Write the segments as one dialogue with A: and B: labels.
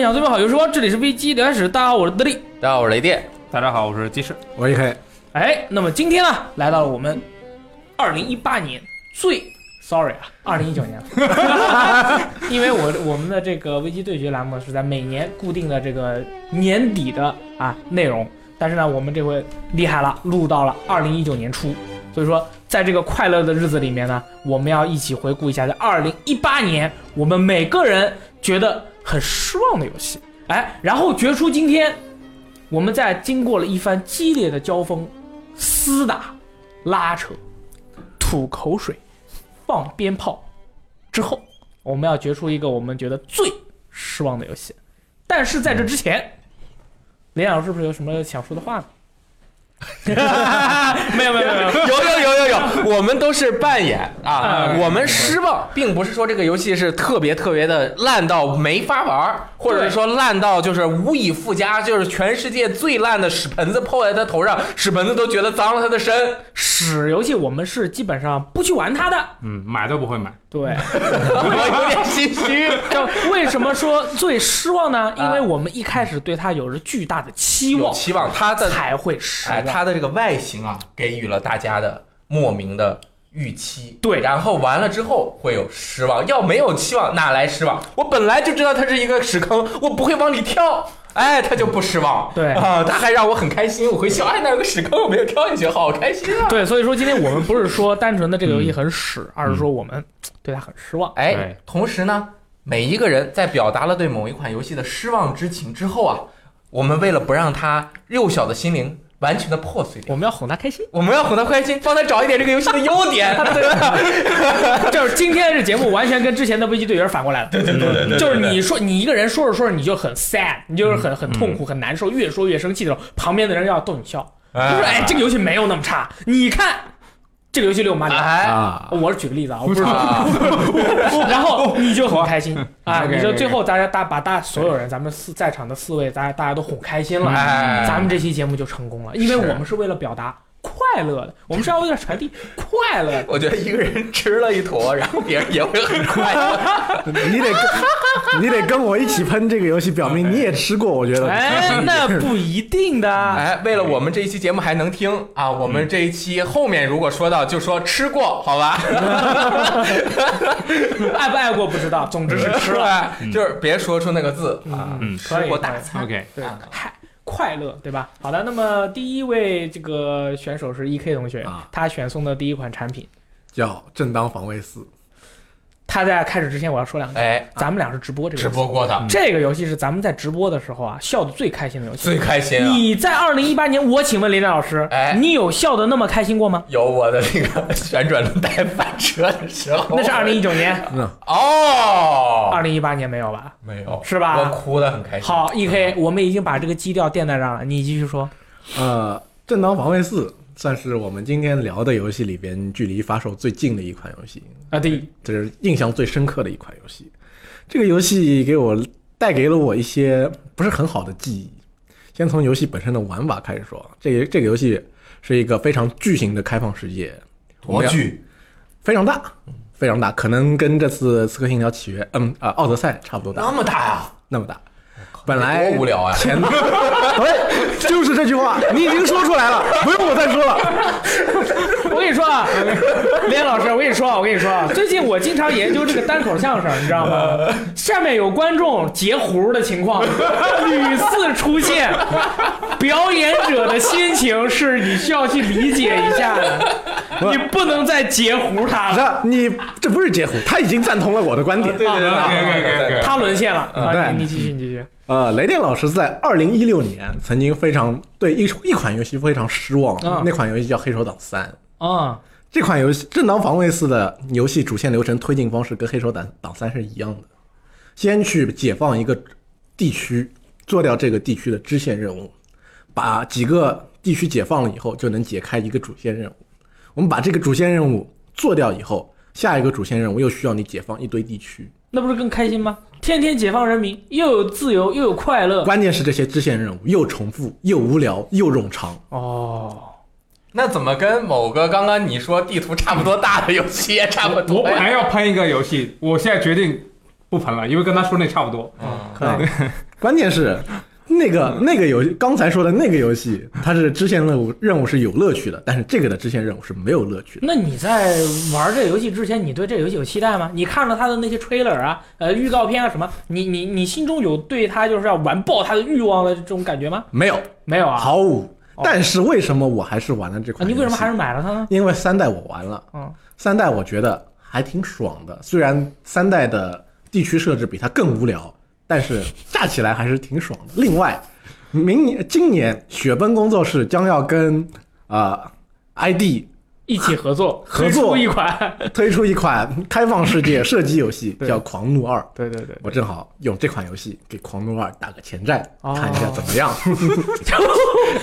A: 享最美好游时光，这里是危机聊天室。大家好，我是德力。
B: 大家好，我是雷电。
C: 大家好，我是 鸡翅。
D: 我一黑，
A: 哎，那么今天呢，来到了我们二零一八年最 sorry 啊，二零一九年了，因为我我们的这个危机对决栏目是在每年固定的这个年底的啊内容，但是呢，我们这回厉害了，录到了二零一九年初，所以说在这个快乐的日子里面呢，我们要一起回顾一下在二零一八年我们每个人觉得很失望的游戏，哎，然后决出今天我们在经过了一番激烈的交锋、厮打、拉扯、吐口水、放鞭炮之后，我们要决出一个我们觉得最失望的游戏。但是在这之前，林老师是不是有什么想说的话呢？没有没有没有，
B: 有有有有有，我们都是扮演啊
A: 嗯，
B: 我们失望，并不是说这个游戏是特别特别的烂到没法玩儿，或者是说烂到就是无以复加，就是全世界最烂的屎盆子泼在他头上，屎盆子都觉得脏了他的 身。
A: 屎游戏我们是基本上不去玩它的。
C: 嗯，买都不会买。
A: 对，
B: 我有点心虚。
A: 这为什么说最失望 呢？因为我们一开始对它有着巨大的期
B: 啊有
A: 望，
B: 期望他的
A: 才会失
B: 哎，
A: 望。
B: 他的这个外形啊，给予了大家的莫名的预期。
A: 对
B: 然后完了之后会有失望，要没有期望哪来失望？我本来就知道它是一个屎坑，我不会往里跳。哎，他就不失望，
A: 对
B: 啊，他还让我很开心，我会笑，哎，那有个屎坑，我没有跳进去，好开心啊！
A: 对，所以说今天我们不是说单纯的这个游戏很屎，
B: 嗯
A: 而是说我们对它很失望。
B: 哎
C: 对，
B: 同时呢，每一个人在表达了对某一款游戏的失望之情之后啊，我们为了不让他幼小的心灵完全的破碎掉，
A: 我们要哄他开心，
B: 我们要哄他开心，帮他找一点这个游戏的优点，对吧？
A: 就是今天这节目完全跟之前的危机队员反过来了。对对对对，嗯就是你说你一个人说着说着你就很 sad，你就是很很痛苦、很难受，越说越生气的时候，旁边的人要逗你笑，就说哎，这个游戏没有那么差，你看这个游戏六马里奥。
B: 哎，
D: 啊，
A: 我是举个例子啊，我不哦是，然后你就很开心啊，
C: OK，OK，OK
A: 你就最后大家大把大所有人，咱们四在场的四位，大家大家都哄开心了，
B: 哎
A: 咱们这期节目就成功了，因为
B: 是
A: 我嗯们是为了表达快乐的，我们是要为了传递快乐的。
B: 我觉得一个人吃了一坨，然后别人也会很快乐。
D: 你得跟 你得跟我一起喷这个游戏，表明你也吃过，我觉得。
A: 哎，那不一定 的。
B: 哎，为了我们这一期节目还能听啊，我们这一期后面如果说到，就说吃过，好吧？
A: 爱不爱过不知道，总之是吃了。嗯
B: 哎，就是别说出那个字啊。
C: 嗯
A: 可以
B: 吃过大餐。啊
C: OK，
A: 对，嗨，快乐，对吧？好的，那么第一位这个选手是 E K 同学，
D: 啊
A: 他选送的第一款产品，
D: 叫正当防卫四，
A: 他在开始之前我要说两句，
B: 哎，
A: 咱们俩是直播这个嗯
B: 直
A: 游戏
B: 播过的
A: 这个游戏是咱们在直播的时候啊笑的最开心的游戏。
B: 最开心啊，
A: 你在二零一八年，我请问林亮老师，
B: 哎
A: 你有笑的那么开心过吗？
B: 有我的那个旋转轮胎翻车的时候，
A: 那是二零一九年，
D: 嗯，
B: 哦
A: 二，零一八年没有吧？
B: 没有
A: 是吧
B: 我哭的很开心。
A: 好，E K，我们已经把这个基调垫在这儿了，你继续说。
D: 呃，正当防卫四算是我们今天聊的游戏里边距离发售最近的一款游戏，
A: 啊， 对，
D: 这是印象最深刻的一款游戏。这个游戏给我带给了我一些不是很好的记忆。先从游戏本身的玩法开始说，啊这个这个游戏是一个非常巨型的开放世界，我
B: 多
D: 们要
B: 剧
D: 非常大，非常大，可能跟这次《刺客信条：起源》嗯啊、奥德赛》差不多大
B: 那，么大呀，
D: 那么大。本来
B: 多无聊啊！
D: 前，哎，就是这句话，你已经说出来了，不用我再说了。
A: 我跟你说啊，林老师，我跟你说啊，我跟你说啊，最近我经常研究这个单口相声，你知道吗？下面有观众截胡的情 况屡次出现，表演者的心情是你需要去理解一下的，你不能再截胡他了。
D: 那你这不是截胡，他已经赞同了我的观点。
B: 啊对对对
A: 他沦陷了啊！
D: 对
A: 你你继续，你继续。
D: 呃，雷电老师在二零一六年曾经非常对一一款游戏非常失望，
A: 嗯
D: 那款游戏叫《黑手党三》。
A: 啊，
D: 这款游戏正当防卫四的游戏主线流程推进方式跟《黑手党党三》是一样的，先去解放一个地区，做掉这个地区的支线任务，把几个地区解放了以后，就能解开一个主线任务。我们把这个主线任务做掉以后，下一个主线任务又需要你解放一堆地区。
A: 那不是更开心吗？天天解放人民，又有自由，又有快乐。
D: 关键是这些支线任务又重复又无聊又冗长，
A: 哦，
B: 那怎么跟某个刚刚你说地图差不多大的游戏也差不
C: 我
B: 多
C: 本
B: 呀？
C: 来要喷一个游戏，我现在决定不喷了，因为跟他说那差不多。
D: 啊，关键是那个那个游戏，刚才说的那个游戏，它是支线任务任务是有乐趣的，但是这个的支线任务是没有乐趣的。
A: 那你在玩这游戏之前，你对这游戏有期待吗？你看了他的那些 trailer 啊，呃，预告片啊什么，你你你心中有对他就是要完爆他的欲望的这种感觉吗？
D: 没有，
A: 没有啊。
D: 毫无
A: 哦。
D: 但是为什么我还是玩了这
A: 啊，
D: 款游戏？
A: 你为什么还是买了它呢？
D: 因为三代我玩了，
A: 嗯，
D: 三代我觉得还挺爽的，虽然三代的地区设置比它更无聊，但是炸起来还是挺爽的。另外，明年今年雪崩工作室将要跟啊、呃 ID
A: 一起合作，
D: 合
A: 推出
D: 作
A: 一 款，
D: 推出一款开放世界射击游戏，
A: 对
D: 叫《狂怒二》。
A: 对对对，
D: 我正好用这款游戏给《狂怒二》打个前站，
A: 哦
D: 看一下怎么 样。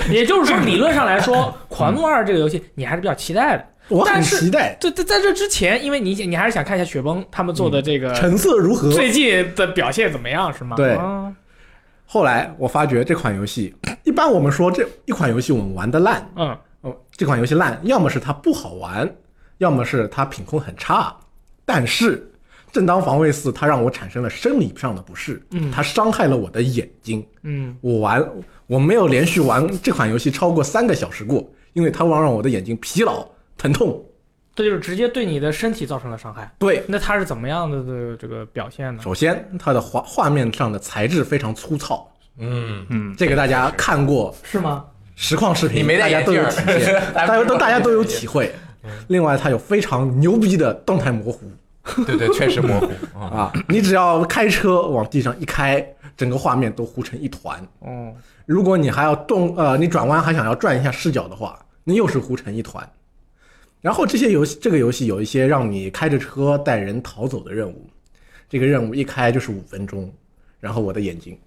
A: 也就是说，理论上来说，《狂怒二》这个游戏你还是比较期待的。
D: 我很
A: 但是
D: 期待
A: 对，在在这之前，因为你你还是想看一下雪崩他们做
D: 嗯
A: 的这个
D: 成色如何。
A: 呃最近的表现怎么样，是吗？
D: 对
A: 啊
D: 后来我发觉这款游戏， 一般我们说这一款游戏我们玩的烂，
A: 嗯，
D: 哦，这款游戏烂，要么是它不好玩，要么是它品控很差。但是《正当防卫四》它让我产生了生理上的不适，
A: 嗯
D: 它伤害了我的眼睛。
A: 嗯，
D: 我玩我没有连续玩这款游戏超过三个小时过，因为它往往让我的眼睛疲劳、疼痛。
A: 这就是直接对你的身体造成了伤害。
D: 对，
A: 那它是怎么样的的这个表现呢？
D: 首先它的画画面上的材质非常粗糙，
E: 嗯，
C: 嗯，
D: 这个大家看过
A: 是吗？
D: 实况视频，
E: 你没戴
D: 大家
E: 眼
D: 都
E: 镜
D: 有
E: 儿嗯
D: 体现，大家都大家都有体会。 另外，它有非常牛逼的动态模糊
E: 对对，确实模 糊啊。
D: 啊，你只要开车往地上一开，整个画面都糊成一团。
A: 哦，
D: 如果你还要动，呃，你转弯还想要转一下视角的话，那又是糊成一团。然后这些游戏，这个游戏有一些让你开着车带人逃走的任务，这个任务一开就是五分钟，然后我的眼睛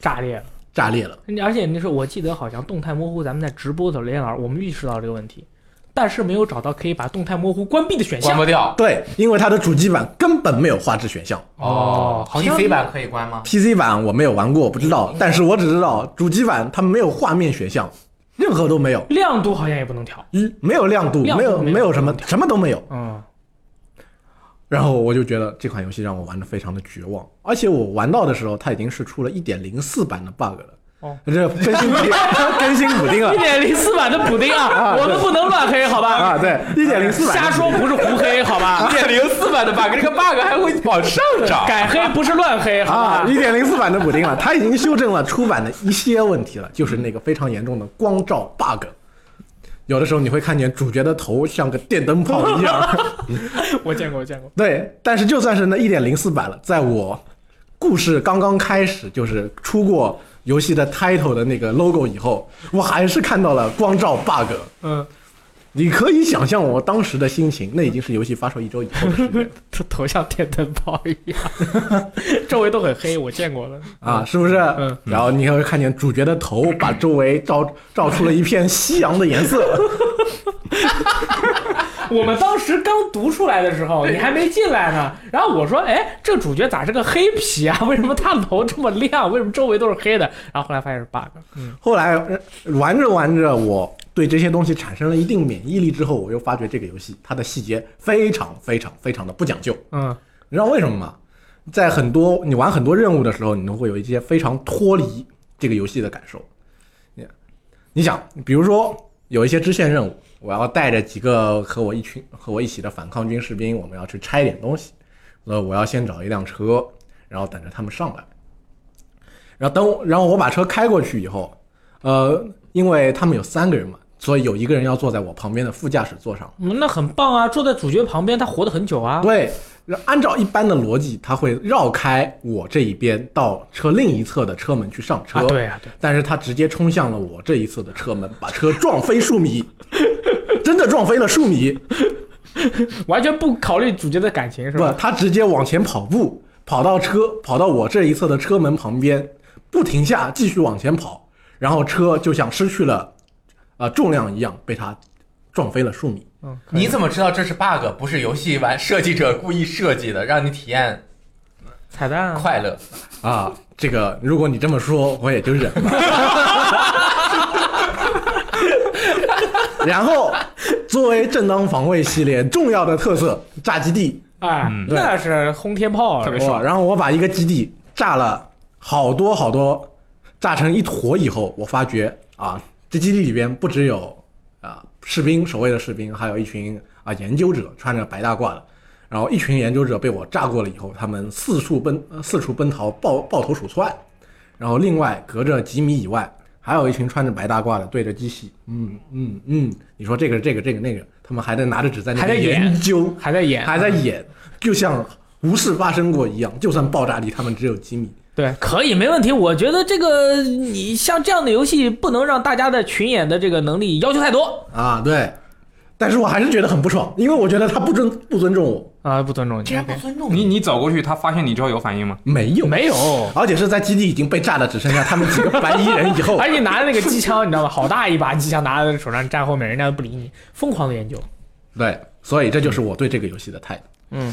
A: 炸裂了！
D: 炸裂了。
A: 而且那时候我记得好像动态模糊，咱们在直播的时候连老师我们意识到这个问题，但是没有找到可以把动态模糊关闭的选
E: 关
A: 项
E: 不。掉
D: 对，因为它的主机版根本没有画质选项
A: 哦好像
E: PC 版可以关吗？
D: ，PC 版我没有玩过，我不知道，但是我只知道主机版它没有画面选项，任何都没有，
A: 亮度好像也不能调。
D: 一嗯没有亮度，
A: 亮度
D: 没有
A: 没有
D: 没有什么什么都没有。
A: 嗯，
D: 然后我就觉得这款游戏让我玩的非常的绝望，而且我玩到的时候，它已经是出了1.04版的 bug 了。
A: 哦，
D: 这更新补丁，更新补丁 了
A: 一点零四版的补丁啊，
D: 啊
A: 我们不能乱黑，好吧？
D: 啊！对，1.04版的
A: 瞎说不是胡黑，好吧？
E: 点零四版的 bug，这个 bug 还会往上
B: 啊
E: 涨。
A: 改黑不是乱黑，好吧
D: 啊，？1.04版的补丁了，它已经修正了出版的一些问题了，就是那个非常严重的光照 bug。有的时候你会看见主角的头像个电灯泡一样，
A: 我见过，我见过。
D: 对，但是就算是那一点零四版了，在我故事刚刚开始，就是出过游戏的 title 的那个 logo 以后，我还是看到了光照 bug。
A: 嗯，
D: 你可以想象我当时的心情，那已经是游戏发售一周以后的事情
A: 这头像电灯泡一样， 周围都很黑，我见过了。
D: 啊，是不是？
A: 嗯
D: 然后你会看见主角的头把周围照照出了一片夕阳的颜色，
A: 我们当时刚读出来的时候，你还没进来呢。然后我说：“哎，这主角咋是个黑皮啊？ 为什么他头这么亮？为什么周围都是黑的？”然后后来发现是 bug。嗯，
D: 后来呃玩着玩着，我对这些东西产生了一定免疫力之后，我又发觉这个游戏它的细节非常非常非常的不讲究。
A: 嗯，
D: 你知道为什么吗？在很多你玩很多任务的时候，你都会有一些非常脱离这个游戏的感受。你你想，比如说有一些支线任务，我要带着几个和我一群和我一起的反抗军士兵，我们要去拆点东西，呃，我要先找一辆车，然后等着他们上来，然后等我，然后我把车开过去以后，呃，因为他们有三个人嘛，所以有一个人要坐在我旁边的副驾驶座上。
A: 那很棒啊！坐在主角旁边，他活得很久啊。
D: 对，然后按照一般的逻辑，他会绕开我这一边，到车另一侧的车门去上车。
A: 啊，对啊，对。
D: 但是他直接冲向了我这一侧的车门，把车撞飞数米，真的撞飞了数米。
A: 完全不考虑主角的感情是
D: 不
A: 吧？，
D: 他直接往前跑步，跑到车，跑到我这一侧的车门旁边，不停下，继续往前跑，然后车就像失去了，呃，重量一样被他撞飞了数米。
A: 嗯，可以
E: 你怎么知道这是 bug？不是游戏玩设计者故意设计的，让你体验
A: 彩蛋啊！
E: 快乐。
D: 啊，这个如果你这么说，我也就忍了。然后，作为正当防卫系列重要的特色，炸基地
A: 哎，
F: 嗯
A: 那是轰天炮，啊
C: 特别
D: 哇！然后我把一个基地炸了好多好多，炸成一坨以后，我发觉啊，这基地里边不只有啊士兵守卫的士兵，还有一群啊研究者穿着白大褂的。然后一群研究者被我炸过了以后，他们四处奔呃四处奔逃，抱抱头鼠窜。然后另外隔着几米以外，还有一群穿着白大褂的对着机器，嗯嗯嗯，你说这个这个这个那个，他们还在拿着纸在那
A: 还在
D: 边
A: 演
D: 研究，
A: 还在演，
D: 还在演，就像无事发生过一样。就算爆炸离他们只有几米，
A: 对，可以，没问题。我觉得这个你像这样的游戏，不能让大家的群演的这个能力要求太多
D: 啊，对。但是我还是觉得很不爽，因为我觉得他不尊不尊重我，
A: 啊，不尊重
B: 竟然不 尊重
C: 你你走过去，他发现你之后有反应吗？
D: 没有，
A: 没有。
D: 而且是在基地已经被炸的只剩下他们几个白衣人以后，
A: 而且拿着那个机枪，你知道吗？好大一把机枪，拿在手上站后面，人家都不理你，疯狂的研究。
D: 对，所以这就是我对这个游戏的态度。
A: 嗯，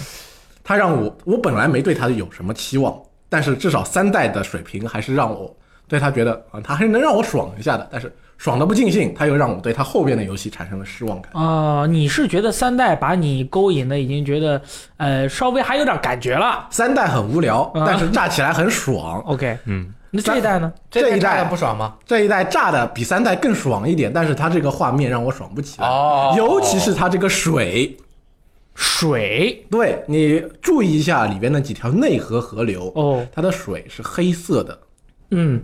D: 他让我，我本来没对他有什么期望，但是至少三代的水平还是让我对他觉得啊，他还是能让我爽一下的。但是爽的不尽兴，他又让我对他后边的游戏产生了失望感。
A: 啊、你是觉得三代把你勾引的已经觉得，呃，稍微还有点感觉了。
D: 三代很无聊，
A: 啊
D: 但是炸起来很爽。
A: OK，
F: 嗯，
A: 那这一代呢？
D: 这一代
B: 不爽吗？
D: 这一代炸的比三代更爽一点，但是它这个画面让我爽不起来，
B: 哦
D: 尤其是它这个水，
A: 水
D: 对你注意一下里边那几条内河河流，
A: 哦，
D: 它的水是黑色的，
A: 嗯，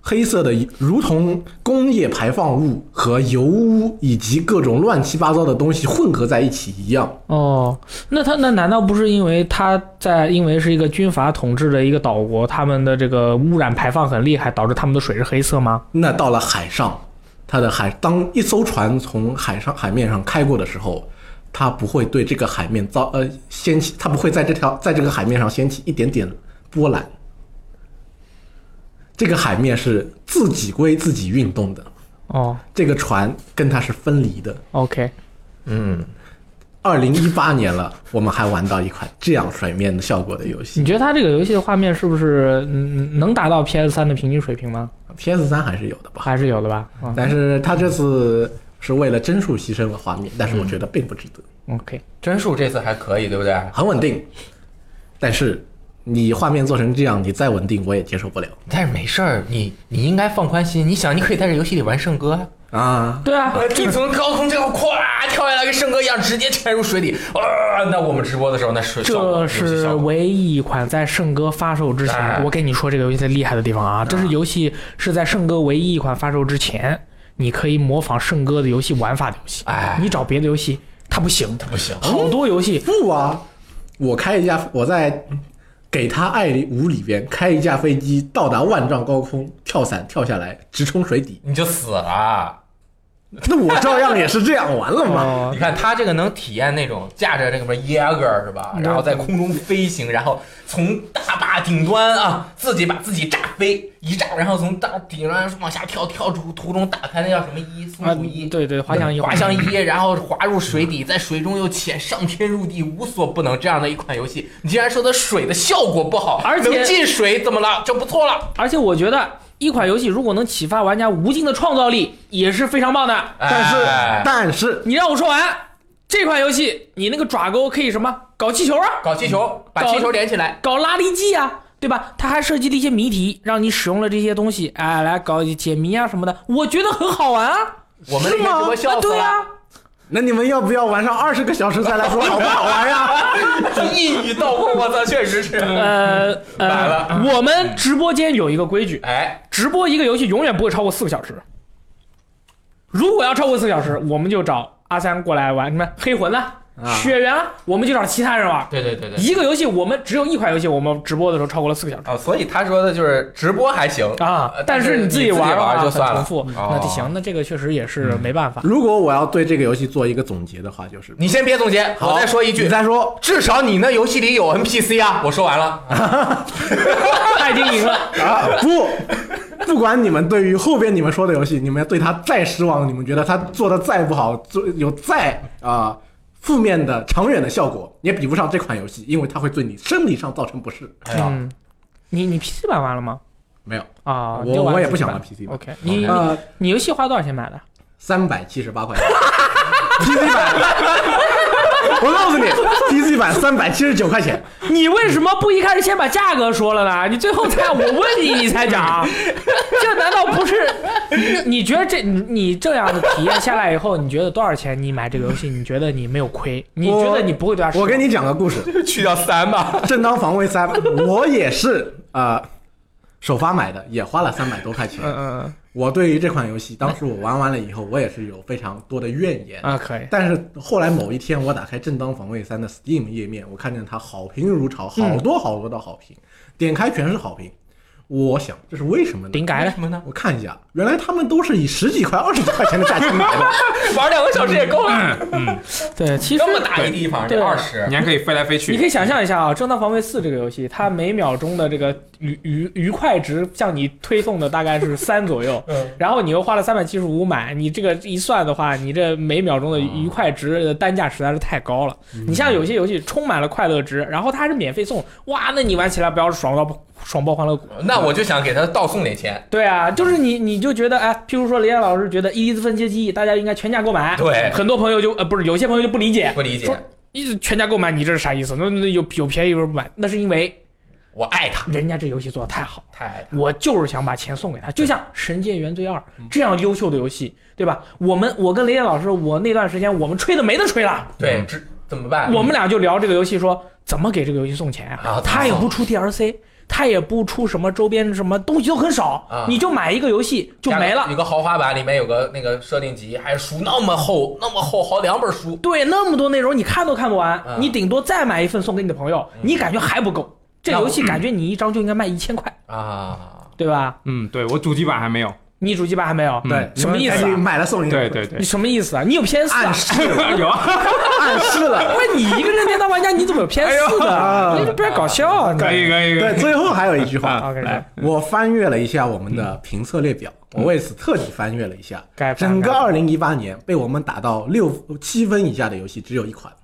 D: 黑色的如同工业排放物和油污以及各种乱七八糟的东西混合在一起一样。
A: 哦，那他那难道不是因为他在因为是一个军阀统治的一个岛国，他们的这个污染排放很厉害，导致他们的水是黑色吗？
D: 那到了海上，它的海当一艘船从海上海面上开过的时候，它不会对这个海面造呃掀起，它不会在这条在这个海面上掀起一点点波澜。这个海面是自己归自己运动的，
A: 哦
D: 这个船跟它是分离的。
A: ，OK，
D: 二零一八年了，我们还玩到一款这样水面的效果的游戏
A: 你。觉得他这个游戏的画面是不是嗯能达到 PS 3的平均水平吗？
D: PS 三还是有的吧，
A: 还是有的吧？啊、
D: 但是它这次是为了帧数牺牲了画面，但是我觉得并不值得，
A: o k
B: 帧数这次还可以，对不对？
D: 很稳定。但是你画面做成这样，你再稳定我也接受不了
B: 但是没事儿，你你应该放宽心。你想，你可以在这游戏里玩圣歌啊，
D: 啊。
A: 对啊，
B: 你从高呃空这样咵跳下来，跟圣歌一样，直接潜入水里。啊，那我们直播的时候，那是
A: 这是唯一一款在圣歌发售之
B: 哎
A: 前，我跟你说这个游戏它厉害的地方啊，这是游戏是在圣歌唯一一款发售之前，你可以模仿圣歌的游戏玩法的游戏。
B: 哎嗯
A: 你找别的游戏它不行，它
B: 不行
A: 好多游戏
D: 不啊，我开一架，我在给他爱里五里边开一架飞机到达万丈高空，跳伞跳下来，直冲水底。
B: 你就死了。
D: 那我照样也是这样玩了
B: 哦
D: 嘛。
B: 你看他这个能体验那种驾着这个什么 Jaeger 是吧，然后在空中飞行，然后从大坝顶端啊自己把自己炸飞一炸，然后从大顶端往下跳，跳出途中打开那叫什么衣松
A: 啊
B: 鼠衣，，
A: 对对，滑翔翼，
B: 滑翔翼，然后滑入水底，在水中又潜，上天入地，无所不能这样的一款游戏，你竟然说它水的效果不好，
A: 而且
B: 能进水怎么了？这不错了，
A: 而且我觉得一款游戏如果能启发玩家无尽的创造力，也是非常棒的。
D: 但是、
B: 哎
D: 但是
A: 你让我说完，这款游戏你那个爪钩可以什么搞气球啊？
B: 搞气球，把
A: 搞
B: 气球连起来，
A: 搞拉力技啊，对吧？它还设计了一些谜题，让你使用了这些东西，哎，来搞解谜啊什么的，我觉得很好玩啊。
B: 我们那天直播
A: 啊
B: 笑死
A: 对
B: 了，
A: 啊，
D: 那你们要不要玩上二十个小时再来说好不好玩呀？
B: 一语道破，我操，确实是，
A: 呃
B: 完嗯了
A: 呃，我们直播间有一个规矩，
B: 哎，
A: 直播一个游戏永远不会超过四个小时。如果要超过四个小时，我们就找阿三过来玩什么黑魂啦、
B: 啊
A: 血缘啦，我们就找其他人玩。
B: 对对对对。
A: 一个游戏，我们只有一款游戏，我们直播的时候超过了四个小时。
B: 哦，所以他说的就是直播还行
A: 啊
B: 呃，
A: 但
B: 是
A: 是你
B: 自
A: 自己玩
B: 玩
A: 儿的话
B: 就算
A: 很
B: 了。
A: 重复，
B: 哦嗯
A: 那就行，那这个确实也是没办法。
D: 如果我要对这个游戏做一个总结的话，就是
B: 你先别总结，
D: 好
B: 我再说一句
D: 你，再说
B: 至少你那游戏里有 NPC 啊。我说完了，
A: 他已经赢了，
D: 啊，不，不管你们对于后边你们说的游戏，你们对它再失望，你们觉得它做的再不好，做有再啊、负面的长远的效果，也比不上这款游戏，因为它会对你生理上造成不适。
B: 哎呀，
A: 嗯，你你 PC 版玩了吗？
D: 没有，
A: 啊，你就
D: 我
A: 玩
D: 我也不
A: PC
D: 想
A: 版
D: 玩 PC 版，
A: OK，你你
D: 呃，
A: 你游戏花多少钱买的？
D: 三百七十八块钱，PC 版我告诉你，PC 版三百七十九块钱，
A: 你为什么不一开始先把价格说了呢？你最后才我问你，你才讲， 这难道不 是？你你觉得这你你这样的体验下来以后，你觉得多少钱？你买这个游戏，你觉得你没有亏？你觉得你不会对它失望？
D: 我跟你讲个故事，
E: 去掉三吧。
D: 正当防卫三，我也是啊、呃首发买的，也花了三百多块钱。
A: 嗯，嗯
D: 我对于这款游戏，当时我玩完了以后，我也是有非常多的怨言
A: 嗯。啊，可以。
D: 但是后来某一天，我打开《正当防卫三》的 Steam 页面，我看见它好评如潮，
A: 嗯
D: 好多好多的好评，点开全是好评。我想这是为什么呢？
A: 顶改了
E: 什么呢？
D: 我看一下，原来他们都是以十几块、二十几块钱的价钱买的。
E: 玩两个小时也够
C: 嗯
E: 了，
A: 对，其实
E: 这么大一地方，
A: 对
E: 这二十
C: 你还可以飞来飞
A: 你可
C: 去。
A: 以想象一下啊，《正当防卫四》这个游戏，它每秒钟的这个愉愉愉快值向你推送的大概是三左右，
E: 嗯
A: 然后你又花了三百七十五买，你这个一算的话，你这每秒钟的
E: 啊
A: 愉快值的单价实在是太高了。
E: 嗯
A: 你像有些游戏充满了快乐值，然后它还是免费送，哇，那你玩起来不要爽到爆爽爆欢乐谷。
E: 那我就想给他倒送点钱。
A: 对啊，就是你你就觉得哎，譬如说雷亚老师觉得《伊迪丝分切记》大家应该全价购买，
E: 对
A: 很多朋友就呃不是有些朋友就不理解，
E: 不理解
A: 说，一直全价购买，你这是啥意思？那那有有便宜有人不买，那是因为
E: 我爱他，
A: 人家这游戏做的太好，
E: 太爱他。
A: 我就是想把钱送给他。就像《神界原罪二》
E: 嗯
A: 这样优秀的游戏，对吧？我们我跟雷电老师，我那段时间我们吹的没得吹了，
E: 对，这怎么办？
A: 我们俩就聊这个游戏说，怎么给这个游戏送钱
E: 嗯啊
A: 他也不出 DLC。他也不出什么周边，什么东西都很少，
E: 啊
A: 你就买一个游戏就没了
E: 有。个嗯豪华版，里面有个那个设定集，还是书那么厚，那么厚，好两本书。
A: 对，那么多内容你看都看不完，
E: 啊
A: 你顶多再买一份送给你的朋友，你感觉还不够。这
E: 嗯那我
A: 游戏感觉你一张就应该卖一千块，
E: 啊，
A: 对吧？
C: 嗯，对我主机版还没有。
A: 你主机版还没有，
C: 嗯
D: 对，
A: 什么意思啊
D: 你买了送你，
C: 对对
A: 你
C: 对，
A: 什么意思啊？你有 PS
D: 暗
A: 啊？
D: 示了，
C: 有啊，
D: 暗示了。
A: 不是你一个任天堂玩家，你怎么有 PS 四的？
D: 哎呦
A: 你这不要搞笑啊！你
C: 可以可以可
D: 对，
C: 以。
D: 最后还有一句话，
A: OK，
C: 来
D: 我翻阅了一下我们的评测列表，我为此特地翻阅了一下，
A: 该翻
D: 整个
A: 该翻
D: 二零一八年被我们打到六七分以下的游戏只有一款，《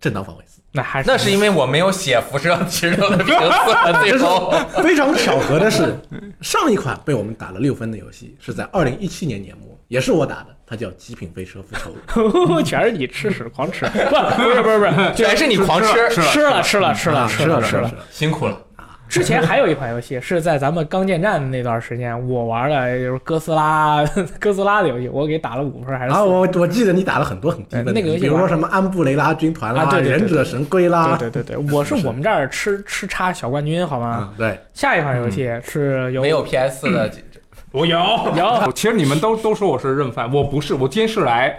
D: 正当防卫四
A: 那还是
E: 那是因为我没有写辐射其实的评测，最后》。
D: 非常巧合的是， 上一款被我们打了六分的游戏是在二零一七年年末，也是我打的，它叫《极品飞车复仇》。
A: 全是你吃屎狂吃，不不是不是不是，
E: 全是你狂吃，
C: 是了
A: 吃了吃了吃了
D: 啊
A: 吃
D: 了
A: 了吃
D: 了
A: 了
D: 是。了，
E: 辛苦了。
A: 之前还有一款游戏是在咱们刚建站的那段时间，我玩了就是哥斯拉 哥斯拉的游戏，我给打了五分还是
D: 然
A: 四
D: 后
A: 分？
D: 啊我我记得你打了很多很低分的，
A: 那个游戏
D: 比如说什么安布雷拉军团
A: 啊
D: 啦、
A: 对对对
D: 忍者神龟啦，
A: 对对对对，我是我们这儿吃吃叉小冠军，好吗？
D: 啊对，
A: 下一款游戏是由
E: 没有 PS 4的，
C: 我有。
A: 有
C: 其实你们都都说我是认犯，我不是，我今天是来，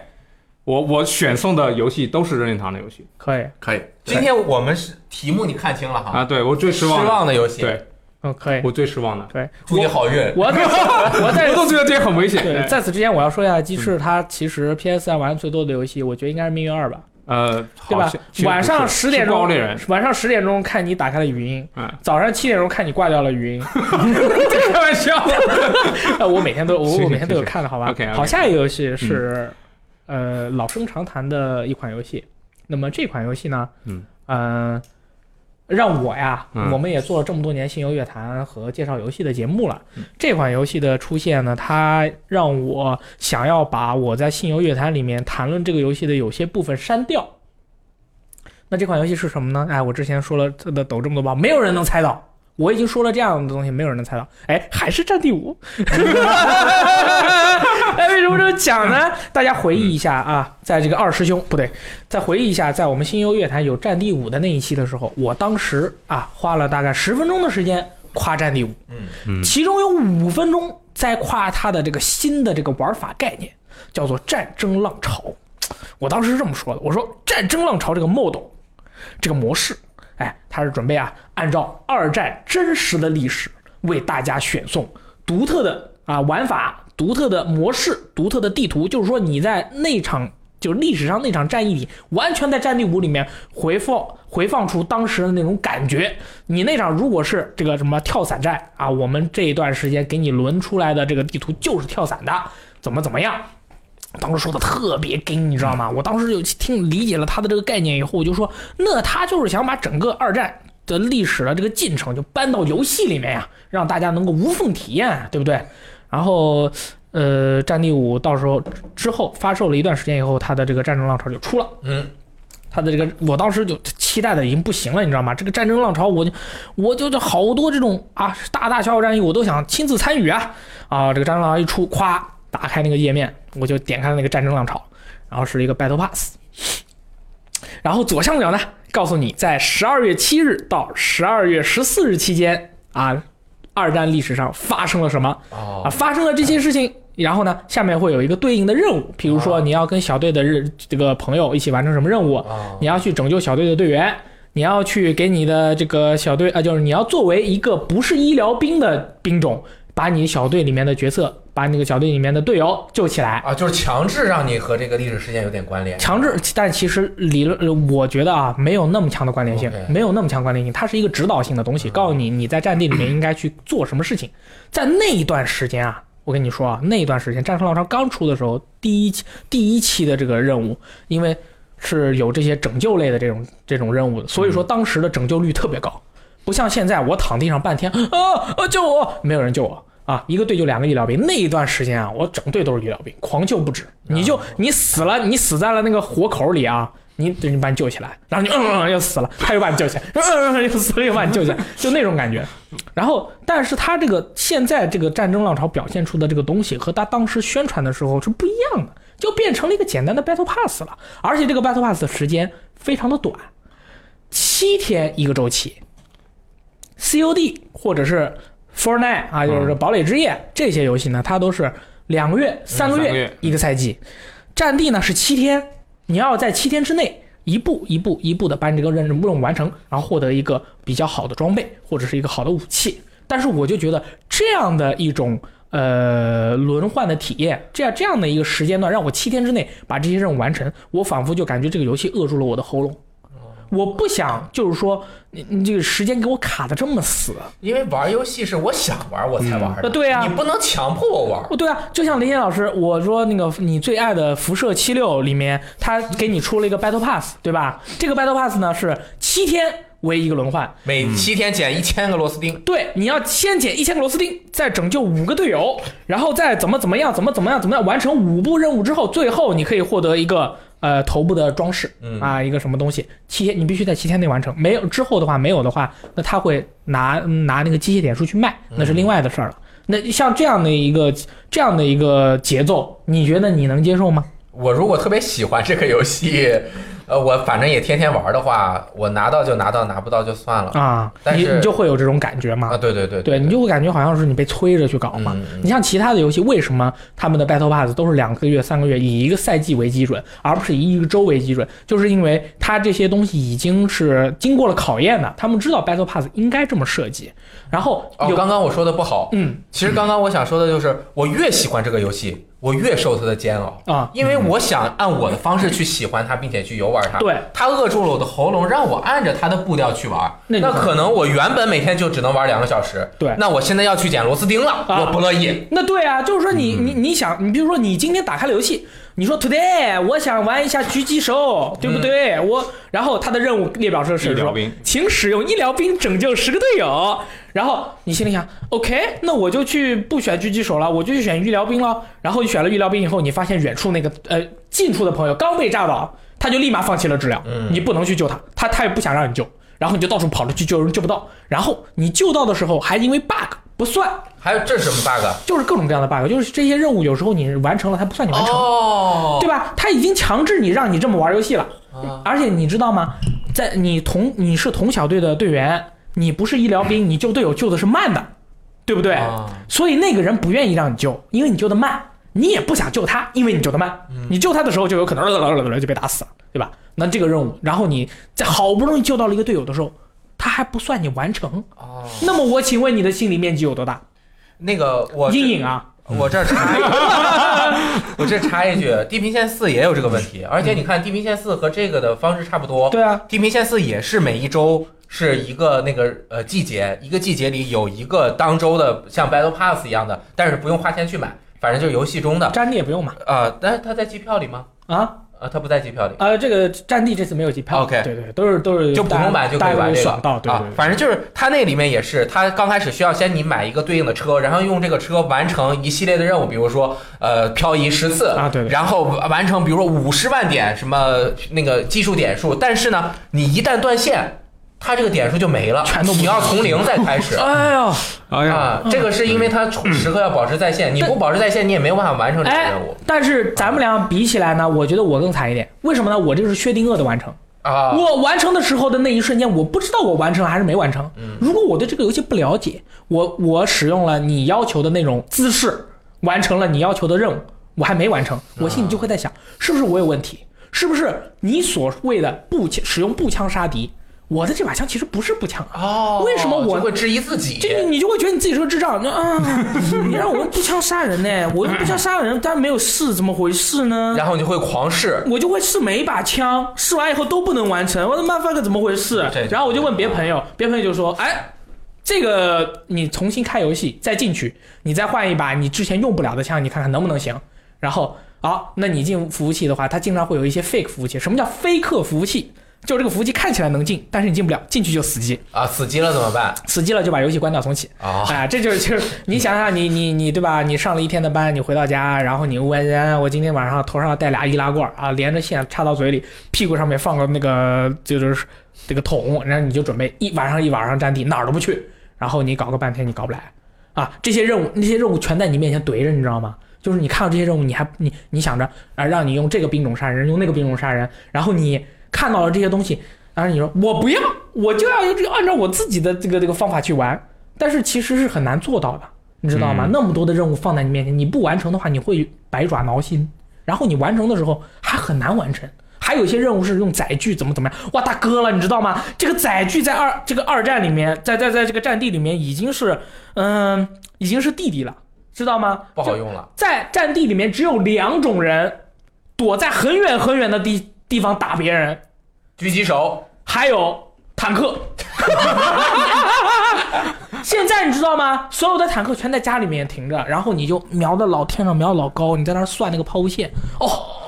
C: 我我选送的游戏都是任天堂的游戏
A: 可以，
D: 可以。
E: 今天我们是题目你看清了哈，
C: 啊，对我最
E: 失
C: 失望的，
E: 的游戏，
C: 对
A: 嗯可以，
C: 我最失望的，
A: 可以。
E: 祝你好运。
A: 我在 我在
C: 我都觉得这很危险。
A: 对，
C: 哎
A: 在此之前我要说一下，鸡翅
C: 嗯
A: 它其实 PS 3玩最多的游戏，我觉得应该是《命运二》吧，
C: 呃，
A: 对
C: 好
A: 吧
C: 像其？实
A: 晚上
C: 不是
A: 十点
C: 是
A: 钟
C: 高 猎人，，
A: 晚上十点钟看你打开了语音
C: 嗯，
A: 早上七点钟看你挂掉了 语音。
C: 开玩笑。
A: 呃我每天都我
C: 是是
A: 我每天都有
C: 是是
A: 看的，好吧
C: OK，OK 嗯
A: 好，下一个游戏是呃老生常谈的一款游戏。那么这款游戏呢，
C: 嗯
A: 呃让我呀，
C: 嗯
A: 我们也做了这么多年新游乐坛和介绍游戏的节目了。
C: 嗯
A: 这款游戏的出现呢，它让我想要把我在新游乐坛里面谈论这个游戏的有些部分删掉。那这款游戏是什么呢？哎，我之前说了这的抖这么多包，没有人能猜到。我已经说了这样的东西，没有人能猜到。哎，还是《战地五》。 哎，为什么这么讲呢？大家回忆一下啊，在这个二师兄不对，再回忆一下，在我们新游乐坛有《战地五》的那一期的时候，我当时啊花了大概十分钟的时间夸《战地五》，
E: 嗯
C: 嗯
A: 其中有五分钟在夸它的这个新的这个玩法概念，叫做战争浪潮。我当时是这么说的，我说战争浪潮这个 model 这个模式，哎，它是准备啊，按照二战真实的历史为大家选送独特的啊玩法、独特的模式、独特的地图，就是说你在那场。就是历史上那场战役里，完全在《战地五》里面回放回放出当时的那种感觉。你那场如果是这个什么跳伞战啊，我们这一段时间给你轮出来的这个地图就是跳伞的，怎么怎么样，当时说的特别精，你知道吗？我当时就听理解了他的这个概念以后，我就说，那他就是想把整个二战的历史的这个进程就搬到游戏里面呀、让大家能够无缝体验啊，对不对？然后，呃，《战地五》到时候之后发售了一段时间以后，它的这个战争浪潮就出了。
E: 嗯，
A: 它的这个，我当时就期待的已经不行了，你知道吗？这个战争浪潮，我就我就就好多这种啊，大大小小战役，我都想亲自参与啊！啊，这个战争浪潮一出，咵，打开那个页面，我就点开那个战争浪潮，然后是一个 Battle Pass，然后左上角呢，告诉你在十二月七日到十二月十四日期间啊，二战历史上发生了什么。啊，
B: 哦，
A: 发生了这些事情，然后呢，下面会有一个对应的任务，比如说
B: 啊
A: 你要跟小队的日这个朋友一起完成什么任务，
B: 哦
A: 你要去拯救小队的队员，你要去给你的这个小队啊，就是你要作为一个不是医疗兵的兵种，把你小队里面的角色，把那个小队里面的队友救起来。
B: 啊，就是强制让你和这个历史事件有点关联，
A: 强制，但其实理论，呃我觉得啊，没有那么强的关联性
B: OK，嗯
A: 没有那么强关联性，它是一个指导性的东西，告诉你你在战地里 面应该去做什么事情。在那一段时间啊，我跟你说啊，那一段时间《战争浪潮》刚出的时候，第一期第一期的这个任务，因为是有这些拯救类的这种这种任务的，所以
B: 嗯
A: 说当时的拯救率特别高，不像现在我躺地上半天 啊啊救我，没有人救我。啊，一个队就两个医疗兵，那一段时间啊，我整队都是医疗兵，狂救不止。你就你死了，你死在了那个火口里啊，你你把你救起来，然后你嗯嗯嗯又死了，他又把你救起来，嗯嗯嗯又死了 又把你救起来，就那种感觉。然后，但是他这个现在这个战争浪潮表现出的这个东西，和他当时宣传的时候是不一样的，就变成了一个简单的 Battle Pass 了。而且这个 Battle Pass 的时间非常的短，七天一个周期。COD 或者是 Fortnite 啊，就是
C: 嗯
A: 堡垒之夜、这些游戏呢，它都是两个月、三个
C: 三个
A: 月
C: 月嗯
A: 一个赛季，战地呢是七天，你要在七天之内一步一步一步的把你这个任任务完成，然后获得一个比较好的装备或者是一个好的武器。但是我就觉得这样的一种呃轮换的体验，这样这样的一个时间段，让我七天之内把这些任务完成，我仿佛就感觉这个游戏扼住了我的喉咙。我不想，就是说，你你这个时间给我卡的这么死。
B: 因为玩游戏是我想玩我才玩的，
A: 嗯对啊
B: 你不能强迫我玩。
A: 哦，对啊，就像林岩老师，我说那个你最爱的《辐射七六》里面，他给你出了一个 Battle Pass，对吧？这个 Battle Pass 呢是七天为一个轮换，
B: 每七天捡一千个螺丝钉，
A: 对，你要先捡一千个螺丝钉，再拯救五个队友，然后再怎么怎么样，怎么怎么样，怎么样完成五步任务之后，最后你可以获得一个呃头部的装饰，
B: 嗯
A: 啊，一个什么东西，七天你必须在七天内完成，没有之后的话没有的话，那他会拿嗯拿那个机械点数去卖，那是另外的事儿了。那像这样的一个这样的一个节奏，你觉得你能接受吗？
B: 我如果特别喜欢这个游戏，呃，我反正也天天玩的话，我拿到就拿到，拿不到就算了。
A: 啊，
B: 但
A: 你
B: 是
A: 你就会有这种感觉吗？
B: 啊，对对对
A: 对你就会感觉好像是你被催着去搞嘛。
B: 嗯嗯
A: 你像其他的游戏，为什么他们的 Battle Pass 都是两个月、三个月，以一个赛季为基准，而不是以一个周为基准？就是因为它这些东西已经是经过了考验的，他们知道 Battle Pass 应该这么设计。然后
B: 哦，
A: 有、
B: 刚刚我说的不好，
A: 嗯
B: 其实刚刚我想说的就是，我越喜欢这个游戏，我越受它的煎熬，
A: 啊，
B: 因为我想按我的方式去喜欢它，并且去游玩它。
A: 对，
B: 它扼住了我的喉咙，让我按着它的步调去玩。
A: 那就
B: 那可能我原本每天就只能玩两个小时，
A: 对
B: 那我现在要去捡螺丝钉了，
A: 啊
B: 我不乐意。
A: 那对啊，就是说你、你你想，你比如说你今天打开了游戏，你说 today 我想玩一下狙击手，对不对？我然后他的任务列表是是
C: 医疗
A: 说
C: 兵，
A: 请使用医疗兵拯救十个队友。然后你心里想，OK，那我就去不选狙击手了，我就去选医疗兵了。然后你选了医疗兵以后，你发现远处那个呃近处的朋友刚被炸倒，他就立马放弃了治疗，你不能去救他，他他也不想让你救。然后你就到处跑着去救人，救不到。然后你救到的时候还因为 bug 不算，
B: 还有这是什么 bug？
A: 就是各种各样的 bug，就是这些任务有时候你完成了，它不算你完成，
B: 哦
A: 对，吧？它已经强制你让你这么玩游戏了，
B: 啊
A: 而且你知道吗？在你同你是同小队的队员，你不是医疗兵，你救队友救的是慢的，对不对？
B: 啊
A: 所以那个人不愿意让你救，因为你救的慢，你也不想救他，因为你救的慢。
B: 嗯
A: 你救他的时候就有可能就被打死了，对吧？那这个任务，然后你在好不容易救到了一个队友的时候，他还不算你完成。
B: 哦，
A: 那么我请问你的心理面积有多大？
B: 那个我
A: 阴影啊！
B: 我这儿插一句， 我这儿插一句，《地平线四》也有这个问题，而且你看，《地平线四》和这个的方式差不多。
A: 对啊，
B: 《地平线四》也是每一周是一个那个呃季节，一个季节里有一个当周的像 Battle Pass 一样的，但是不用花钱去买，反正就是游戏中的。
A: 战地也不用嘛
B: 呃，但是它在机票里吗？
A: 啊。
E: 啊，它不在机票里。
A: 呃，这个《战地》这次没有机票
E: OK
A: 对对，对都是都是
E: 就普通版就可
A: 大
E: 以
A: 家
E: 玩
A: 都
E: 这
A: 爽
E: 个
A: 到，对对
E: 啊
A: 对，，
E: 反正就是它那里面也是，它刚开始需要先你买一个对应的车，然后用这个车完成一系列的任务，比如说呃漂移十次
A: 啊对对
E: 然后完成比如说五十万点什么那个技术点数，但是呢，你一旦断线，它这个点数就没了，
A: 全都不。
E: 你要从零再开始
A: 哎嗯呦，
C: 哎呀，
E: 啊，这个是因为它时刻要保持在线，你不保持在线，你也没有办法完成这个
A: 哎
E: 任务，
A: 但是咱们俩比起来呢，我觉得我更惨一点，为什么呢？我这个是薛定谔的完成。
E: 啊。
A: 我完成的时候的那一瞬间，我不知道我完成了还是没完成。
E: 嗯
A: 如果我对这个游戏不了解，我我使用了你要求的那种姿势，完成了你要求的任务，我还没完成，我心里就会在想，是不是我有问题？是不是你所谓的步枪使用步枪杀敌？我的这把枪其实不是步枪啊，
E: 哦，
A: 为什么我
E: 就会质疑自己？
A: 这你你就会觉得你自己是个智障，你说啊，你让我用步枪杀人呢？我用步枪杀人，但没有试，怎么回事呢？
E: 然后你就会狂试，
A: 我就会试每一把枪，试完以后都不能完成，我的妈 fuck 怎么回事
E: 对？
A: 然后我就问别朋友，别朋友就说，哎，这个你重新开游戏再进去，你再换一把你之前用不了的枪，你看看能不能行。然后好、那你进服务器的话，它经常会有一些 fake 服务器，什么叫非客服务器？就是这个服务器看起来能进，但是你进不了，进去就死机，
E: 啊，死机了怎么办？
A: 死机了就把游戏关掉重启。
E: 啊，
A: 啊，这就是就是你想想你你你对吧？你上了一天的班，你回到家，然后你问人，我今天晚上头上要带俩易拉罐儿啊，连着线插到嘴里，屁股上面放个那个就是这个桶，然后你就准备一晚上一晚上占地，哪儿都不去，然后你搞个半天你搞不来啊，这些任务那些任务全在你面前怼着，你知道吗？就是你看到这些任务，你还你你想着啊，让你用这个兵种杀人，用那个兵种杀人，然后你看到了这些东西，然后你说我不要，我就要用这个按照我自己的这个这个方法去玩，但是其实是很难做到的，你知道吗？那么多的任务放在你面前，你不完成的话，你会百爪挠心。然后你完成的时候还很难完成，还有一些任务是用载具怎么怎么样，哇大哥了，你知道吗？这个载具在二这个二战里面，在在在这个战地里面已经是嗯、已经是弟弟了，知道吗？
E: 不好
A: 就
E: 用了。
A: 在战地里面只有两种人，躲在很远很远的地地方打别人，
E: 狙击手
A: 还有坦克。 现在你知道吗？所有的坦克全在家里面停着，然后你就瞄的老天上瞄得老高，你在那儿算那个抛物线。哦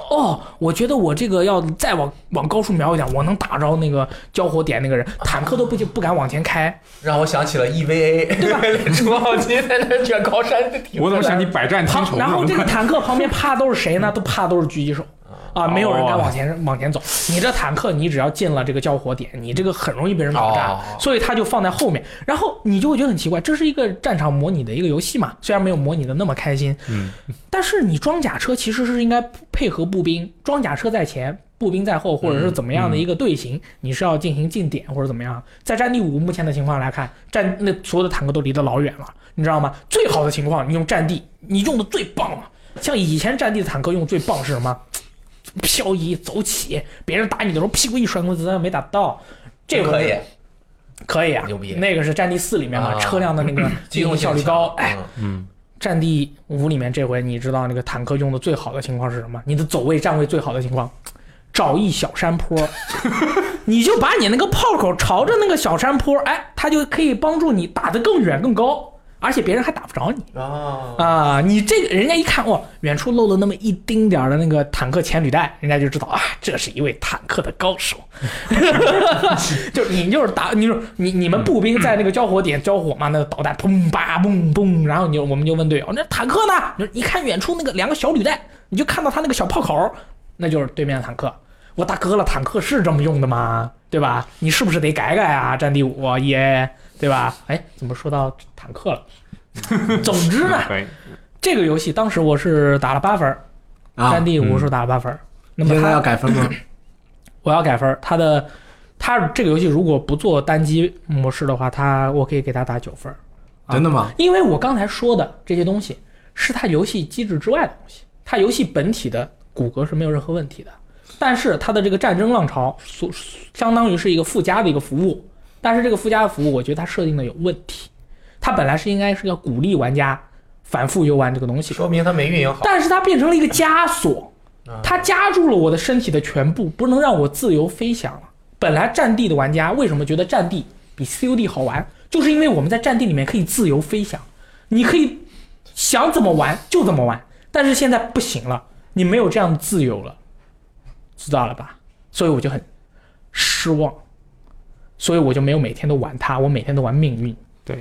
A: 哦，我觉得我这个要再往往高处瞄一点，我能打着那个交火点那个人。坦克都不不敢往前开，
E: 让我想起了
B: E
E: EVA，脸 出好奇在那卷高山的挺。
C: 我怎么想起百战天
A: 旁
C: 仇
A: 然后这个
C: 呢？
A: 坦克旁边趴都是谁呢？都趴都是狙击手啊，没有人敢
C: 哦
A: 往前往前走。你这坦克，你只要进了这个交火点，你这个很容易被人秒炸
E: 哦，
A: 所以他就放在后面。然后你就会觉得很奇怪，这是一个战场模拟的一个游戏嘛，虽然没有模拟的那么开心，
C: 嗯，
A: 但是你装甲车其实是应该配合步兵，装甲车在前，步兵在后，或者是怎么样的一个队形，你是要进行进点或者怎么样。在战地五目前的情况来看，战那所有的坦克都离得老远了，你知道吗？最好的情况，你用战地，你用的最棒了。像以前战地的坦克用最棒是什么？漂移走起，别人打你的时候屁股一甩，我子弹没打到，这个
E: 可以，
A: 可以啊，
E: 牛逼
A: 那个是战地四里面嘛，
E: 啊
A: 车辆的那个
E: 机动性
A: 效率高，
E: 强嗯
A: 哎，，战地五里面这回你知道那个坦克用的最好的情况是什么？你的走位站位最好的情况，找一小 山坡，你就把你那个炮口朝着那个小山坡，哎，它就可以帮助你打得更远更高，而且别人还打不着你
B: 哎
E: 嗯啊，
A: 啊！你这个人家一看哇，远处露了那么一丁点儿的那个坦克前履带，人家就知道啊，这是一位坦克的高手。 就你就是打，你就是你你们步兵在那个交火点交火嘛，那个导弹砰吧嘣嘣，然后你就我们就问队友，那坦克呢？你说一看远处那个两个小履带，你就看到他那个小炮口，那就是对面的坦克。我大哥了，坦克是这么用的吗？对吧？你是不是得改改啊？战地五耶，对吧？哎，怎么说到坦克了？ 总之呢，
C: 可以，
A: 这个游戏当时我是打了八分儿，
D: 啊
A: 战，地五是打了八分儿。那
D: 你
A: 么
D: 现
A: 它
D: 在要改分吗？
A: 我要改分儿。它的它这个游戏如果不做单机模式的话，它我可以给它打九分儿， 啊
D: 真的吗？
A: 因为我刚才说的这些东西是它游戏机制之外的东西，它游戏本体的骨骼是没有任何问题的，但是它的这个战争浪潮所相当于是一个附加的一个服务，但是这个附加的服务，我觉得它设定的有问题，它本来是应该是要鼓励玩家反复游玩这个东西的，
E: 说明他没运营好。
A: 但是它变成了一个枷锁
E: 啊，
A: 它夹住了我的身体的全部，不能让我自由飞翔了。本来战地的玩家为什么觉得战地比 COD 好玩，就是因为我们在战地里面可以自由飞翔，你可以想怎么玩就怎么玩。但是现在不行了，你没有这样的自由了。知道了吧？所以我就很失望，所以我就没有每天都玩它，我每天都玩命运。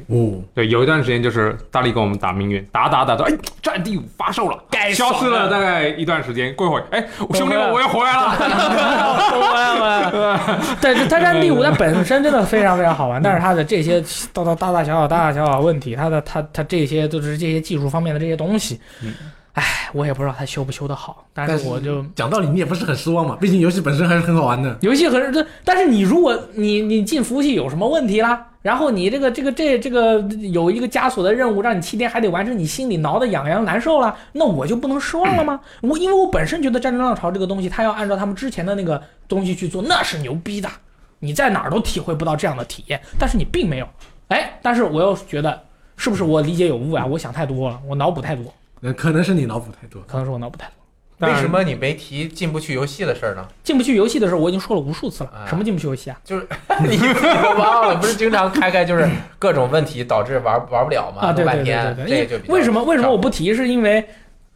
D: 哦，
C: 对，有一段时间就是大力跟我们打命运，打打打到哎，战地五发售了，
B: 该
C: 消失
B: 爽
C: 了
B: 了
C: 大概一段时间，过一会儿，哎，我兄
A: 回
C: 弟
A: 来
C: 们，
A: 了
C: 我又回来 了，
A: 但是《它战地五》它本身真的非常非常好玩，但是它的这些大大大大小小大大小小问题，它的它它这些都是这些技术方面的这些东西，唉，我也不知道它修不修得好，嗯但
D: 但
A: 是
D: 是
A: 我就。
D: 讲道理你也不是很失望嘛，毕竟游戏本身还是很好玩的。
A: 游戏很认真，但是你如果你你进服务器有什么问题啦，然后你这个这个这这个有一个枷锁的任务，让你七天还得完成，你心里挠得痒痒难受了，那我就不能失望了吗？我因为我本身觉得《战争浪潮》这个东西，它要按照他们之前的那个东西去做，那是牛逼的，你在哪儿都体会不到这样的体验，但是你并没有，哎，但是我又觉得是不是我理解有误啊？我想太多了，我脑补太多，
D: 那可能是你脑补太多。
A: 可能是我脑补太多。
B: 为什么你没提进不去游戏的事儿呢？
A: 进不去游戏的时候，我已经说了无数次了
B: 啊，
A: 什么进不去游戏啊？
B: 你自己都忘了，不是经常开开就是各种问题导致玩玩不了吗？
A: 啊，对
B: 弄
A: 对对
B: 半天，
A: 对
B: 这
A: 对，
B: 就
A: 因
B: 比较
A: 为为什么为什么
B: 少
A: 我不提？是因为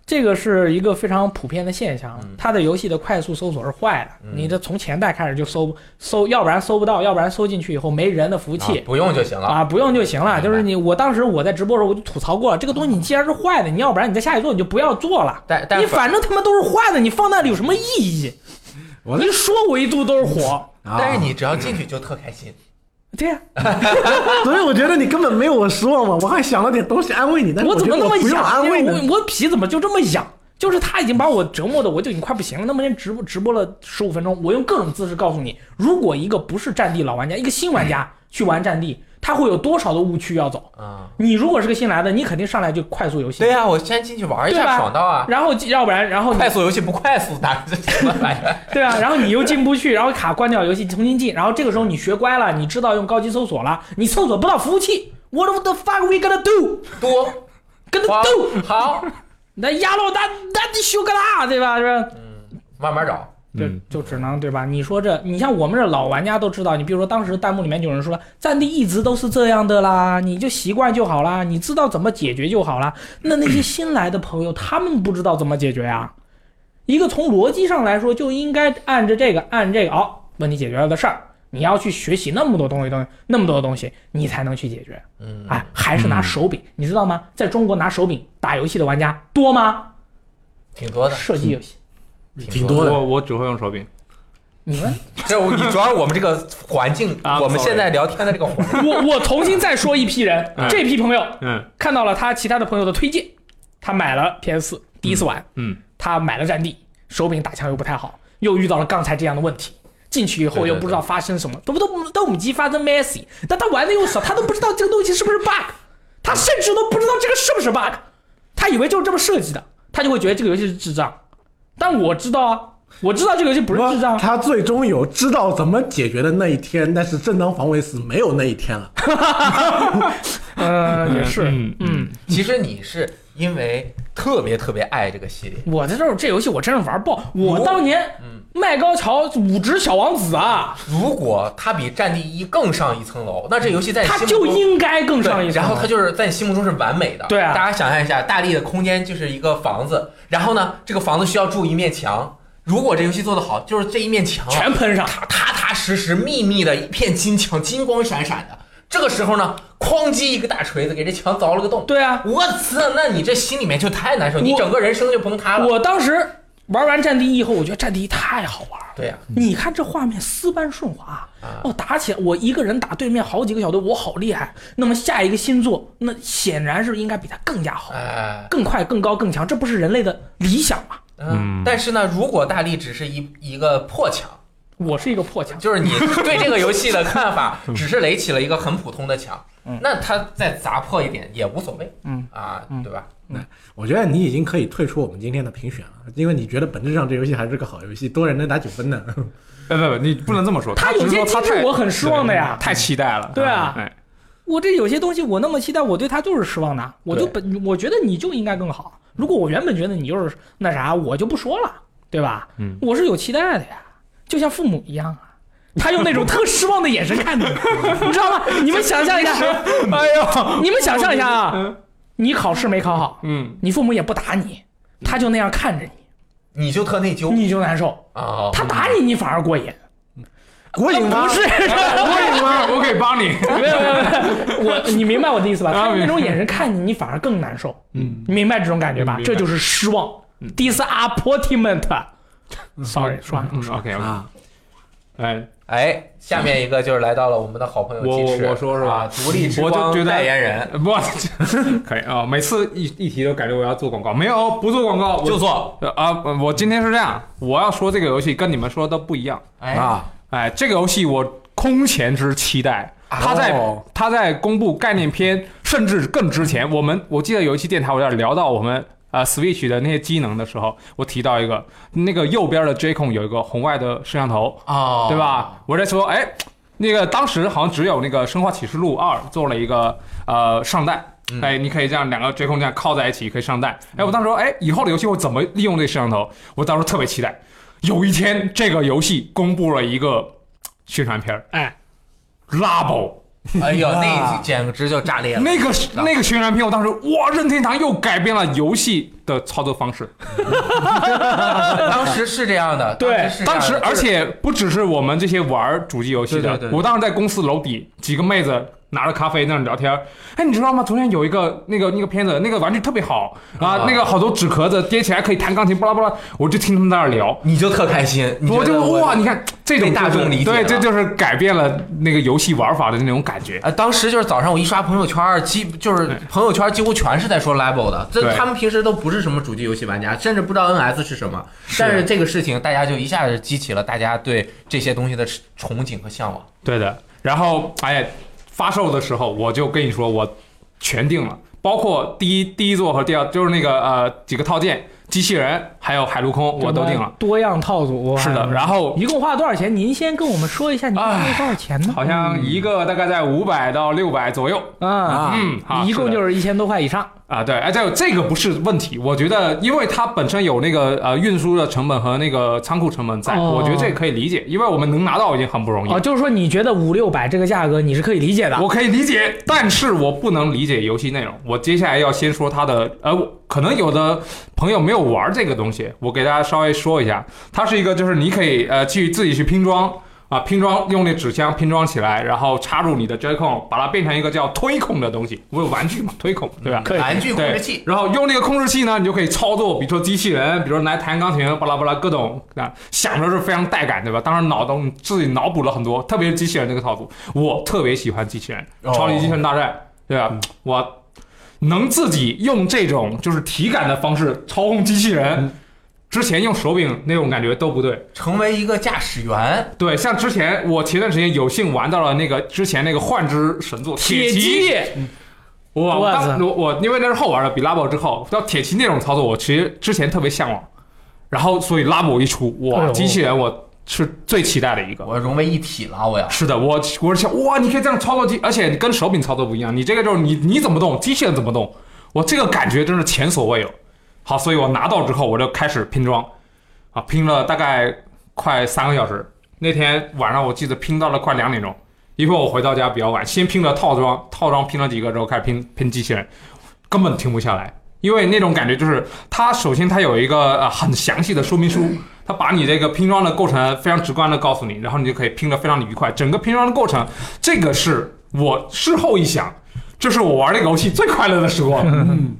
A: 这个是一个非常普遍的现象
B: 嗯，
A: 它的游戏的快速搜索是坏的，
B: 嗯
A: 你这从前代开始就搜搜，要不然搜不到，要不然搜进去以后没人的服务
B: 啊
A: 器。
B: 不用就行了？
A: 啊，不用就行了。
B: 明白
A: 就是你，我当时我在直播的时候我就吐槽过了，这个东西你既然是坏的，你要不然你在下一座你就不要做了。
B: 但但
A: 你反正他妈都是坏的，你放那里有什么意义？
D: 我的
A: 你说我一度都是 火，
D: 啊
B: 但是你只要进去就特开心，
A: 对呀、
D: 所以我觉得你根本没有我失望嘛，我还想了点东西安慰你，但是
A: 我怎
D: 觉
A: 么
D: 得
A: 那
D: 哎我
A: 么
D: 不用
A: 痒？
D: 安慰呢？
A: 我我皮怎么就这么痒？就是他已经把我折磨的，我就已经快不行了。那么天直播直播了十五分钟，我用各种姿势告诉你，如果一个不是战地老玩家，一个新玩家去玩战地，他会有多少的误区要走。
B: 啊。
A: 你如果是个新来的，你肯定上来就快速游戏，
B: 对呀、我先进去玩一
A: 对吧嗯
B: 下，爽到啊！
A: 然后要不然然后你
B: 快速游戏不快速打这什么玩意儿？
A: 对啊，然后你又进不去，然后卡关掉游戏，重新进，然后这个时候你学乖了，你知道用高级搜索了，你搜索不到服务器，What the fuck we gonna do?
B: 多
A: Gonna
B: 好
A: do？
B: 好，
A: 那亚洛那那你修个啦，对吧？是吧？
B: 慢慢找。
A: 就
C: 嗯
A: 就只能对吧？你说这，你像我们这老玩家都知道，你比如说当时弹幕里面有人说了，战地一直都是这样的啦，你就习惯就好啦，你知道怎么解决就好啦。那那些新来的朋友，他们不知道怎么解决啊。一个从逻辑上来说，就应该按着这个按这个，哦，问题解决了的事儿，你要去学习那么多东西东西，那么多东西，你才能去解决。
B: 嗯，
A: 哎，还是拿手柄，你知道吗？在中国拿手柄打游戏的玩家多吗？
B: 挺多的，
A: 射击游戏，
D: 挺
B: 的。
D: 多的，
C: 我我只会用手柄，
A: 你们
B: 这我你主要是我们这个环境，
C: 啊
B: 我们
C: sorry
B: 现在聊天的这个环 境，
A: 我我重新再说一批人
C: 嗯，
A: 这批朋友
C: 嗯
A: 看到了他其他的朋友的推荐，他买了 PS 第一次玩，
C: 嗯，
A: 他买了战地，手柄打枪又不太好，又遇到了刚才这样的问题。进去以后
B: 对对
A: 又不知道发生什么，都不都都母鸡发生 messy，但他玩的又少，他都不知道这个东西是不是 bug，他甚至都不知道这个是不是 bug，他以为就是这么设计的，他就会觉得这个游戏是智障。但我知道啊，我知道这个游戏不是智障啊，
D: 他最终有知道怎么解决的那一天，但是正当防卫是没有那一天了。
A: 嗯，也是，
C: 嗯
A: 嗯，
B: 其实你是因为特别特别爱这个系列，
A: 我在这儿这游戏我真是玩爆，我当年
B: 嗯
A: 麦高桥五指小王子啊，
B: 如果它比《战地一》更上一层楼，那这游戏在你
A: 他
B: 心
A: 就
B: 目中
A: 应该更
B: 对
A: 上一层。
B: 然后它就是在你心目中是完美的。
A: 对啊
B: 大家想象一下，大力的空间就是一个房子，然后呢，这个房子需要住一面墙。如果这游戏做得好，就是这一面墙啊
A: 全喷上，
B: 踏踏踏实实、密密的一片金墙，金光闪闪的。这个时候呢，哐叽一个大锤子给这墙凿了个洞。
A: 对啊，
B: 我操，那你这心里面就太难受，你
A: 我
B: 整个人生就崩塌了。
A: 我当时玩完战地一以后，我觉得战地一太好玩了。
B: 对呀、
A: 你看这画面丝般顺滑
B: 啊
A: 哦，打起来我一个人打对面好几个小队，我好厉害。那么下一个星座，那显然是应该比他更加好，
B: 哎，
A: 更快、更高、更强，这不是人类的理想吗？
B: 嗯。但是呢，如果大力只是一一个破墙，
A: 我是一个破墙，
B: 就是你对这个游戏的看 法，
C: 嗯
B: 只是垒起了一个很普通的墙，那它再砸破一点也无所谓，
A: 嗯
B: 啊，对吧？
D: 我觉得你已经可以退出我们今天的评选了，因为你觉得本质上这游戏还是个好游戏，多人能打九 分呢。
C: 哎不不，你不能这么说，
A: 他
C: 他
A: 有
C: 只是
A: 些
C: 说他
A: 机制
C: 太
A: 我很失望的呀
C: 太期待了，
A: 对啊
C: 哎，
A: 我这有些东西我那么期待，我对他就是失望的。我就本我觉得你就应该更好。如果我原本觉得你就是那啥，我就不说了，对吧？
C: 嗯，
A: 我是有期待的呀，就像父母一样啊。他用那种特失望的眼神看你， 你知道吗？你们想象一下，
C: 哎呦，
A: 你们想象一下啊，
C: 嗯
A: 你考试没考好，
C: 嗯
A: 你父母也不打你，他就那样看着你，
G: 你就特内疚
A: 你就难受。
B: 嗯
E: 啊，
A: 他打你，你反而过瘾。
D: 国营 吗
A: 不？是，
C: 我以为我可以帮你。
A: 没有没有没有，我你明白我的意思吧？
C: 啊
A: 他用那种
C: 明白
A: 眼神看你，你反而更难受。
C: 嗯，
A: 你明白这种感觉吧
C: 嗯？明白嗯
A: 这就是失望。disappointment。Sorry，说完了。
C: 嗯，OK，
D: 啊，
C: 哎，
E: 哎，下面一个就是来到了我们的好朋友
C: 我
E: 鸡翅，
C: 我我说说
E: 啊，独立之
C: 我就觉
E: 光
C: 得
E: 代言人，
C: 不，可以啊。每次一一提都感觉我要做广告，没有，哦不做广告，我
G: 就做，
C: 呃啊、我今天是这样，我要说这个游戏跟你们说的不一样。
G: 哎，
D: 啊，
C: 哎，这个游戏我空前之期待。他在
D: 哦
C: 他在公布概念片，甚至更之前，我们我记得有一期电台我在聊到我们呃 Switch 的那些机能的时候，我提到一个那个右边的 J 控有一个红外的摄像头，
G: 哦，
C: 对？吧？我在说，哎，那个当时好像只有那个《生化启示录二》做了一个呃上弹。
G: 嗯
C: 哎，你可以这样两个追控这样靠在一起，可以上弹。哎，我当时说，哎，以后的游戏我怎么利用这摄像头？我当时特别期待，有一天这个游戏公布了一个宣传片儿
A: 哎，
C: ，Labo，
G: 哎呦，
D: 啊
G: 那简直就炸裂了。
C: 那个是那个宣传片，我当时哇，任天堂又改变了游戏的操作方式。
E: 当时是这样的，
A: 对
E: 是这样
C: 当
E: 的
C: 时，
E: 就是
C: 而且不只是我们这些玩主机游戏
G: 对对
C: 的，
G: 对
C: 我当时在公司楼底几个妹子。拿着咖啡那儿聊天儿，哎，你知道吗？昨天有一个那个那个片子，那个玩具特别好啊，那个好多纸壳子叠起来可以弹钢琴，巴拉巴拉，我就听他们在那儿聊，
G: 你就特开心，你觉得
C: 我就哇，你看这种
G: 被大
C: 就是
G: 众理解
C: 对，
G: 了
C: 这就是改变了那个游戏玩法的那种感觉。
E: 啊，当时就是早上我一刷朋友圈儿，几就是
C: 对
E: 朋友圈儿几乎全是在说 Level 的，这
C: 对
E: 他们平时都不是什么主机游戏玩家，甚至不知道 NS 是什么。但是这个事情，大家就一下子激起了大家对这些东西的憧憬和向往。
C: 对的。然后哎，发售的时候我就跟你说，我全定了，包括第一第一座和第二，就是那个呃几个套件，机器人还有海陆空，我都定了。。
A: 多样套组。啊
C: 是的，然后
A: 一共花了多少钱？您先跟我们说一下，您花了
C: 哎
A: 多少钱呢？嗯
C: 好像一个大概在五百到六百左右。
A: 啊，
D: 啊
C: 嗯，好
A: 一
C: 是
A: 共
C: 的
A: 就是一千多块以上。
C: 啊，对，哎，这这个不是问题，我觉得，因为它本身有那个呃运输的成本和那个仓库成本在，
A: 哦
C: 我觉得这可以理解，因为我们能拿到已经很不容易了
A: 哦，。就是说你觉得五六百这个价格你是可以理解的。
C: 我可以理解，但是我不能理解游戏内容。我接下来要先说它的，呃，我可能有的朋友没有玩这个东西，我给大家稍微说一下，它是一个就是你可以呃去自己去拼装啊、拼装用那纸箱拼装起来，然后插入你的 J 控，把它变成一个叫推控的东西。我有玩具嘛，推控对吧？
A: 可以
E: 玩具控
C: 对
E: 制器，
C: 然后用那个控制器呢，你就可以操作，比如说机器人，比如说来弹钢琴，巴拉巴拉各种啊，想着是非常带感，对吧？当时脑洞自己脑补了很多，特别是机器人这个套组，我特别喜欢机器人，
G: 哦
C: 超级机器人大战，对
E: 嗯
C: 吧？我能自己用这种就是体感的方式操控机器
E: 嗯
C: 人，之前用手柄那种感觉都不对。
E: 成为一个驾驶员，
C: 对，像之前我前段时间有幸玩到了那个之前那个幻之神作
A: 铁
C: 骑，
A: 骑
C: 我我
A: 哇塞
C: 当我我因为那是后玩的，比拉宝之后，到铁骑那种操作，我其实之前特别向往，然后所以拉姆一出，
A: 哎
C: 哇，
A: 呦
C: 机器人我是最期待的一个。
E: 我融为一体了，我要。
C: 是的，我我是想，哇，你可以这样操作机，而且跟手柄操作不一样，你这个就是你你怎么动，机器人怎么动，我这个感觉真是前所未有。好，所以我拿到之后，我就开始拼装，啊，拼了大概快三个小时。那天晚上我记得拼到了快两点钟，因为我回到家比较晚，先拼了套装，套装拼了几个之后开始拼拼机器人，根本停不下来，因为那种感觉就是它首先它有一个呃很详细的说明书，它把你这个拼装的过程非常直观的告诉你，然后你就可以拼得非常的愉快。整个拼装的过程，这个是我事后一想，这是我玩这个游戏最快乐的时光，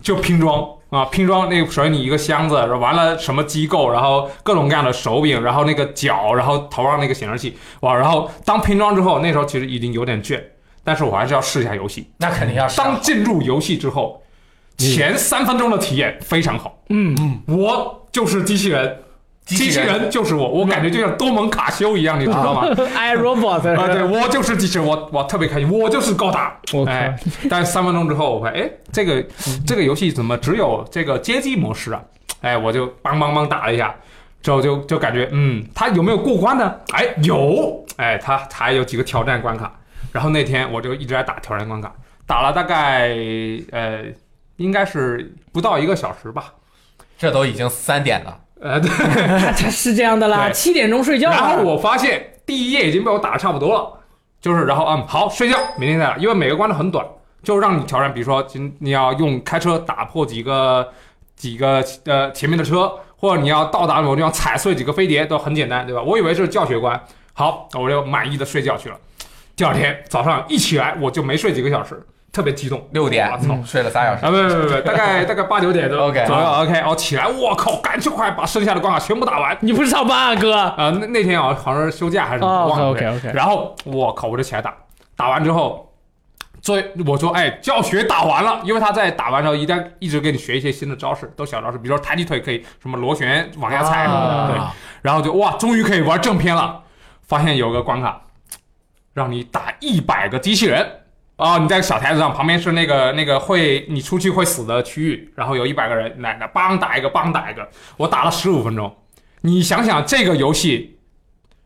C: 就拼装。啊，拼装那个首先你一个箱子，然后完了什么机构，然后各种各样的手柄，然后那个脚，然后头上那个显示器，哇！然后当拼装之后，那时候其实已经有点倦，但是我还是要试一下游戏。
E: 那肯定要上
C: 当进入游戏之后，前三分钟的体验非常好。
A: 嗯
C: 嗯，我就是机器人，机器人就是我，我感觉就像多蒙卡修一样，你知 道 吗？
A: ，I Robot
C: 啊，对我就是机器人，我我特别开心，我就是高达。
A: 我靠嗯
C: 哎，但是三分钟之后，我发现，哎，这个这个游戏怎么只有这个街机模式啊？哎，我就梆梆梆打了一下，之后就就感觉，嗯，它有没有过关呢？哎，有，哎，它还有几个挑战关卡。然后那天我就一直在打挑战关卡，打了大概呃，应该是不到一个小时吧。
E: 这都已经三点了，
C: 呃，对。
A: 他他 是这样的啦，
C: 对
A: 七点钟睡觉啊。
C: 然后我发现第一页已经被我打的差不多了，就是然后嗯好睡觉，明天再打，因为每个关都很短，就是让你挑战，比如说今你要用开车打破几个几个呃前面的车，或者你要到达某个地方踩碎几个飞碟，都很简单，对吧？我以为是教学关，好，我就满意的睡觉去了。第二天早上一起来，我就没睡几个小时，特别激动，
B: 六点
C: 我操！
B: 睡了仨小时，
C: 啊，不不不不，大概大概八九点钟
B: OK 嗯
C: 左右，OK，我起来，我靠，赶紧快把剩下的关卡全部打完。
A: 你不是上班啊，哥？
C: 啊、那那天好像好像是休假还是什么，
A: 哦
C: 忘了。
A: OK，OK，OK
C: 然后我靠，我就起来打，打完之后，最我说哎，教学打完了，因为他在打完之后一旦一直给你学一些新的招式，都小招式，比如说抬起腿可以什么螺旋往下踩什么的，
A: 啊
C: 对。然后就哇，终于可以玩正片了，发现有个关卡，让你打一百个机器人。哦，你在小台子上，旁边是那个那个会你出去会死的区域，然后有一百个人来，那梆打一个，梆打一个，我打了十五分钟。你想想，这个游戏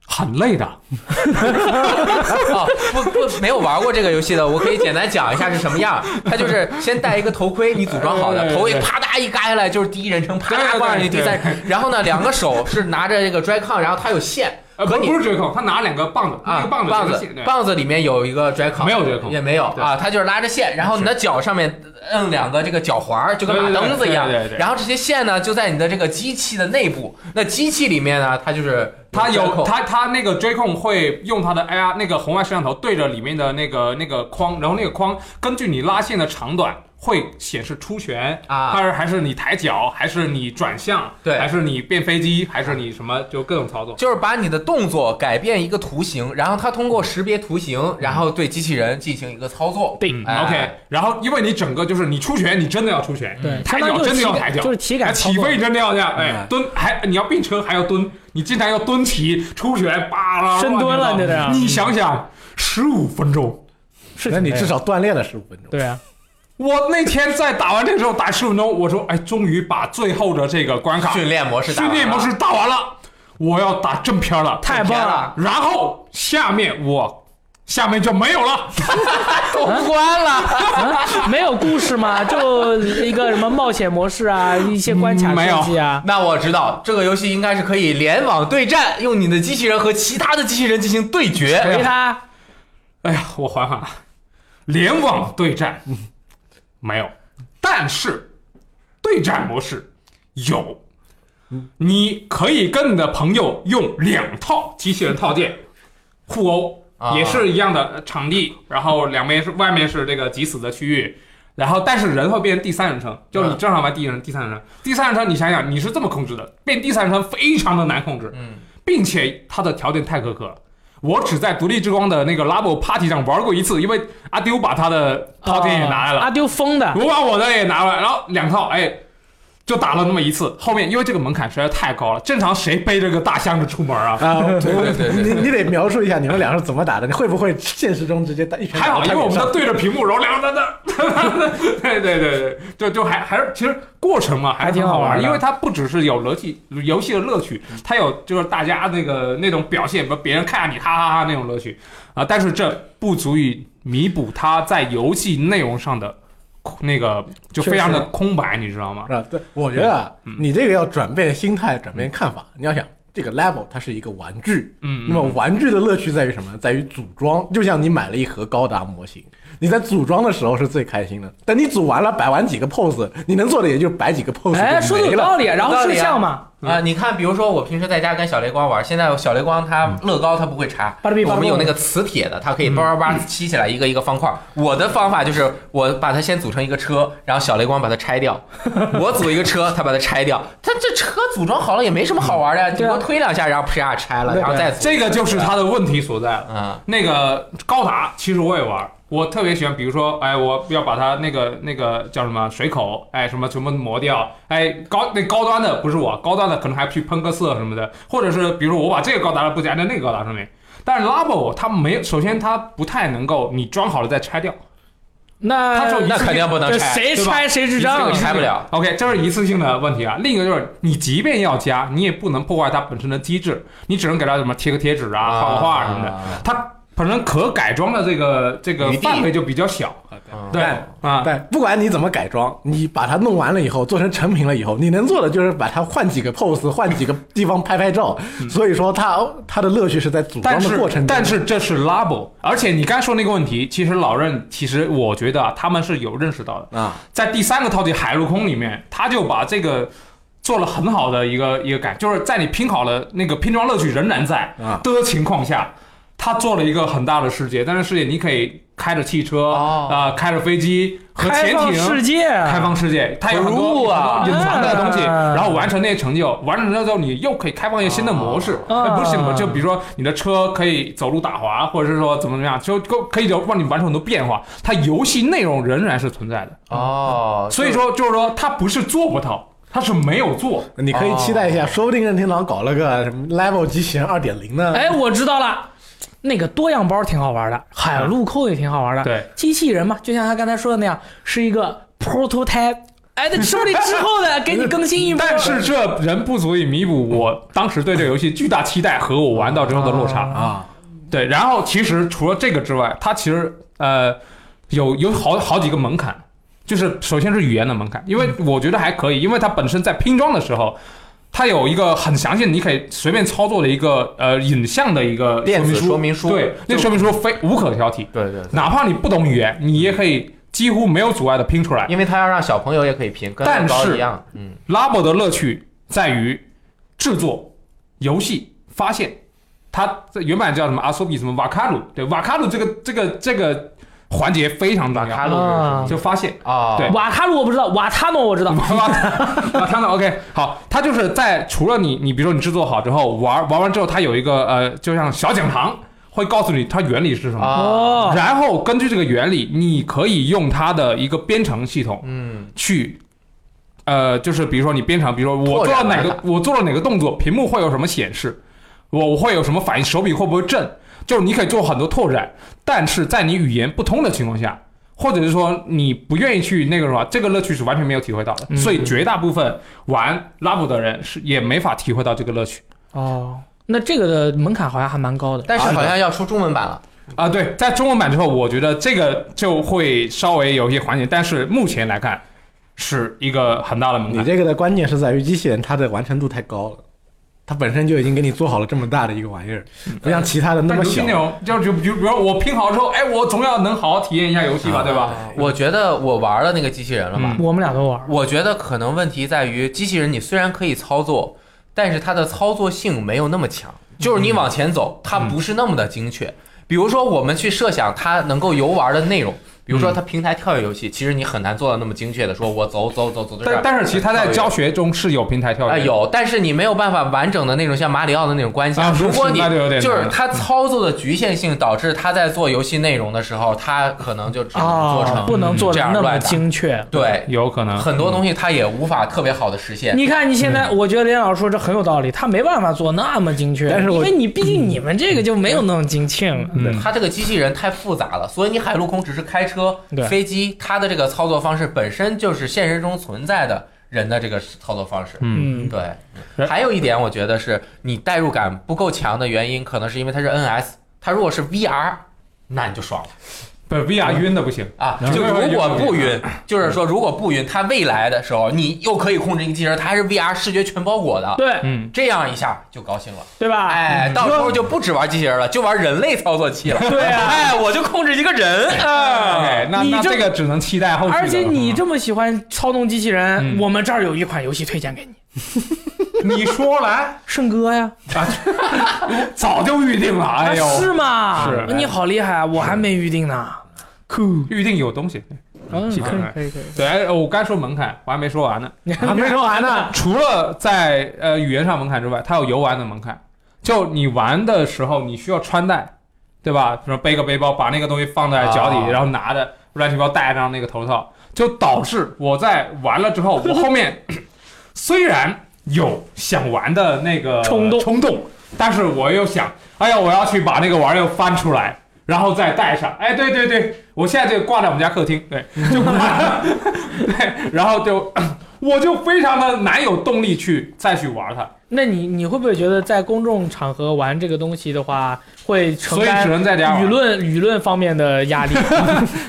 C: 很累的，
B: 啊，不不，没有玩过这个游戏的，我可以简单讲一下是什么样。它就是先戴一个头盔，你组装好的，
C: 对对对
B: 头盔啪嗒一盖下来就是第一人称，啪嗒挂上去第三人称。然后呢，两个手是拿着这个 Joy-Con，然后它有线
C: 呃，
B: 和
C: 不
B: 你
C: 不是折扣，他拿两个棒子，
B: 啊
C: 一个棒子
B: 棒
C: 折
B: 子
C: 线对
B: 棒子里面有一个 Joy-Con，
C: 没有 Joy-Con
B: 也没有
C: 对
B: 啊，它就是拉着线，然后你的脚上面摁两个这个脚环儿，就跟马蹬子一样
C: 对对对对。对
B: 然后这些线呢就在你的这个机器的内部，那机器里面呢它就是
C: 他有
B: Joy-Con
C: 他他那个 j c o n 会用他的 AR 那个红外摄像头对着里面的那个那个框，然后那个框根据你拉线的长短会显示出拳
B: 啊
C: 还是还是你抬脚，还是你转向，
B: 对
C: 还是你变飞机，还是你什么，就各种操作。
B: 就是把你的动作改变一个图形，然后它通过识别图形，然后对机器人进行一个操作。
A: 对
C: 嗯
B: 哎
C: OK，然后因为你整个就是你出拳，你真的要出拳，
A: 对，
C: 抬
A: 相当于
C: 脚
A: 就是
C: 真的要
A: 体
C: 抬脚，
A: 就是体
C: 哎
A: 感操
C: 起
A: 作
C: 飞你真的要这样，哎
B: 嗯
D: 哎，
C: 蹲还你要并车还要蹲，你经常要蹲起出拳，叭啦
A: 深蹲了
C: 乱七八糟
A: 你这是
C: 你想想，十五分钟，
A: 是
D: 那
A: 挺
D: 你
A: 累的
D: 至少锻炼了十五分钟。
A: 对啊，
C: 我那天在打完这个之后打十五分钟，我说哎，终于把最后的这个关卡
B: 训练模式打
C: 训
B: 完了，
C: 练模式打完了，我要打正片了，
A: 太棒了，
C: 然后下面我下面就没有了，
B: 通关了。
A: 啊， 没有故事吗？就一个什么冒险模式啊，一些关卡
C: 嗯没有
A: 设计啊，
B: 那我知道这个游戏应该是可以联网对战，用你的机器人和其他的机器人进行对决。
C: 啊
A: 没他
C: 哎呀，我缓缓啊，联网对战没有，但是对战模式有，你可以跟你的朋友用两套机器人套件互殴，
B: 啊
C: 也是一样的场地，然后两边是外面是这个集死的区域。然后，但是人会变成第三人称，就是你正常玩第一人、第三人称，第三人称你想想，你是这么控制的，变第三人称非常的难控制，
B: 嗯，
C: 并且它的条件太苛刻了。我只在独立之光的那个 Labo Party 上玩过一次，因为阿丢把他的套件也拿来了，
A: 啊阿丢疯的，
C: 我把我的也拿了，然后两套，哎，就打了那么一次。后面因为这个门槛实在太高了，正常谁背着个大箱子出门啊？
D: 啊，
B: 对对对对
D: 你你得描述一下你们俩是怎么打的？你会不会现实中直接打一拳
C: 还
D: 打
C: 好，
D: 到
C: 因
D: 他
C: 为我
D: 脸
C: 们
D: 上
C: 都对着屏幕，然后两个人在那， 对对对对，就就还还是其实过程嘛，还是
A: 还挺
C: 挺
A: 好
C: 好
A: 玩
C: 玩，
A: 的
C: 因为它不只是有游戏游戏的乐趣，它有就是大家那个那种表现，比如别人看着你哈哈哈那种乐趣啊，但是这不足以弥补它在游戏内容上的那个就非常的空白，你知道吗？
D: 是吧？对，我觉得啊，你这个要转变心态，转变看法。你要想这个 level 它是一个玩具，
C: 嗯
D: 那么玩具的乐趣在于什么？在于组装。就像你买了一盒高达模型，你在组装的时候是最开心的。等你组完了，摆完几个 pose，你能做的也就摆几个 pose
A: 哎，
D: 就
A: 说的
D: 没
A: 有
D: 了。
A: 道理，然后摄像嘛，
B: 啊，你看，比如说我平时在家跟小雷光玩，现在小雷光他乐高他不会拆，
A: 巴拉比巴拉
B: 我
A: 比
B: 们有那个磁铁的，它可以叭叭叭吸起来一个一个方块。我的方法就是我把它先组成一个车，然后小雷光把它拆 掉，我组一个车，他把它拆掉。他这车组装好了也没什么好玩的，顶多推两下，然后啪拆了，
A: 啊对啊
B: 然后再组。
C: 这个就是它的问题所在了。
B: 啊，
C: 那个高达其实我也玩，我特别喜欢，比如说，哎，我要把它那个那个叫什么水口，哎，什么全部磨掉，哎，高那高端的不是我，高端的可能还去喷个色什么的，或者是比如说我把这个高达的部件安在那个高达上面，但是 Labo 它没有，首先它不太能够你装好了再拆掉，
A: 那
C: 他说
B: 那肯定不能
A: 这
B: 拆。
A: 谁
C: 对吧
A: 拆谁智障
B: 你
A: 啊
B: 这个拆不了。
C: OK，这是一次性的问题啊。另一个就是，你即便要加，你也不能破坏它本身的机制，你只能给它什么贴个贴纸啊、画个画什么的。它本身可改装的这个这个
B: 啊余地
C: 范围就比较小，
B: 嗯
C: 对 啊。
D: 对，不管你怎么改装，你把它弄完了以后，做成成品了以后，你能做的就是把它换几个 pose，换 几个地方拍拍照。所以说它，它的乐趣是在组
C: 嗯但
D: 装的过
C: 是
D: 程中。
C: 但是这是 Labo，而且你刚才说那个问题，其实老任其实我觉得啊，他们是有认识到的。
D: 啊，
C: 在第三个套题《海陆空》里面，他就把这个做了很好的一个一个改，就是在你拼好了那个拼装乐趣仍然在
D: 啊
C: 的情况下，他做了一个很大的世界，但是世界你可以开着汽车啊、
B: 哦
C: 呃开着飞机和潜
A: 开放世
C: 艇。
A: 界啊，
C: 开放世界，它有很
B: 投入
C: 多
B: 啊
C: 很多隐藏的东西，
A: 啊
C: 然后完成那些成就，完成了之后你又可以开放一个新的模式，
A: 啊
C: 呃不是新的模式，就比如说你的车可以走路打滑，或者是说怎么怎么样，就够可以有让你完成很多变化。它游戏内容仍然是存在的，
B: 哦，
C: 所以说就是说它不是做不到，它是没有做。
D: 你可以期待一下，说不定任天堂搞了个什么 Level 机器人二点零呢。
A: 哎，我知道了，那个多样包挺好玩的，海陆空也挺好玩的。
C: 啊对，
A: 机器人嘛，就像他刚才说的那样，是一个 prototype。哎， 那说不定之后的给你更新一波。
C: 但是这人不足以弥补我当时对这个游戏巨大期待和我玩到之后的落差
D: 啊。
C: 对，然后其实除了这个之外，它其实呃有有好好几个门槛，就是首先是语言的门槛，因
B: 嗯
C: 为我觉得还可以，因为它本身在拼装的时候。它有一个很详细的，你可以随便操作的一个呃影像的一个
B: 电子
C: 说
B: 明书
C: 对，那个说明书非无可挑剔，
B: 对对对，
C: 哪怕你不懂语言，你也可以几乎没有阻碍的拼出来。
B: 因为他要让小朋友也可以拼，跟
C: 但
B: 乐高
C: 是
B: 一样，嗯，
C: 拉博的乐趣在于制作、游戏、发现。它这原版叫什么阿索比什么瓦卡鲁，对瓦卡鲁这个这个这个环节非常重
B: 卡
C: 要，
B: 路是
A: 啊
C: 就发现。
B: 啊，
C: 对
A: 瓦卡鲁我不知道，瓦塔诺我知道。
C: 瓦瓦卡鲁 OK 好，它就是在除了你你比如说你制作好之后玩玩完之后，它有一个呃就像小讲堂会告诉你它原理是什么，
B: 啊，
A: 哦，
C: 然后根据这个原理，你可以用它的一个编程系统
B: 嗯，
C: 去，呃，就是比如说你编程，比如说我
B: 拓
C: 做
B: 展
C: 了哪
B: 玩
C: 个，我做了哪个动作，屏幕会有什么显示，我会有什么反应，手柄会不会震，就是你可以做很多拓展，但是在你语言不通的情况下，或者是说你不愿意去那个什么，这个乐趣是完全没有体会到的，
A: 嗯
C: 所以绝大部分玩拉布的人是也没法体会到这个乐趣
A: 哦，那这个的门槛好像还蛮高的。
B: 但是好像要出中文版了，
C: 啊、对，在中文版之后，我觉得这个就会稍微有一些缓解，但是目前来看是一个很大的门槛
D: 你。这个的关键是在于机器人它的完成度太高了，它本身就已经给你做好了这么大的一个玩意儿，不像其他的
C: 嗯
D: 那
C: 但
D: 么
C: 游戏
D: 小
C: 内。容，就就比如比如我拼好之后，哎，我总要能好好体验一下游
A: 啊
C: 戏吧，对吧？
D: 啊
B: 我觉得我玩了那个机器人了吧，
C: 嗯
A: 我们俩都玩儿。
B: 我觉得可能问题在于，机器人你虽然可以操作，但是它的操作性没有那么强，
C: 嗯
B: 就是你往前走，它不是那么的精确。比如说，我们去设想它能够游玩的内容，比
C: 嗯
B: 如说它平台跳跃游戏，其实你很难做到那么精确的，说我走走走走到这
C: 但
B: 儿。
C: 但是其实他在教学中是有平台跳跃，
B: 啊，有，但是你没有办法完整的那种像马里奥的那种关系。
C: 啊
B: 如果你
C: 那就有点难
B: 就是它操作的局限性，导致它在做游戏内容的时候，它可能就只
C: 啊
B: 能啊做
A: 哦
B: 成，
A: 不能做
B: 这
A: 的
B: 样
A: 那么
B: 乱打
A: 精确。
B: 对，
C: 有可能
B: 很多东西它也无法特别好的实现。
A: 你看，你现在，我觉得连老师说这很有道理，他没办法做那么精确，
D: 但是
A: 因
D: 我
A: 为你毕竟你们这个就没有那么精确了。
C: 嗯
B: 它这个机器人太复杂了，所以你海陆空只是开车
A: 对、
B: 飞机，它的这个操作方式本身就是现实中存在的人的这个操作方式。
C: 嗯，
A: 嗯，
B: 对，还有一点我觉得是你代入感不够强的原因，可能是因为它是 NS，它如果是 VR。那你就爽了
C: 不是 VR 晕的不行，
B: 啊！
C: 嗯
B: 就如果不
C: 有
A: 嗯
B: 晕，就是说如果不晕，它未来的时候你又可以控制一个机器人，它还是 VR 视觉全包裹的，
A: 对
C: 嗯，
B: 这样一下就高兴了。
A: 对吧？
B: 哎，到时候就不只玩机器人了，就玩人类操作器了。
A: 对啊
B: 哎，我就控制一个人。
C: 哎，那
A: 你
C: 那
A: 这
C: 这个只能期待后续的了。
A: 而且你这么喜欢操纵机器人，
C: 啊嗯
A: 我们这儿有一款游戏推荐给你，
C: 你说来
A: 圣哥呀，
C: 早就预定了，哎呦，
A: 啊是吗？
C: 是
A: 你好厉害啊，我还没预定呢。酷，
C: 预定有东西。
A: 嗯，
C: 期待
A: 可以可以，
C: 对，哎我刚说门槛，我还没说完呢。
A: 你
D: 还没说 完呢，
C: 除了在呃语言上门槛之外，它有游玩的门槛。就你玩的时候，你需要穿戴，对吧？比如说背个背包，把那个东西放在脚底，
B: 啊
C: 然后拿着乱七八糟戴上那个头套，就导致我在玩了之后，我后面 虽然有想玩的那个
A: 冲动
C: 冲动，但是我又想，哎呀，我要去把那个玩意儿翻出来。然后再戴上，哎，对对对，我现在就挂在我们家客厅， 对，就挂着，对，然后就 我就非常的难有动力去再去玩它，
A: 那你你会不会觉得在公众场合玩这个东西的话，会承
C: 所以只
A: 担
C: 能在家玩
A: 舆论舆论方面的压 力？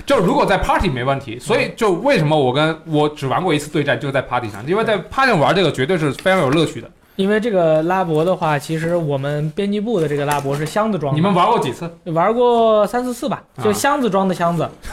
C: 就是如果在 party 没问题，所以就为什么我跟我只玩过一次对战，就在 party 上，因为在 party 上玩这个绝对是非常有乐趣的。
A: 因为这个拉博的话，其实我们编辑部的这个拉博是箱子装的，
C: 你们玩过几次？
A: 玩过三四次吧，
C: 啊
A: 就箱子装的箱子。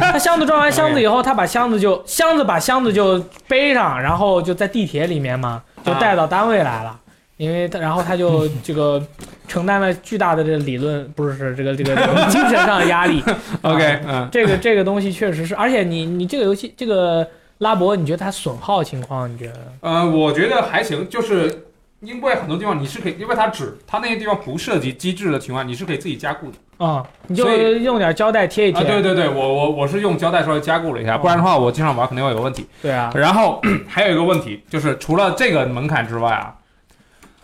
A: 他箱子装完箱子以后，他把箱子
C: 哎
A: 就箱子把箱子就背上，然后就在地铁里面嘛，
C: 啊
A: 就带到单位来了。因为他，然后他就这个承担了巨大的这个理论，不是是这个 这个这个精神上的压力。
C: OK，嗯，
A: 这个这个东西确实是，而且你你这个游戏这个拉博，你觉得它损耗情况，你觉得？
C: 呃，我觉得还行，就是因为很多地方你是可以，因为它纸，它那些地方不涉及机制的情况下，你是可以自己加固的。
A: 啊、你就
C: 所以
A: 用点胶带贴一
C: 啊，
A: 贴。
C: 对哦对对，我我我是用胶带稍微加固了一下，不然的话我经常玩肯定会有问题。
A: 对啊，
C: 然后 还有一个问题就是，除了这个门槛之外啊，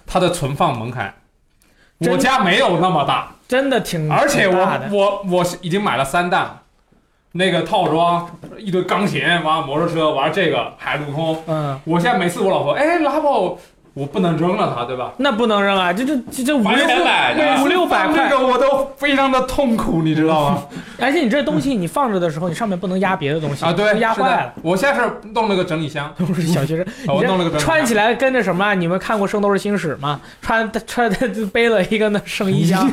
C: 它的存放门槛，
A: 真
C: 我家没有那么大，
A: 真的挺
C: 而且
A: 挺大
C: 我
A: 的
C: 我我是已经买了三弹，那个套装一堆钢琴，玩摩托车，玩这个海陆空。
A: 嗯，
C: 我现在每次我老婆哎拉爆，我不能扔了它，对吧？
A: 那不能扔啊！这这这这五
C: 还
A: 六
C: 钱买的
A: 五六百块
C: 这，个我都非常的痛苦，你知道吗？
A: 而且你这东西你放着的时候，你上面不能压别的东西
C: 啊，对，
A: 压
C: 是的
A: 坏了。。
C: 我现在是弄了个整理箱，
A: 都是小学生，
C: 啊我弄了个整理箱
A: 穿起来跟着什么啊？你们看过《圣斗士星矢》吗？穿穿 背了一个那圣 衣箱，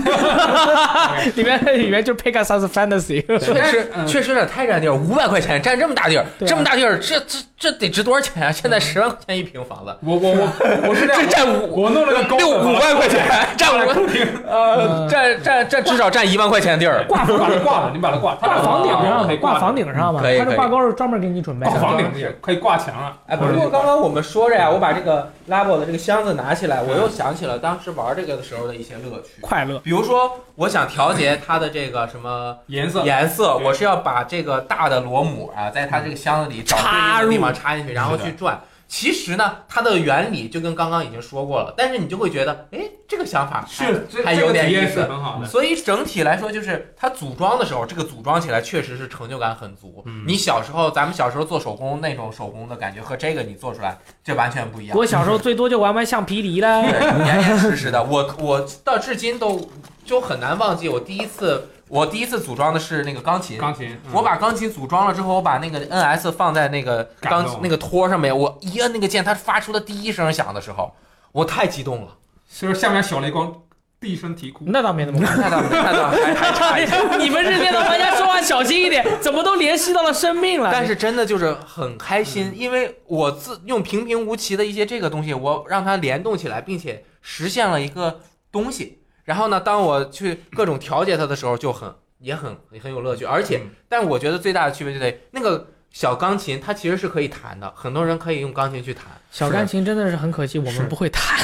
A: 里面里面就 Pegasus Fantasy，
G: 确实
C: 嗯
G: 确实有点太占地儿，五百块钱占这么大地儿，
A: 对啊
G: 这么大地儿，这这这得值多少钱啊？现在十万块钱一平房子，
C: 我我我我是这
G: 这
C: 样，
G: 占五
C: 我弄了个钩子
G: 六五万块钱，占
C: 放在
G: 五
C: 客厅
B: 嗯
G: 呃占占占至少占一万块钱地儿。
C: 挂把它挂了，你把它挂
A: 挂房顶
C: 上，可以
A: 上，挂房
C: 顶，
A: 顶
B: 嗯
A: 上嘛。
G: 可以
A: 它这
G: 可以
A: 挂钩是专门给你准备
C: 挂
A: 的。
C: 房顶也可以挂墙啊。
B: 哎，不过刚刚我们说着呀，我把这个 Labo 的这个箱子拿起来，我又想起了当时玩这个的时候的一些乐趣。
A: 快乐，
B: 比如说，我想调节它的这个什么
C: 颜色
B: 颜色，
C: 对嗯
B: 我是要把这个大的螺母啊，在它这个箱子里找对应的地方插进去，然后去转。其实呢，它的原理就跟刚刚已经说过了，但是你就会觉得，哎，这个想法还
C: 是这
B: 还
C: 这
B: 有
C: 个
B: 点
C: 体验
B: 意
C: 是
B: 思。
C: 很好的。
B: 所以整体来说，就是它组装的时候，这个组装起来确实是成就感很足。
C: 嗯
B: 你小时候，咱们小时候做手工那种手工的感觉，和这个你做出来，这完全不一样。
A: 我小时候最多就玩玩橡皮泥了。
B: 对，严严实实的。我我到至今都就很难忘记，我第一次我第一次组装的是那个钢琴。
C: 钢琴，嗯
B: 我把钢琴组装了之后，我把那个 NS 放在那个钢
C: 感动
B: 那个托上面，我一摁那个键，它发出的第一声响的时候，我太激动了，
C: 就是下面小雷光低声啼 哭。
A: 那倒没那么 快。
B: 那倒没那倒 还还差一些。
A: 你们这边的玩家说话小心一点，怎么都联系到了生命了？
B: 但是真的就是很开心，因为我自用平平无奇的一些这个东西，我让它联动起来，并且实现了一个东西。然后呢，当我去各种调节它的时候，就很也很也很有乐趣。而且，但我觉得最大的区别就在于那个小钢琴，它其实是可以弹的，很多人可以用钢琴去弹。
A: 小钢琴真的是很可惜，我
C: 是
A: 们不会弹。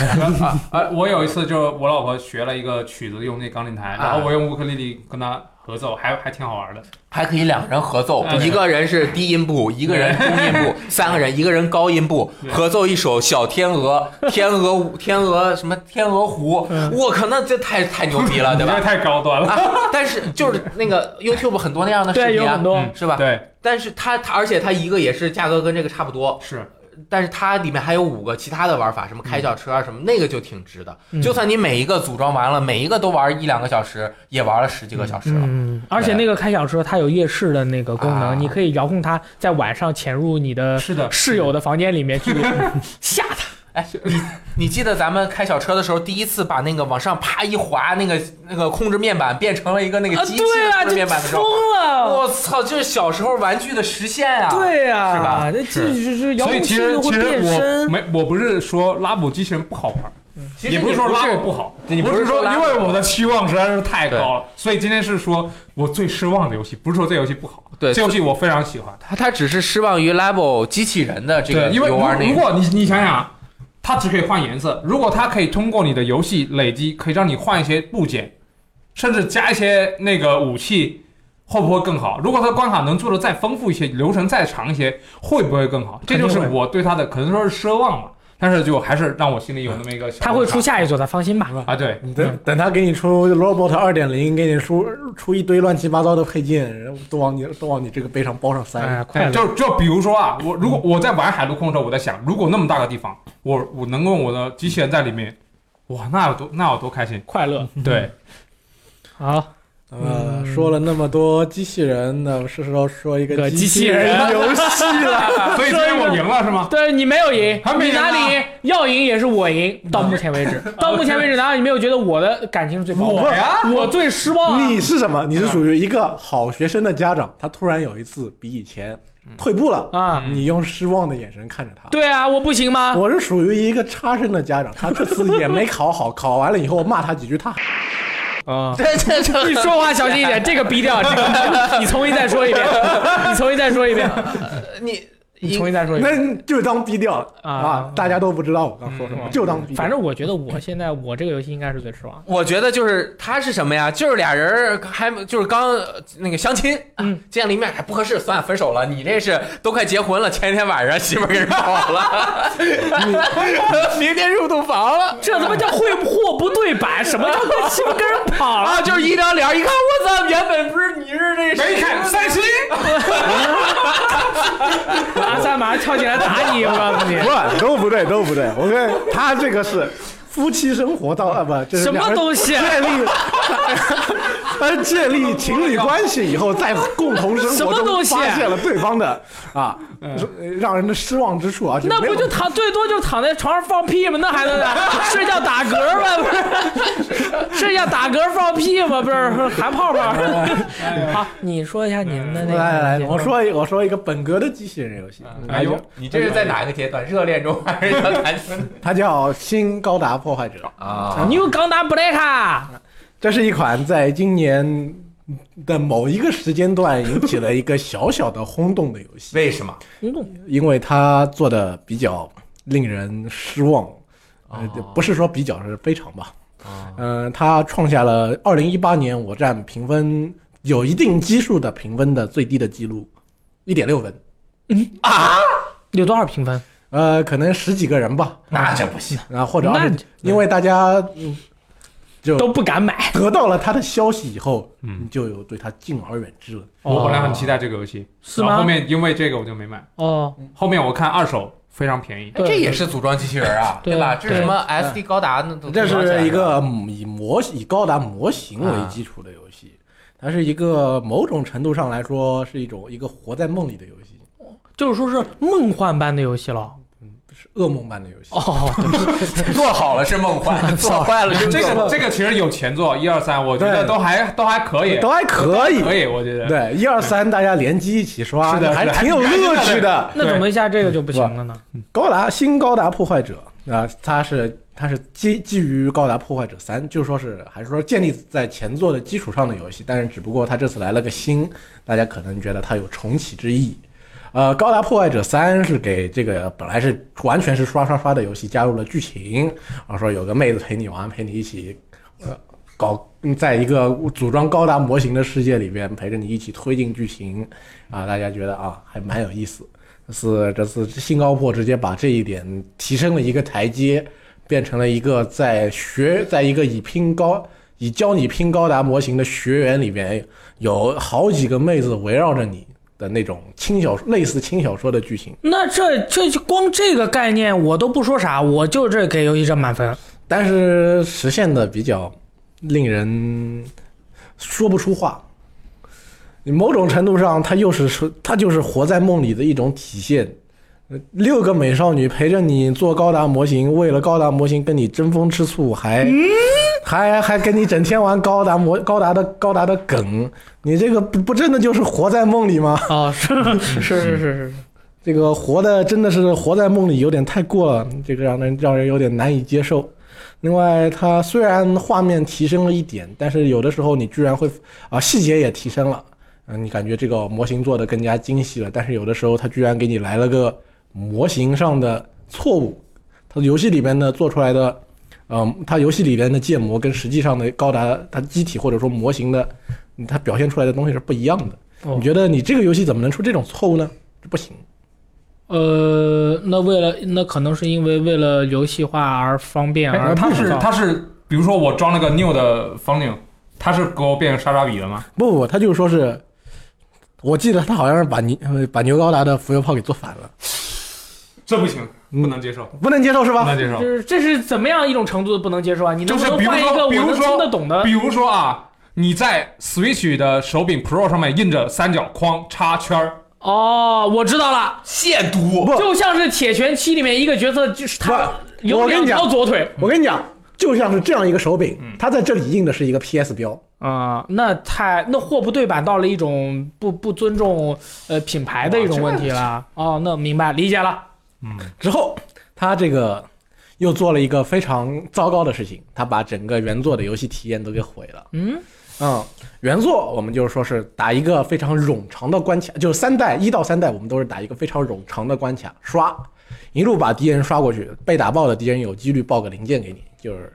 C: 呃，我有一次就是我老婆学了一个曲子，用那钢琴弹，然后我用乌克丽丽跟她合奏，还还挺好玩的。
B: 还可以两人合奏
C: 哎，
B: 一个人是低音
A: 哎
B: 部，一个人中音 部，三个人，一个人高音部，
A: 嗯
C: 对
B: 合奏一首《小天 鹅》《天鹅舞》《天鹅》什么《天鹅湖》
A: 嗯
B: 我靠，那这太太牛逼了，对
C: 你
B: 吧
C: 这？太高端了，
B: 但是就是那个 YouTube 很 多那样的视
A: 对，有
B: 频
A: 很
B: 啊，
A: 多。
C: 嗯
B: 是吧？
C: 对，
B: 但是它它而且它一个也是价格跟这个差不多，
C: 是
B: 但是它里面还有五个其他的玩法，什么开小车啊什么，那个就挺值的
A: 嗯。
B: 就算你每一个组装完了，每一个都玩一两个小时，也玩了十几个小
C: 啊
B: 时了。
A: 嗯，而且那个开小车它有夜视的那个功
B: 啊
A: 能，你可以遥控它在晚上潜入你的
C: 是的，
A: 室友的房间里面 去吓他。
B: 你记得咱们开小车的时候，第一次把那个往上啪一滑，那个那个控制面板变成了一个那
A: 啊
B: 个机器
A: 对
B: 的
A: 啊，
B: 控制面
A: 这
B: 板的时候，
A: 疯了！
B: 我操，这是小时候玩具的实现啊
C: 啊
B: 呀！，
A: 对啊呀，
B: 是吧
A: 这这这这遥
C: 所以
A: 控
C: 其
A: 器
C: 实
A: 都
C: 其
A: 会
C: 实
A: 变
C: 我
A: 身。
C: 没我不是说拉姆机器人不好玩，
B: 嗯其实
C: 也
B: 你
C: 不
B: 不
C: 是说拉姆
B: 是
C: 不好，
B: 你
C: 我
B: 不
C: 是
B: 是
C: 说
B: 拉
C: 因为我的期望实在是太高了，所以今天是说我最失望的游戏，不是说这游戏不好，
B: 对
C: 这游戏我非常喜欢。
B: 他他只是失望于 Level 机器人的这个
C: 对，因为
B: U R
C: 如
B: 那
C: 如
B: 个。
C: 果你你想想啊，它只可以换颜色，如果它可以通过你的游戏累积，可以让你换一些部件，甚至加一些那个武器，会不会更好？如果它的关卡能做的再丰富一些，流程再长一些，会不会更好？这
A: 肯定
C: 就是
A: 会
C: 我对它的可能说是奢望吧，但是就还是让我心里有那么一个小
A: 他会出下一座的，放心吧。
C: 啊，对，
D: 你等等他给你出 Robot 二点零，给你出出一堆乱七八糟的配件，然后都往你都往你这个背上包上塞。
A: 哎呀，快
C: 对，
A: 乐！
C: 就就比如说啊，我如
A: 嗯
C: 果我在玩海陆空的时候，我在想，如果那么大个地方，我我能够我的
A: 嗯
C: 机器人在里面，哇，那有多那有多开心？
A: 快乐。
C: 对，
A: 好，
D: 呃，说了那么多机器人，那是时候说一
A: 个
D: 个
A: 机器
D: 器人
A: 人
D: 游 戏 了。
C: 所以今天我赢了是吗？
A: 对你没有赢，
C: 还没
A: 你
C: 赢
A: 哪
C: 啊
A: 里赢？要赢也是我赢。到目前为 止，到目前为止，难道你没有觉得我的感情是最薄弱
C: 我呀，
A: 我最失望啊。
D: 你是什么？你是属于一个好学生的家长，他突然有一次比以前退步了，
A: 啊，
D: 你用失望的眼神看着他。
A: 对啊，我不行吗？
D: 我是属于一个差生的家长，他这次也没考好，考完了以后我骂他几句，他
A: 啊，
G: 这这这
A: 你说话小心一点，这个逼调，这个你重新再说一遍，你重新再说一遍，
G: 你
A: 你重新再说一遍。
D: 那就当低调
A: 啊嗯
D: 啊，大家都不知道我刚说什么，就当低调。
A: 反正我觉得我现在我这个游戏应该是最失望的。
E: 我觉得就是他是什么呀？就是俩人儿还就是刚呃那个相亲，
A: 嗯，
E: 见了一
B: 哎
E: 面还不合适，算了，分手了。你这是都快结婚了，前一天晚上媳妇儿给人跑了，明天入洞房了
A: 这他妈叫会货不对版，什么叫跟媳妇跟人跑了？
E: 啊！就是一张脸儿一看，我操，原本不是你是那谁
C: 没看三十一，
A: 阿三马上跳进来打你，我告诉你。
D: 不都不对，都不对。我跟他这个是夫妻生活到啊不，这是
A: 什么
D: 两人
A: 东西
D: 建立，呃建立情侣关系以后，在共同
A: 什
D: 生
A: 么
D: 活
A: 东
D: 中
A: 西啊嗯
D: 发现了对方的啊，呃让人的失望之处，而且
A: 那
D: 没
A: 不
D: 有
A: 就躺最多就躺在床上放屁吗？那还能咋？睡觉打嗝吗？不是，睡觉打嗝放屁吗？不是含泡泡。好，你说一下你们的那个。嗯
D: 来来来，我说一我说一个本格的机器人游戏，
C: 哎呦，
E: 你这是在哪个阶段？热恋中还是要谈心
D: 它叫《新高达破坏者》，
E: 啊？
A: ，New 钢弹啊 Black，
D: 这是一款在今年的某一个时间段引起了一个小小的轰动的游戏。
E: 为什么？
A: 轰动
D: 因为他做的比较令人失望，呃，
A: 哦
D: 不是说比较是非常吧，嗯、他创下了二零一八年我站评分有一定基数的评分的最低的记录，一点六分，
A: 有多少评分？
D: 呃，可能十几个人吧，
E: 那这不行，
D: 啊，或者
A: 那
D: 二十，因为大家嗯
A: 都不敢买。
D: 得到了他的消息以后，嗯，就有对他敬而远之了。
C: 我本来很期待这个游戏，
A: 哎是
C: 然后
A: 吗
C: 后？面因为这个我就没买，
A: 哦，
C: 后面我看二手非常便宜，
A: 对
E: 这也是组装机器人儿啊，
A: 对
E: 吧？
A: 对
E: 这是什么 SD 高达那
B: 嗯
E: 都
D: 这
E: 组装起来
D: 是
E: 的
D: 一个以模以高达模型为基础的游戏，它是一个某种程度上来说是一种一个活在梦里的游戏，
A: 就是说是梦幻般的游戏了。
D: 是噩梦般的游戏。
A: 哦，
E: 做好了是梦幻， 做坏了是
C: 这
E: 噩梦
C: 个这个其实有前作一二三，我觉得
D: 对
C: 都还都还可以，
D: 都还可以，
C: 可以，我觉得。
D: 对，一二三大家联机一起刷，
C: 是的
D: 还
C: 是的
D: 挺有乐趣的。
A: 那怎么一下这个就不行了呢？
D: 高达新高达破坏者啊、它是它是基基于高达破坏者三，就说是还是说建立在前作的基础上的游戏，但是只不过它这次来了个新，大家可能觉得它有重启之意。呃，高达破坏者三是给这个本来是完全是刷刷刷的游戏加入了剧情，然后说有个妹子陪你玩，陪你一起呃搞嗯在一个组装高达模型的世界里边，陪着你一起推进剧情，啊，大家觉得啊还蛮有意思。这次这次新高破直接把这一点提升了一个台阶，变成了一个在学，在一个以拼高以教你拼高达模型的学员里边，有好几个妹子围绕着你的那种轻小类似轻小说的剧情。
A: 那这这就光这个概念我都不说啥，我就这给游戏这满分。
D: 但是实现的比较令人说不出话。某种程度上，它又是说，它就是活在梦里的一种体现。呃六个美少女陪着你做高达模型，为了高达模型跟你争风吃醋，还、还还跟你整天玩高达模高达的高达的梗，你这个不不真的就是活在梦里吗？
A: 哦，是 是是是是，
D: 这个活的真的是活在梦里，有点太过了，这个让人让人有点难以接受。另外，它虽然画面提升了一点，但是有的时候你居然会啊细节也提升了，嗯，你感觉这个模型做的更加精细了，但是有的时候它居然给你来了个模型上的错误，它游戏里边呢做出来的，嗯，它游戏里边的建模跟实际上的高达它机体或者说模型的，嗯它表现出来的东西是不一样的。
A: 哦
D: 你觉得你这个游戏怎么能出这种错误呢？这不行。
A: 呃，那为了那可能是因为为了游戏化而方便
C: 哎
A: 而
C: 它
A: 制
C: 是
A: 造
C: 它是，比如说我装了个 new 的方令，它是给我变成莎莎比了吗？
D: 不不，不，他就说是，我记得他好像是把牛呃把牛高达的浮游炮给做反了，
C: 这不行，不能接受，
D: 不能接受是
C: 不
D: 吧
C: 能？接
A: 就
C: 受。
A: 是这是怎么样一种程度的不能接受啊？你能不
C: 就
A: 能
C: 是比如
A: 换一
C: 说
A: 个我
C: 比如
A: 能
C: 说
A: 听得懂的？
C: 比如说啊，你在 Switch 的手柄 Pro 上面印着三角框插圈儿，
A: 哦，我知道了，
E: 亵渎，
A: 就像是《铁拳七》里面一个角色，就是他
D: 不
A: 有
D: 我跟
A: 两
D: 你讲
A: 条左腿
D: 我跟你讲，就像是这样一个手柄，它在这里印的是一个 PS 标，
A: 啊、那太那货不对版到了一种不不尊重呃品牌的一种问题了。哦，那明白理解了。
D: 之后，他这个又做了一个非常糟糕的事情，他把整个原作的游戏体验都给毁了。
A: 嗯
D: 嗯，原作我们就是说是打一个非常冗长的关卡，就是三代一到三代我们都是打一个非常冗长的关卡，刷一路把敌人刷过去，被打爆的敌人有几率爆个零件给你，就是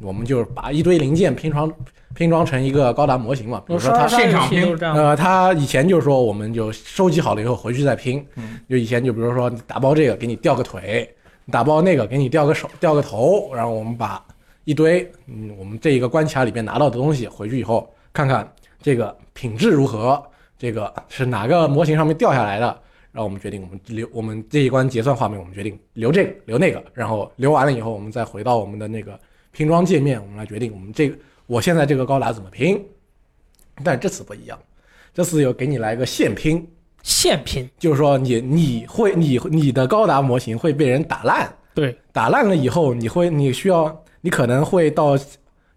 D: 我们就是把一堆零件拼装拼装成一个高达模型嘛，比
A: 我
D: 如说
A: 刷
D: 他
A: 到上
C: 现
A: 一
C: 场
A: 期
C: 拼
A: 都是这样的。
D: 呃，他以前就是说，我们就收集好了以后回去再拼。
A: 嗯
D: 就以前就比如说你打包这个给你掉个腿，打包那个给你掉个手、掉个头，然后我们把一堆嗯我们这一个关卡里边拿到的东西回去以后，看看这个品质如何，这个是哪个模型上面掉下来的，然后我们决定我们留我们这一关结算画面，我们决定留这个留那个，然后留完了以后，我们再回到我们的那个拼装界面，我们来决定我们这个我现在这个高达怎么拼。但这次不一样。这次有给你来个现拼，
A: 现拼，
D: 就是说你你会你你的高达模型会被人打烂，
A: 对，
D: 打烂了以后你会你需要你可能会到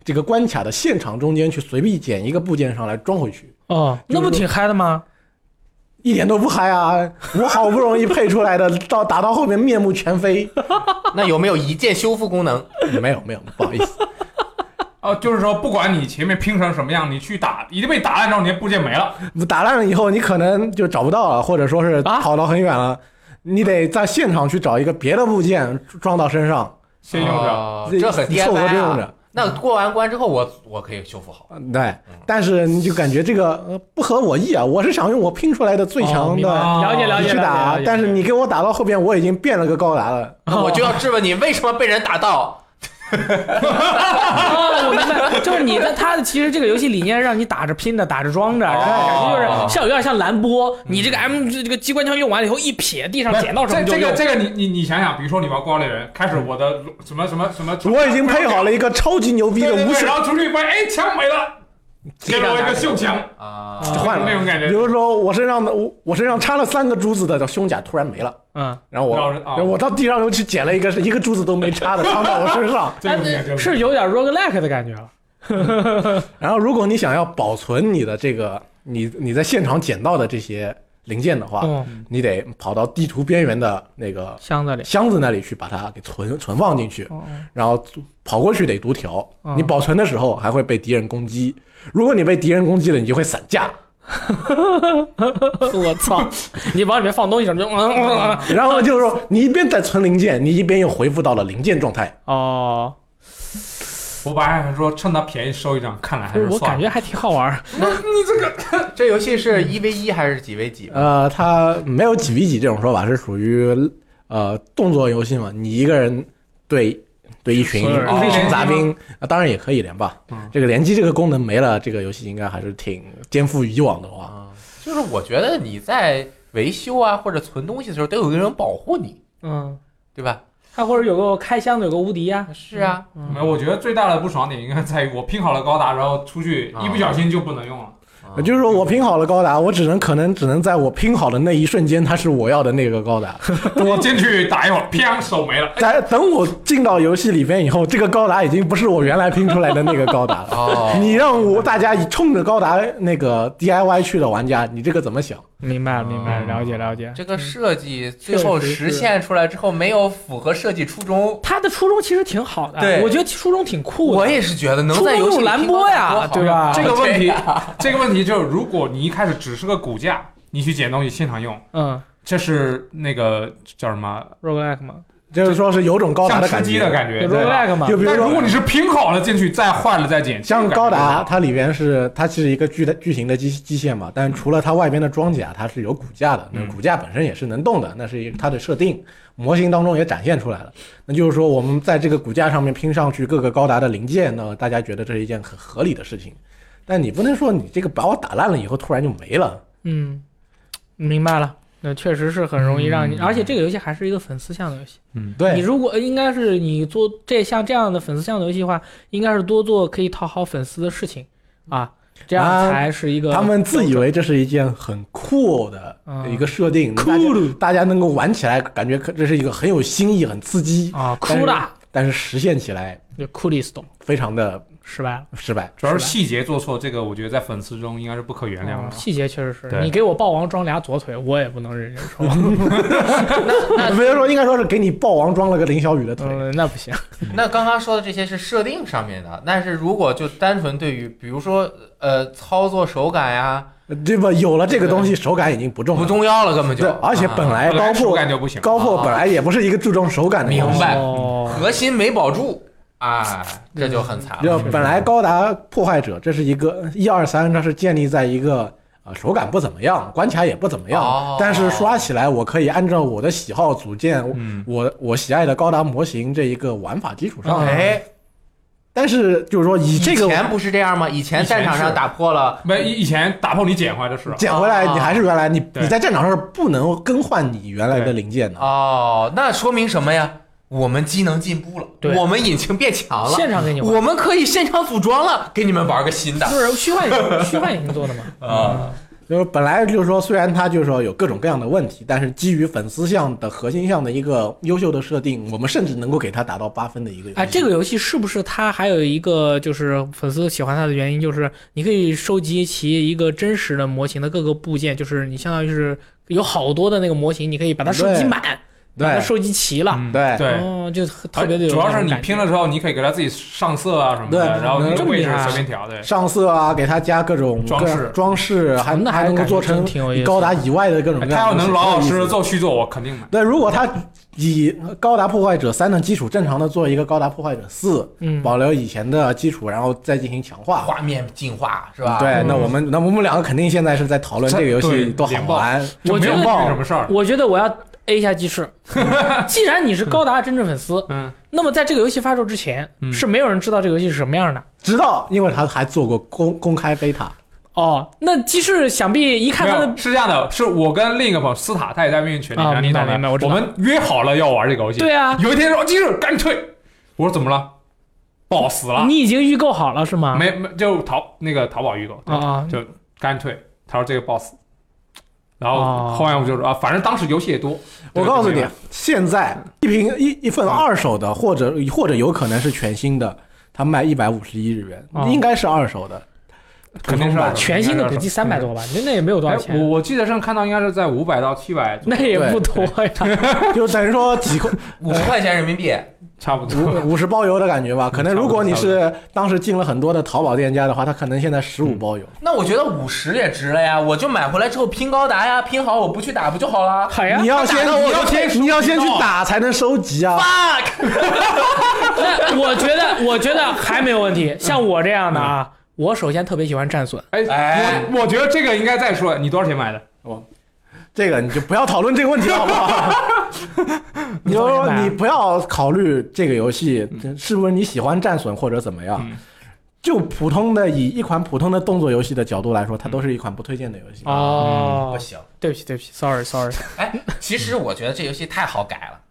D: 这个关卡的现场中间去随便捡一个部件上来装回去，
A: 哦，那不挺嗨的吗？
D: 一点都不嗨啊！我好不容易配出来的，到打到后面面目全非，
B: 那有没有一键修复功能？
D: 没有没有，不好意思，
C: 呃，就是说不管你前面拼成什么样，你去打一定被打烂，然后你的部件没了。
D: 打烂了以后你可能就找不到了，或者说是
A: 啊
D: 跑到很远了，你得在现场去找一个别的部件装到身上，
C: 先用着，
B: 哦这很
D: 凑合
B: DIY
D: 着用
B: 啊
D: 着。
B: 那过完关之后，我我可以修复好。
D: 嗯对，但是你就感觉这个呃不合我意啊！我是想用我拼出来的最强的、
C: 哦
A: 了解了
D: 你
A: 解
D: 去打，但是你给我打到后边，我已经变了个高达了。
B: 那我就要质问你，为什么被人打到？
A: 哦，我明白，就是你的他其实这个游戏理念让你打着拼着，打着装着，然后感觉就是像有点像蓝波，你这个 M 这个机关枪用完了以后一撇，地上捡到什么就
C: 这这个
A: 用
C: 这个你你你想想，比如说你玩《光猎人》，开始我的什么什么什么，
D: 我已经配好了一个超级牛逼
C: 对
D: 的
C: 对对
D: 无水
C: 然，后出去一发现，哎，枪没了，给了我一个袖枪，
B: 啊，
D: 换
C: 那
D: 了。
C: 种感觉
D: 比。如说我身上的我我身上插了三个珠子的胸甲突然没了，
A: 嗯，
D: 然后我
C: 然后啊
D: 然后我到地上又去捡了一个一个珠子都没插的插到我身上。
C: 这种感觉
A: 是有点 roguelike 的感觉了。
D: 然后如果你想要保存你的这个你你在现场捡到的这些零件的话，
A: 嗯，
D: 你得跑到地图边缘的那个
A: 箱子里。
D: 箱子那里去把它给存存放进
A: 哦
D: 去，然后跑过去得读条。你保存的时候还会被敌人攻击，如果你被敌人攻击了，你就会散 架。
A: 我操！ 你往里面放东西什么就嗯嗯嗯嗯
D: 然后就是说，你一边在存零件，你一边又恢复到了零件状态。
A: 哦，
C: 我本来想说趁它便宜收一张，看来还是
A: 我
C: 算
A: 感
C: 了。
A: 觉还挺好玩儿。
B: 这游戏是一 v 一还是几 v 几？
A: 哦
D: 呃，它没有几 v 几这种说法，是属于呃动作游戏嘛，你一个人对对一群
A: 所有人哦
D: 一
C: 哦
D: 群杂兵，啊当然也可以连吧
C: 嗯。
D: 这个联机这个功能没了，这个游戏应该还是挺颠覆以往的话。
B: 啊
A: 啊
B: 就是我觉得你在维修啊或者存东西的时候，得有一个人保护你，
A: 嗯，
B: 对吧？
A: 它或者有个开箱的有个无敌呀。
B: 是啊，
C: 没有，我觉得最大的不爽点应该在于我拼好了高达，然后出去
B: 啊
C: 一不小心就不能用了。
D: 也啊就是说，我拼好了高达，我只能可能只能在我拼好的那一瞬间，它是我要的那个高达。
C: 我进去打一会儿，啪，手没了。
D: 在等我进到游戏里边以后，这个高达已经不是我原来拼出来的那个高达
A: 嗯
D: 了。
B: 哦
D: 你让我大家以冲着高达那个 DIY 去的玩家，你这个怎么想？
A: 明白了，明白了，了解了解。
B: 这个设计最后
A: 嗯确实是
B: 实现出来之后，没有符合设计初衷。
A: 他的初衷其实挺好的，
B: 对
A: 我觉得初衷挺酷的。
B: 我也是觉得能
A: 初
B: 在
A: 衷
B: 游戏
A: 用
B: 里
A: 蓝
B: 拼到
A: 波
B: 多
A: 呀
B: 好，
A: 啊对吧？
C: 这个问
B: 这
C: 题，这个问题就是，如果你一开始只是个骨架，你去捡东西现场用，
A: 嗯
C: 这是那个叫什么？
A: ，roguelike 嘛，
D: 就是说是有种高达
C: 像
D: 的
C: 吃
D: 感
C: 鸡的
D: 觉。
C: 感
A: 有
C: 觉。对吧
A: roguelike 嘛
D: 就，比如
C: 但如
D: 说
C: 果你是拼好了进去再换了再捡，
D: 像高达，
C: 这
D: 它里边是它是一个巨的巨型的机机械嘛，
A: 嗯
D: 但除了它外边的装甲，它是有骨架的，那
C: 嗯
D: 骨架本身也是能动的，那是一它的设定，模型当中也展现出来了。那就是说，我们在这个骨架上面拼上去各个高达的零件，那大家觉得这是一件很合理的事情。但你不能说你这个把我打烂了以后突然就没了，
A: 嗯，明白了。那确实是很容易让你，而且这个游戏还是一个粉丝向的游戏。你
D: 对，
A: 如果呃应该是你做这像这样的粉丝向的游戏的话，应该是多做可以讨好粉丝的事情啊。这样才是一个
D: 他们自以为这是一件很酷的
A: 嗯
D: 一个设定，大家大家能够玩起来，感觉可这是一个很有新意、很刺激
A: 啊
D: 但是
A: 酷的，
D: 但是实现起来
A: 就酷 l i s t
D: 非常的
A: 失败了。
D: 失败。
C: 主要是细节做错，这个我觉得在粉丝中应该是不可原谅
A: 嗯
D: 哦
C: 的。
A: 细节确实是
C: 对
A: 你给我霸王装俩左腿，我也不能忍忍受。
D: 没有说应该说是给你霸王装了个林小雨的腿，
A: 嗯，那不行。
B: 那刚刚说的这些是设定上面的，但是如果就单纯对于，比如说呃操作手感呀，
D: 对吧？有了这个东西，手感已经不重
B: 嗯
D: 要
B: 不
D: 了。
B: 重要了，根本就啊
D: 对，。而且本来
C: 本
D: 高
C: 来手
D: 破
C: 感就不行，
D: 高破本来也不是一个注重手感的游
B: 明
D: 戏，
B: 白啊
A: 哦
B: 核心没保住啊，这就很惨了。
D: 就本来高达破坏者这是一个一二三，它是建立在一个呃手感不怎么样，关卡也不怎么样，
B: 哦
D: 但是刷起来我可以按照我的喜好组建我、
C: 嗯
D: 我我喜爱的高达模型这一个玩法基础上，
A: 嗯
B: 哎，
D: 但是就是说以这
B: 以
D: 个
B: 前不是这样吗？以前战场
C: 以前
B: 上
C: 是
B: 打破了，
C: 没以以前打破你捡回来的是，
D: 捡回来，
B: 啊
D: 你还是原来你
C: 对
D: 你在战场上是不能更换你原来的零件的。
B: 哦，那说明什么呀？我们机能进步了，
A: 对
B: 我们引擎变强了，
A: 现场给你玩
B: 我们可以现场组装了，给你们玩个新的
A: 就是虚幻引虚幻引擎做的嘛。
C: 嗯
B: 啊。
D: 就是本来就是说，虽然它就是说有各种各样的问题，但是基于粉丝向的核心向的一个优秀的设定，我们甚至能够给它打到八分的一个游
C: 啊
D: 戏。
A: 哎，这个游戏是不是它还有一个就是粉丝喜欢它的原因，就是你可以收集其一个真实的模型的各个部件，就是你相当于是有好多的那个模型，你可以把它收集
D: 对
A: 满，把它
D: 对
A: 收集齐了。
C: 嗯
D: 对
C: 对，
A: 哦，就特别的
C: 而
A: 有
C: 主要是
A: 那种
C: 你
A: 感觉
C: 拼了之后，你可以给它自己上色啊什么
D: 对
C: 的，然后你
D: 这
A: 么
C: 位置
A: 厉害啊
C: 随便调，对，
D: 上色啊，给它加各种
C: 装
D: 各样
C: 饰
D: 装饰还
A: 那还
D: 还能够做成
A: 感觉真挺有意思的
D: 高达以外的各种各
C: 哎他
D: 样的东
C: 要能
D: 西。
C: 老老实
D: 挺
C: 实
D: 有意思的。
C: 做续作，我肯定买。
D: 对，如果他以《高达破坏者三》的基础，正常的做一个《高达破坏者四》，
A: 嗯
D: 保留以前的基础，然后再进行强化。
B: 画面进化是吧？
D: 对，
A: 嗯
D: 那我们那我们两个肯定现在是在讨论这个游戏多好玩，
A: 我
C: 没
A: 觉
C: 有
A: 得
C: 报什么事儿，
A: 我觉得我要 A 一下鸡 翅。既然你是高达真正粉丝，
C: 嗯，
A: 那么在这个游戏发售之前，
C: 嗯
A: 是没有人知道这个游戏是什么样的。
D: 直到因为他还做过公公开 beta，
A: 哦，那鸡翅想必一看
C: 没
A: 他
C: 有
A: 的
C: 是这样的，是我跟另一个朋友斯塔，他也在命运群里，
A: 啊
C: 然后你
A: 明白
C: 懂的
A: 明白我知道
C: 我们约好了要玩这个游戏，
A: 对啊，
C: 有一天说哦今日赶紧退，我说怎么了？不好死了，
A: 你已经预购好了是吗？
C: 没没就淘那个淘宝预购，对
A: 啊啊，
C: 就赶紧退。他说这个 boss，然后
A: 哦
C: 后面我就说啊，反正当时游戏也多，
D: 我
C: 对
D: 告
C: 就
D: 诉，你
C: 没买，
D: 现在一瓶一一份二手的，或者或者有可能是全新的，它卖一百五十一日元，
A: 哦
D: 应该是二手的，
C: 肯定是二手
A: 全新的估计三百多吧，那那也没有多少
C: 哎，我
A: 钱，
C: 我记得上看到应该是在五百到七百，
A: 那也不多 呀。
D: 就等于说几块
B: 五十块钱人民币，
C: 差不多。
D: 五五十包邮的感觉
C: 嗯
D: 吧。可能如果你是当时进了很多的淘宝店家的话，它可能现在十五包邮。
B: 那我觉得五十也值了呀！我就买回来之后拼高达呀，拼好我不去打不就好了
C: 哎
A: 好呀
D: 你，要先
B: 他打到我
D: 你要
B: 就退
D: 先你要先去打才能收集啊。
B: ？fuck，
A: 那我觉得我觉得还没有问题。像我这样的啊，
C: 嗯
A: 我首先特别喜欢战损，
C: 哎
B: 哎，
C: 我我觉得这个应该再说，你多少钱买的？
D: 这个你就不要讨论这个问题了好不好？ 你就说你不要考虑这个游戏是不是你喜欢战损或者怎么样
C: 嗯。
D: 就普通的以一款普通的动作游戏的角度来说，它都是一款不推荐的游
C: 啊嗯
D: 戏。
A: 哦
B: 不，行。
A: 对不起对不起，sorry sorry，
B: 哎，其实我觉得这游戏太好改了。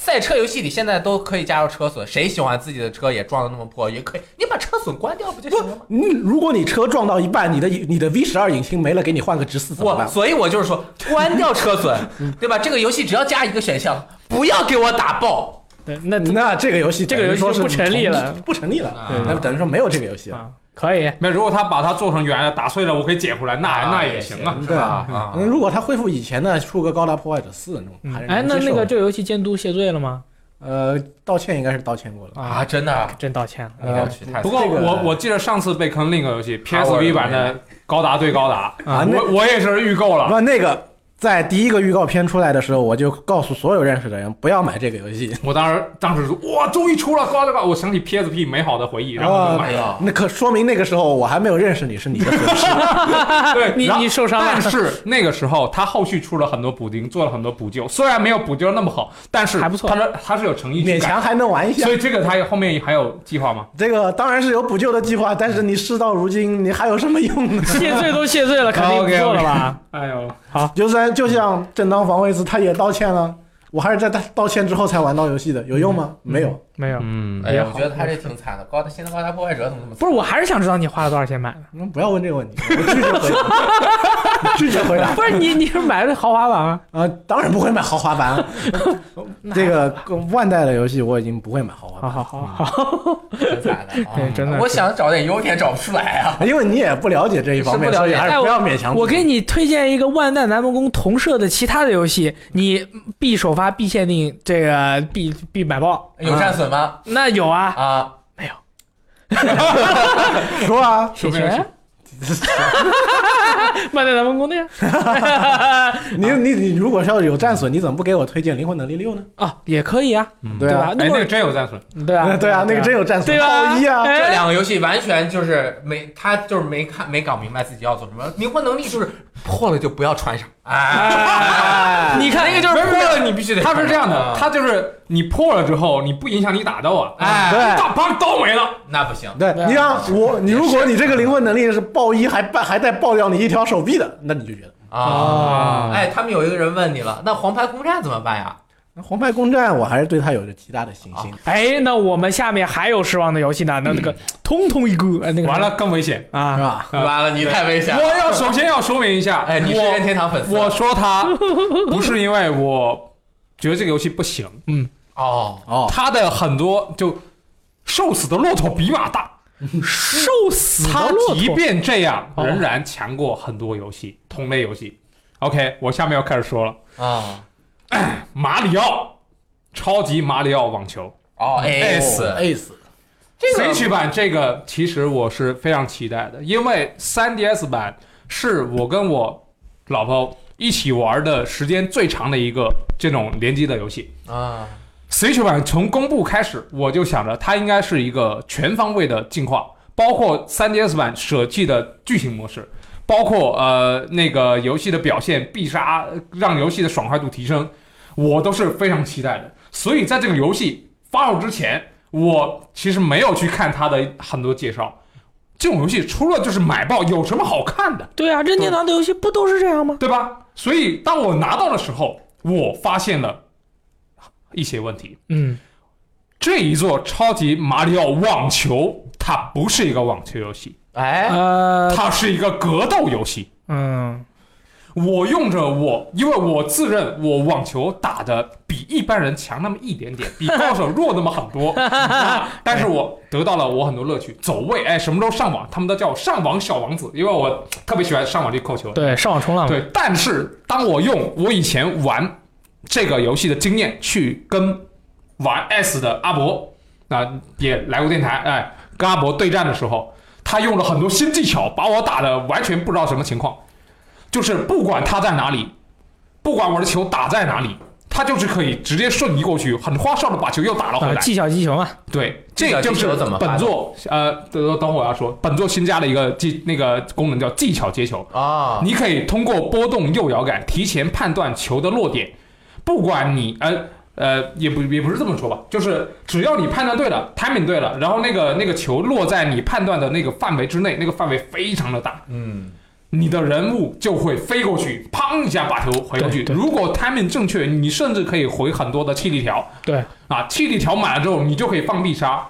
B: 赛车游戏里现在都可以加入车损，谁喜欢自己的车也撞得那么破，也可以，你把车损关掉不就行了吗？
D: 你如果你车撞到一半，你的你的 V 十二引擎没了，给你换个直四怎么
B: 我
D: 办？
B: 所以，我就是说，关掉车损，对吧？这个游戏只要加一个选项，不要给我打爆。
A: 对，那
D: 那这个游戏
A: 这个游戏
D: 等于说是
A: 就不成立了啊
D: 不成立了
A: 对。
D: 那等于说没有这个游戏了。
A: 啊可以，
C: 没有，如果他把它做成原来的打碎了，我可以捡回来，那
B: 啊
C: 那也行啊。
D: 对啊，
B: 啊
D: 嗯如果它恢复以前的，出个高达破坏者四那种，还是
A: 哎，
D: 能
A: 那
D: 接
A: 那
D: 受
A: 个
C: 啊
D: 的
A: 这个游戏监督谢罪了吗？
D: 呃道歉应该是道歉过了。
B: 啊，
A: 啊，
B: 真的啊，
A: 真道歉了。
B: 你看去太
C: 呃不过
D: 这个
C: 我我记得上次被坑另一个游戏
B: Power
C: PSV 版的《高达对高达》
D: 啊那
C: 我我也是预购了。
D: 那那个在第一个预告片出来的时候，我就告诉所有认识的人不要买这个游戏。
C: 我当时当时说哇，终于出了《高达对高达》，我想起 PSP 美好的回忆，然后我就买
B: 哎
C: 了。
B: 呀，
D: 那可说明那个时候我还没有认识你是你的粉丝。
C: 对，
A: 你
C: 然后
A: 你受伤了
C: 但是那个时候他后续出了很多补丁，做了很多补救，虽然没有补救那么好，但是
A: 还不错
C: 他是他是有诚意去
D: 勉
C: 改
D: 强还能玩一下
C: 所。以这个他后面还有计划吗？
D: 这个当然是有补救的计划，但是你事到如今，你还有什么用呢？
A: 谢 罪都谢 罪了，肯定不做了吧？
C: 哎呦，
D: 就算就像正当防卫司他也道歉了，我还是在道道歉之后才玩到游戏的，有用吗？没有。
A: 没有，
C: 嗯
B: 哎
A: 也
B: 呀，我
A: 好
B: 觉得他这挺惨的，高达现在高达破坏者怎么怎么
A: 不是，我还是想知道你花了多少钱买的。
D: 你嗯们不要问这个问题，我拒绝回答，拒绝回答。
A: 不是你，你是买的豪华版啊？
D: 啊，当然不会买豪华版啊，这个万代的游戏我已经不会买豪
A: 好
D: 华版
A: 好好好，
B: 挺惨的啊！
A: 对，真的。
B: 我想找点优点找不出来啊。
D: 了， 因为你也不了解这一方
B: 是
D: 面，
B: 不了
D: 所以
B: 解
D: 还是
A: 哎
D: 不要勉强自己。
A: 我给你推荐一个万代南梦宫同社的其他的游戏，你必首发、必限定，这个必必买爆。
B: 有战损吗？
A: 那有啊，
B: 啊，
D: 说啊，
A: 铁拳。万代南梦宫的呀。
D: 你你你如果是要有战损，你怎么不给我推荐《灵魂能力六》呢？
A: 啊，也可以啊，
D: 对
A: 吧
D: 啊，？
C: 哎，
A: 那
C: 那
A: 么
C: 个真有战损，
A: 对啊，
D: 对啊，那个真有战损，
A: 对吧？
D: 浩一啊，
A: 哎
B: 这两个游戏完全就是没，他就是没看没搞明白自己要做什么。灵魂能力就是破了就不要穿上，哎，
A: 哎你看那个就是
C: 不
B: 破了你必须得穿
C: 他
B: 上。
C: 是这样的
B: 啊，
C: 他就是你破了之后，你不影响你打斗啊，
B: 哎
D: 对
C: 一大帮都没 了，
B: 那不行，
D: 对
A: 对啊
D: 你让我，你如果你这个灵魂能力是爆一还爆还带爆掉你一条手臂的，那你就觉得
B: 啊！
A: 啊
B: 哎，他们有一个人问你了，那黄牌攻占怎么办呀？
D: 那黄牌攻占，我还是对他有着极大的信心。
A: 哎，那我们下面还有失望的游戏呢，那这个通通一个，哎那个
C: 完了更危险。
D: 是
A: 啊，
D: 吧？
C: 啊
B: 完了，你太危险
C: 我
B: 了！
C: 要首先要说明一下，
B: 哎哎，你是任
C: 我
B: 天堂粉丝
C: 我说他 不是因为我觉得这个游戏不行，
B: 哦，
D: 哦，
C: 他的很多就瘦死的骆驼比马大，
A: 嗯瘦死的
C: 他
A: 骆
C: 即
A: 驼。
C: 便这样
A: 哦
C: 仍然强过很多游戏同类游戏。OK，我下面要开始说了，
B: 啊
C: 马里奥，超级马里奥网球。
B: 哦，S
D: ace，
B: 这个
C: Switch 版这个其实我是非常期待的，因为 3DS 版是我跟我老婆一起玩的时间最长的一个这种联机的游戏。
B: 啊，
C: Switch 版从公布开始，我就想着它应该是一个全方位的进化，包括 3DS 版舍弃的剧情模式，包括呃那个游戏的表现必杀，让游戏的爽快度提升，我都是非常期待的。所以在这个游戏发售之前，我其实没有去看它的很多介绍。这种游戏除了就是买爆，有什么好看的？
A: 对啊，任天堂的游戏不都是这样吗？
C: 对吧？所以当我拿到的时候，我发现了一些问题。
A: 嗯，
C: 这一座超级马里奥网球，它不是一个网球游戏，
B: 哎，
A: 呃，
C: 它是一个格斗游戏。
A: 嗯，
C: 我用着我，因为我自认我网球打的比一般人强那么一点点，比高手弱那么很多，啊但是我得到了我很多乐趣，走位，哎，什么都上网，他们都叫我上网小王子，因为我特别喜欢上网去扣球。
A: 对，上网冲浪嘛，
C: 对，啊但是当我用我以前玩这个游戏的经验去跟玩 S 的阿伯啊、也来过电台，哎，跟阿伯对战的时候，他用了很多新技巧，把我打的完全不知道什么情况。就是不管他在哪里，不管我的球打在哪里，他就是可以直接瞬移过去，很花哨的把球又打了回
A: 啊，
C: 来。
A: 技巧击球嘛，
C: 对，
B: 技
C: 这
B: 巧
C: 就
B: 接
C: 是
B: 球怎么发
C: 本
B: 的
C: 作呃，等等会儿我要说，本作新加了一个技那个功能叫技巧接球。
B: 啊，
C: 你可以通过波动右摇杆提前判断球的落点，不管你呃呃也不也不是这么说吧，就是只要你判断对了，timing 对了，然后那个那个球落在你判断的那个范围之内，那个范围非常的大，
B: 嗯，
C: 你的人物就会飞过去，砰一下把球回过去。
A: 对对
C: 如果 timing 正确，你甚至可以回很多的气力条
A: 对，
C: 啊，气力条满了之后，你就可以放必杀。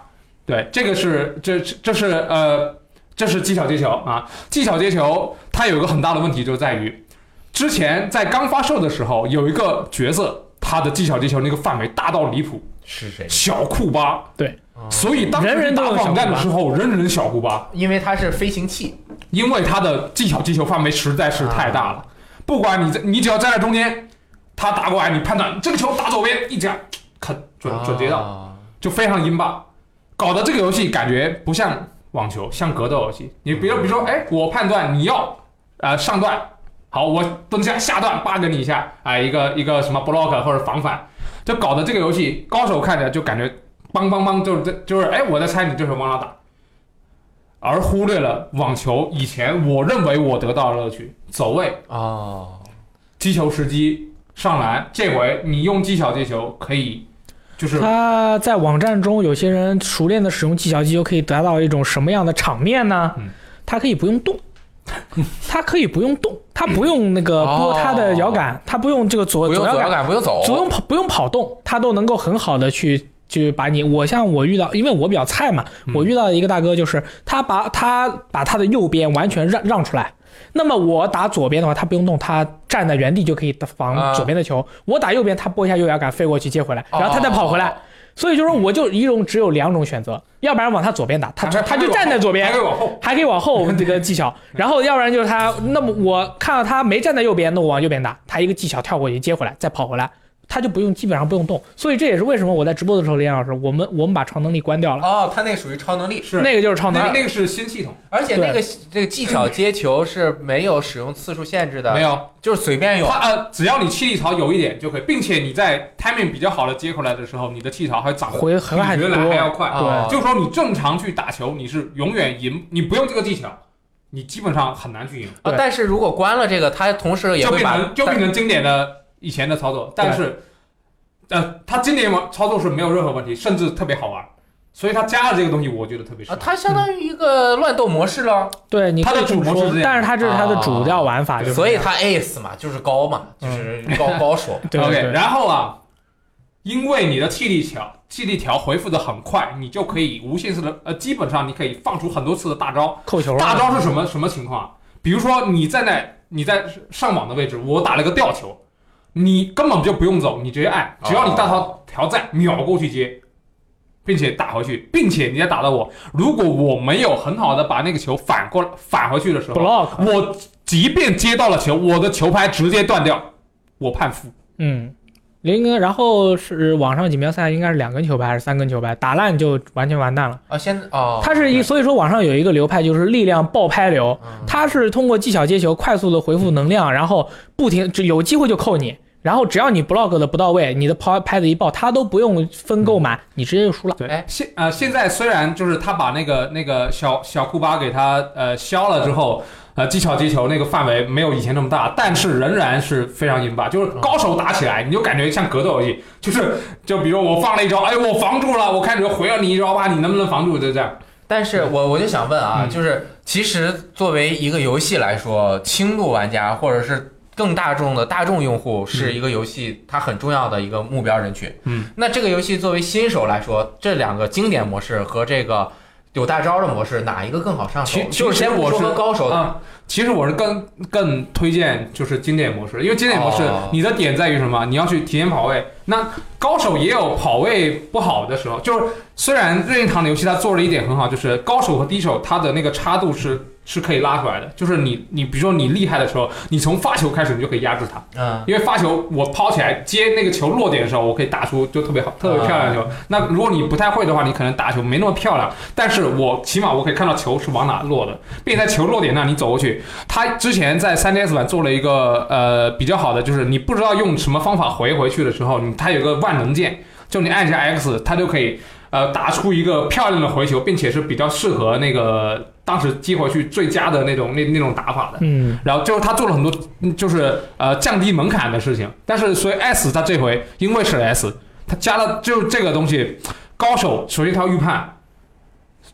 C: 对，这个是这这这是呃这是技巧接球啊，技巧接球它有一个很大的问题就在于，之前在刚发售的时候有一个角色。他的技巧接球那个范围大到离谱，
B: 是谁？
C: 小库巴
A: 对，
C: 所以当时
A: 人人都
C: 打
A: 有小
C: 网站
A: 库
C: 的
A: 巴
C: 时候，人人小库巴，
B: 因为它是飞行器，
C: 因为他的技巧击球范围实在是太大了。不管你在，你只要站在中间，他打过来，你判断这个球打左边，一夹，肯准
B: 啊
C: 准接到，
B: 到
C: 就非常阴霸，搞得这个游戏感觉不像网球，像格斗游戏。你比如比如说，哎，我判断你要呃上段，好，我蹲下下段 bug 你一下，哎、一个一个什么 block 或者防反，就搞得这个游戏高手看着就感觉梆梆梆，就是这就是哎我在猜你对手往哪打，而忽略了网球以前我认为我得到的乐趣，走位、
B: 哦，
C: 击球时机、上篮，这回你用技巧接球可以。就是
A: 他在网站中，有些人熟练的使用技巧机，就可以达到一种什么样的场面呢
C: 嗯？
A: 他可以不用动，他可以不用动，它不用那个拨它的摇杆，它不用这个左
E: 哦不用
A: 左
E: 左
A: 摇
E: 摇杆，不用走，
A: 不
B: 哦
A: 用跑不用跑动，它都能够很好的去去把你。我像我遇到，因为我比较菜嘛，
E: 嗯
A: 我遇到的一个大哥就是他把他把他的右边完全让让出来。那么我打左边的话，他不用动，他站在原地就可以防
E: 啊
A: 左边的球。我打右边，他拨一下右摇杆飞过去接回来，然后他再跑回来。所以就是说，我就一种只有两种选择，要不然往他左边打，他就
C: 还
A: 他就站在左边
C: 还可以，往后，
A: 还可以往后这个技 巧，然后要不然就是他，那么我看到他没站在右边，那我往右边打，他一个技巧跳过去接回来，再跑回来，他就不用基本上不用动，所以这也是为什么我在直播的时候，林老师，我们我们把超能力关掉了，
B: 哦，他那个属于超能力，
C: 是
A: 那个就是超能
C: 那
A: 力，
C: 那个是新系统，
B: 而且那个这个技巧接球是没有使用次数限制的，
C: 没有，
B: 就是随便用
C: 它。呃，只要你气力槽有一点就可以，并且你在 timing 比较好的接回来的时候，你的气力槽还长得
A: 回很
C: 比
A: 很
C: 原来还要
A: 多，
C: 快。
B: 哦
C: 就是说你正常去打球，你是永远赢，你不用这个技巧，你基本上很难去赢。
B: 啊
A: 对
B: 但是如果关了这个，他同时也
C: 就
B: 会
C: 变
B: 把
C: 成就变成经典的以前的操作，但是，呃，它经典操作是没有任何问题，甚至特别好玩，所以它加了这个东西，我觉得特别适
B: 啊，
C: 合。
B: 它相当于一个乱斗模式了，
A: 对，你
C: 它的
A: 可以这么
C: 主模式
A: 说
C: 是这样
A: 但是他这是他的
B: 啊
A: 主调玩法，就是
B: 所以他 ace 嘛，就是高嘛，就是高 高手。
A: 对
C: OK，
A: 对对，
C: 然后啊，因为你的气力条气力条回复的很快，你就可以无限次的呃，基本上你可以放出很多次的大招。
A: 扣球
C: 大
A: 了，
C: 招是什么什么情况啊？比如说你站在你在上网的位置，我打了个吊球，你根本就不用走，你直接按，
A: 哦
C: 只要你大条条在，秒过去接，并且打回去，并且你再打到我，如果我没有很好的把那个球反过来返回去的时候，
A: block，
C: 我即便接到了球，我的球拍直接断掉，我判负。
A: 嗯。林哥，然后是网上锦标赛应该是两根球拍还是三根球拍，打烂就完全完蛋了。
B: 啊，现在哦，
A: 它是一，所以说网上有一个流派就是力量爆拍流，它是通过技巧接球快速的回复能量，然后不停只有机会就扣你，然后只要你 block 的不到位，你的抛拍子一爆，它都不用分购买，你直接就输了。
C: 对
B: 哎，
C: 现呃现在虽然就是他把那个那个小小库巴给他呃削了之后，呃技巧接球那个范围没有以前那么大，但是仍然是非常硬霸，就是高手打起来你就感觉像格斗游戏，就是就比如我放了一招，哎我防住了，我看你回了你一招吧，你能不能防住就这样。
B: 但是我我就想问啊，
C: 嗯
B: 就是其实作为一个游戏来说，轻度玩家或者是更大众的大众用户是一个游戏它很重要的一个目标人群。
C: 嗯，
B: 那这个游戏作为新手来说，这两个经典模式和这个有大招的模式，哪一个更好上手
C: 其？
B: 就是
C: 其实
B: 先不
C: 我
B: 说
C: 是
B: 和高手
C: 啊、其实我是更更推荐就是经典模式，因为经典模式
B: 哦
C: 你的点在于什么？你要去提前跑位。那高手也有跑位不好的时候，就是虽然任天堂的游戏它做了一点很好，就是高手和低手它的那个差度是是可以拉出来的。就是你你比如说你厉害的时候，你从发球开始你就可以压住他，
B: 嗯，
C: 因为发球我抛起来接那个球落点的时候，我可以打出就特别好、特别漂亮的球。那如果你不太会的话，你可能打球没那么漂亮，但是我起码我可以看到球是往哪落的，并且在球落点那你走过去。他之前在 3DS 版做了一个呃比较好的，就是你不知道用什么方法回回去的时候，你它有个万能键，就你按一下 X，它就可以呃打出一个漂亮的回球，并且是比较适合那个当时击回去最佳的那种那那种打法的。
A: 嗯，
C: 然后就是他做了很多，嗯就是呃降低门槛的事情。但是所以 S 他这回因为是 S，他加了就这个东西，高手首先他要预判，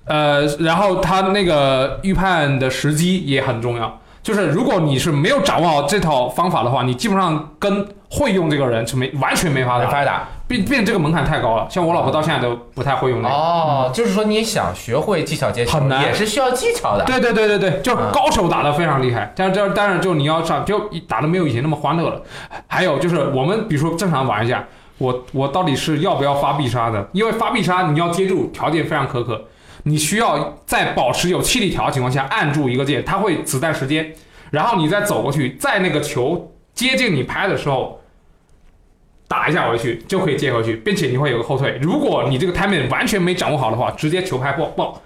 C: 呃，然后他那个预判的时机也很重要。就是如果你是没有掌握好这套方法的话，你基本上跟会用这个人是没完全没法
B: 没
C: 打，
B: 法打。
C: 并并且这个门槛太高了。像我老婆到现在都不太会用那个。
B: 哦，就是说你想学会技巧接球
C: 很，难
B: 也是需要技巧的。
C: 对对对对对，就是
B: 嗯
C: 高手打的非常厉害，但是这当然就你要上就打的没有以前那么欢乐了。还有就是我们比如说正常玩一下，我我到底是要不要发必杀呢？因为发必杀你要接住条件非常苛刻，你需要在保持有气力条的情况下按住一个键，它会子弹时间，然后你再走过去，在那个球接近你拍的时候。打一下回去就可以接回去，并且你会有个后退。如果你这个 timing 完全没掌握好的话，直接球拍爆爆。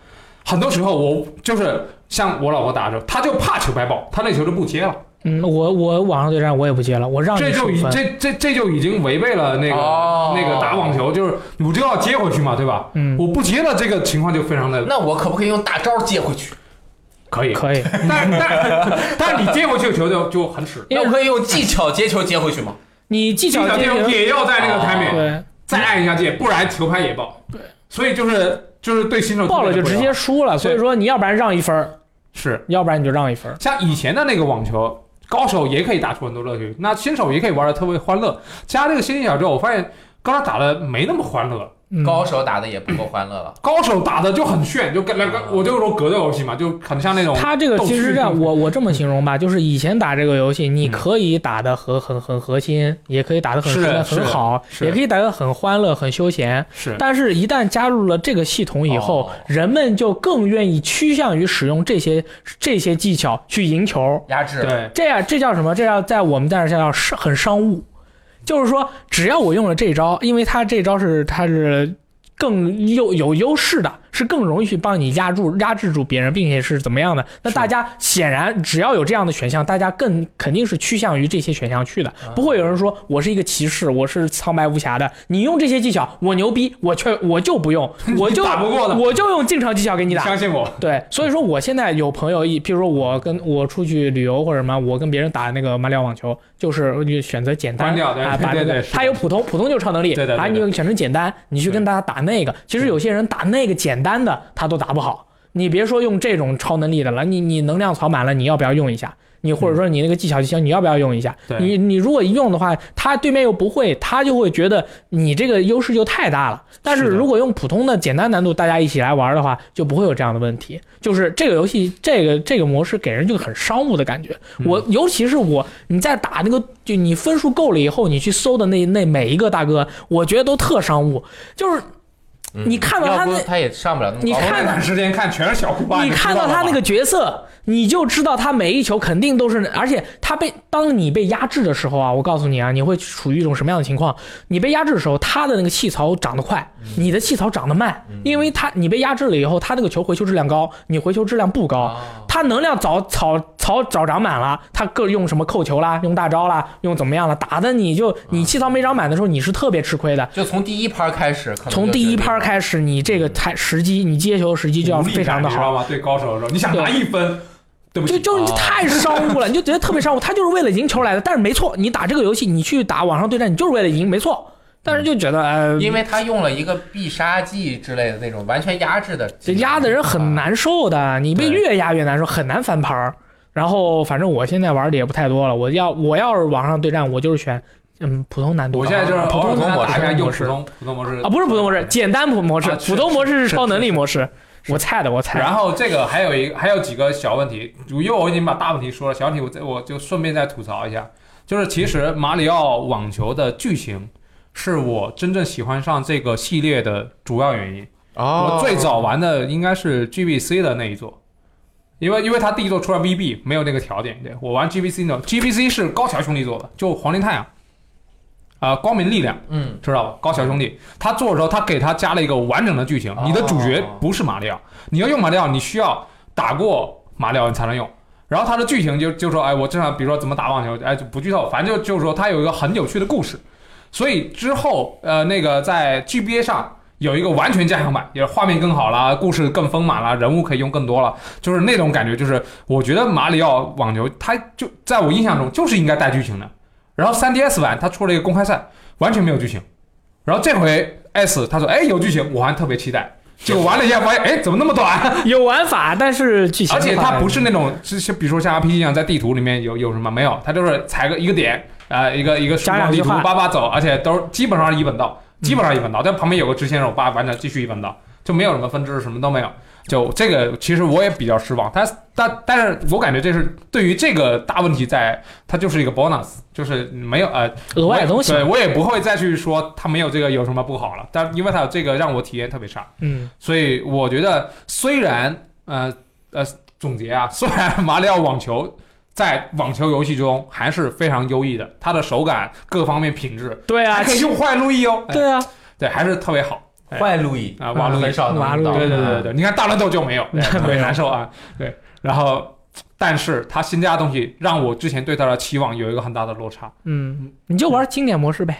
C: 很多时候我就是像我老婆打的时候，她就怕球拍爆，她那球就不接了。
A: 嗯，我我网上对战我也不接了，我让
C: 这
A: 你
C: 就
A: 输
C: 已
A: 分。
C: 这这这就已经违背了那个、
B: 哦
C: 那个打网球，就是我就要接回去嘛，对吧？
A: 嗯，
C: 我不接了，这个情况就非常的
B: 那我可不可以用大招接回去？
C: 可 以，
A: 可以，
C: 但但但你接回去的球就就很屎，
A: 因
B: 那
A: 为
B: 我可以用技巧接球接回去吗？
A: 你技巧
C: 这
A: 接
C: 种
A: 球，
C: 也要在那个 timing，、
A: 对，
C: 再按一下键，不然球拍也爆。对，所以就是就是对新手
A: 爆了就直接输了，所以说你要不然让一分儿，
C: 是
A: 要不然你就让一分儿。
C: 像以前的那个网球，高手也可以打出很多乐趣，那新手也可以玩的特别欢乐。加这个仙境小之后，我发现高手打的没那么欢乐，
A: 嗯
B: 高手打的也不够欢乐了。
C: 高手打的就很炫，就跟那
A: 啊
C: 个我就说格斗游戏嘛，就很像那种
A: 它这个
C: 斗
A: 其实是
C: 趣
A: 这样，
C: 性
A: 我我这么形容吧，就是以前打这个游戏，你可以打的很很很核心，也可以打的很
C: 嗯是
A: 熟练
C: 是
A: 很好，
C: 是
A: 也可以打的很欢乐很休闲。
C: 是
A: 但是，一旦加入了这个系统以后，
B: 哦
A: 人们就更愿意趋向于使用这些这些技巧去赢球。
B: 压制，
C: 对
A: 这样，这叫什么？这叫在我们在这叫商很商务，就是说，只要我用了这招，因为它这招是它是更有有优势的，是更容易去帮你压住压制住别人，并且是怎么样的？那大家显然只要有这样的选项，大家更肯定是趋向于这些选项去的，
C: 啊
A: 不会有人说我是一个骑士，我是苍白无瑕的，你用这些技巧我牛逼，我却我 就不用，我就
C: 打不过的
A: 我就用正常技巧给你打。
C: 相信我，
A: 对，所以说我现在有朋友一，譬如说我跟我出去旅游或者什么，我跟别人打那个马里奥网球，就是就选择简单
C: 关掉对
A: 啊，把
C: 对
A: 那
C: 对
A: 个
C: 是
A: 他
C: 的
A: 有普通，普通就是超能力，
C: 对的对
A: 啊，你
C: 的
A: 选成简单，你去跟大家打那个，其实有些人打那个简单的他都打不好，你别说用这种超能力的了，你你能量槽满了，你要不要用一下？你或者说你那个技巧技巧，你要不要用一下？
C: 对
A: 你你如果一用的话，他对面又不会，他就会觉得你这个优势就太大了。但是
C: 是的
A: 如果用普通的简单难度，大家一起来玩的话，就不会有这样的问题。就是这个游戏，这个这个模式给人就很商务的感觉。我尤其是我，你在打那个，就你分数够了以后，你去搜的那那每一个大哥，我觉得都特商务，就是你看到他
B: 要
A: 那
B: 不他也上不了那
A: 你
B: 么高。
C: 那
A: 看
C: 段时间看全是小姑 爸，
A: 你
C: 知
A: 看
C: 道
A: 到
C: 了
A: 他那
C: 吧
A: 个角色，你就知道他每一球肯定都是，而且他被当你被压制的时候啊，我告诉你啊，你会处于一种什么样的情况？你被压制的时候，他的那个气槽长得快，
C: 嗯
A: 你的气槽长得慢，因为他你被压制了以后，他那个球回球质量高，你回球质量不高，
C: 哦
A: 他能量早早早早长满了，他各用什么扣球啦，用大招啦，用怎么样了，打的你
C: 嗯
A: 就你气槽没长满的时候，你是特别吃亏的。
B: 就从第一拍开始，可能
A: 从
B: 就
A: 第一
B: 是
A: 拍开始，你这个才时机，你接球时机就要
C: 嗯无力
A: 非常的
C: 感你知
A: 好
C: 道。吗？对高手的时候，你想拿
A: 对
C: 一分，对不
A: 就
C: 起，
A: 就你太商务了，你就觉得特别商务。他就是为了赢球来的，但是没错，你打这个游戏，你去打网上对战，你就是为了赢，没错。但是就觉得，呃，
B: 因为他用了一个必杀技之类的那种完全压制的，
A: 这压的人很。难受的，你被
B: 对
A: 越压越难受，很难翻盘儿。然后反正我现在玩的也不太多了，我要我要是网上对战，我就是选嗯普通难度。
C: 我现在就是
A: 啊
C: 偶
A: 普
C: 尔
A: 通
C: 跟他打一下
A: 普通
C: 又
A: 模
C: 普
A: 式
C: 通普通模式
A: 啊，不是普通模式，简单普模式
C: 啊，是
A: 普通模式
C: 是
A: 是超能力
C: 是
A: 模式，我菜的我菜的。
C: 然后这个还有一还有几个小问题，因为我已经把大问题说了，小问题我再我就顺便再吐槽一下，就是其实马里奥网球的剧情是我真正喜欢上这个系列的主要原因。我最早玩的应该是 GBC 的那一座，因为因为它第一座出了 VB，没有那个条件。对我玩 GBC 呢，GBC 是高桥兄弟做的，就黄金太阳，啊、光明力量，
B: 嗯，
C: 知道吧？高桥兄弟他做的时候，他给他加了一个完整的剧情。你的主角不是马里奥，你要用马里奥，你需要打过马里奥你才能用。然后他的剧情就就说，哎，我正常，比如说怎么打网球，哎，就不剧透，反正就就是说他有一个很有趣的故事。所以之后，呃，那个在 GBA 上有一个完全加强版，也是画面更好了，故事更丰满了，人物可以用更多了，就是那种感觉。就是我觉得马里奥网球，它就在我印象中就是应该带剧情的。然后 3DS 版它出了一个公开赛，完全没有剧情。然后这回 S 他说，哎，有剧情，我还特别期待。结果玩了一下，发现哎，怎么那么短？
A: 有玩法，但是剧情
C: 而且
A: 的话
C: 它不是那种，就是比如说像 RPG 一样，在地图里面有有什么没有，它就是踩个一个点，啊，一个一个树
A: 加
C: 状
A: 两句
C: 地图
A: 话嗯
C: 叭叭走，而且都是基本上是一本道，基本上一本道，但旁边有个直线，我叭完成继续一本道，就没有什么分支，什么都没有。就这个，其实我也比较失望，但但但是我感觉这是对于这个大问题在，它就是一个 bonus，就是没有呃
A: 额外的东西
C: 我。也对我也不会再去说它没有这个有什么不好了，但因为它有这个让我体验特别差。
A: 嗯，
C: 所以我觉得，虽然呃呃，总结啊，虽然马里奥网球在网球游戏中还是非常优异的，它的手感各方面品质，
A: 对啊
C: 还，可以用坏路易哦，哎
A: 对啊，
C: 对，还是特别好
B: 坏路易
C: 啊，瓦路易
B: 很，少能
A: 瓦
B: 遇
A: 路
B: 到
A: 易
C: 对对对对对，你看大乱斗就没有，对特别难受啊，对，然后。但是它新加的东西让我之前对它的期望有一个很大的落差。
A: 嗯，你就玩经典模式呗。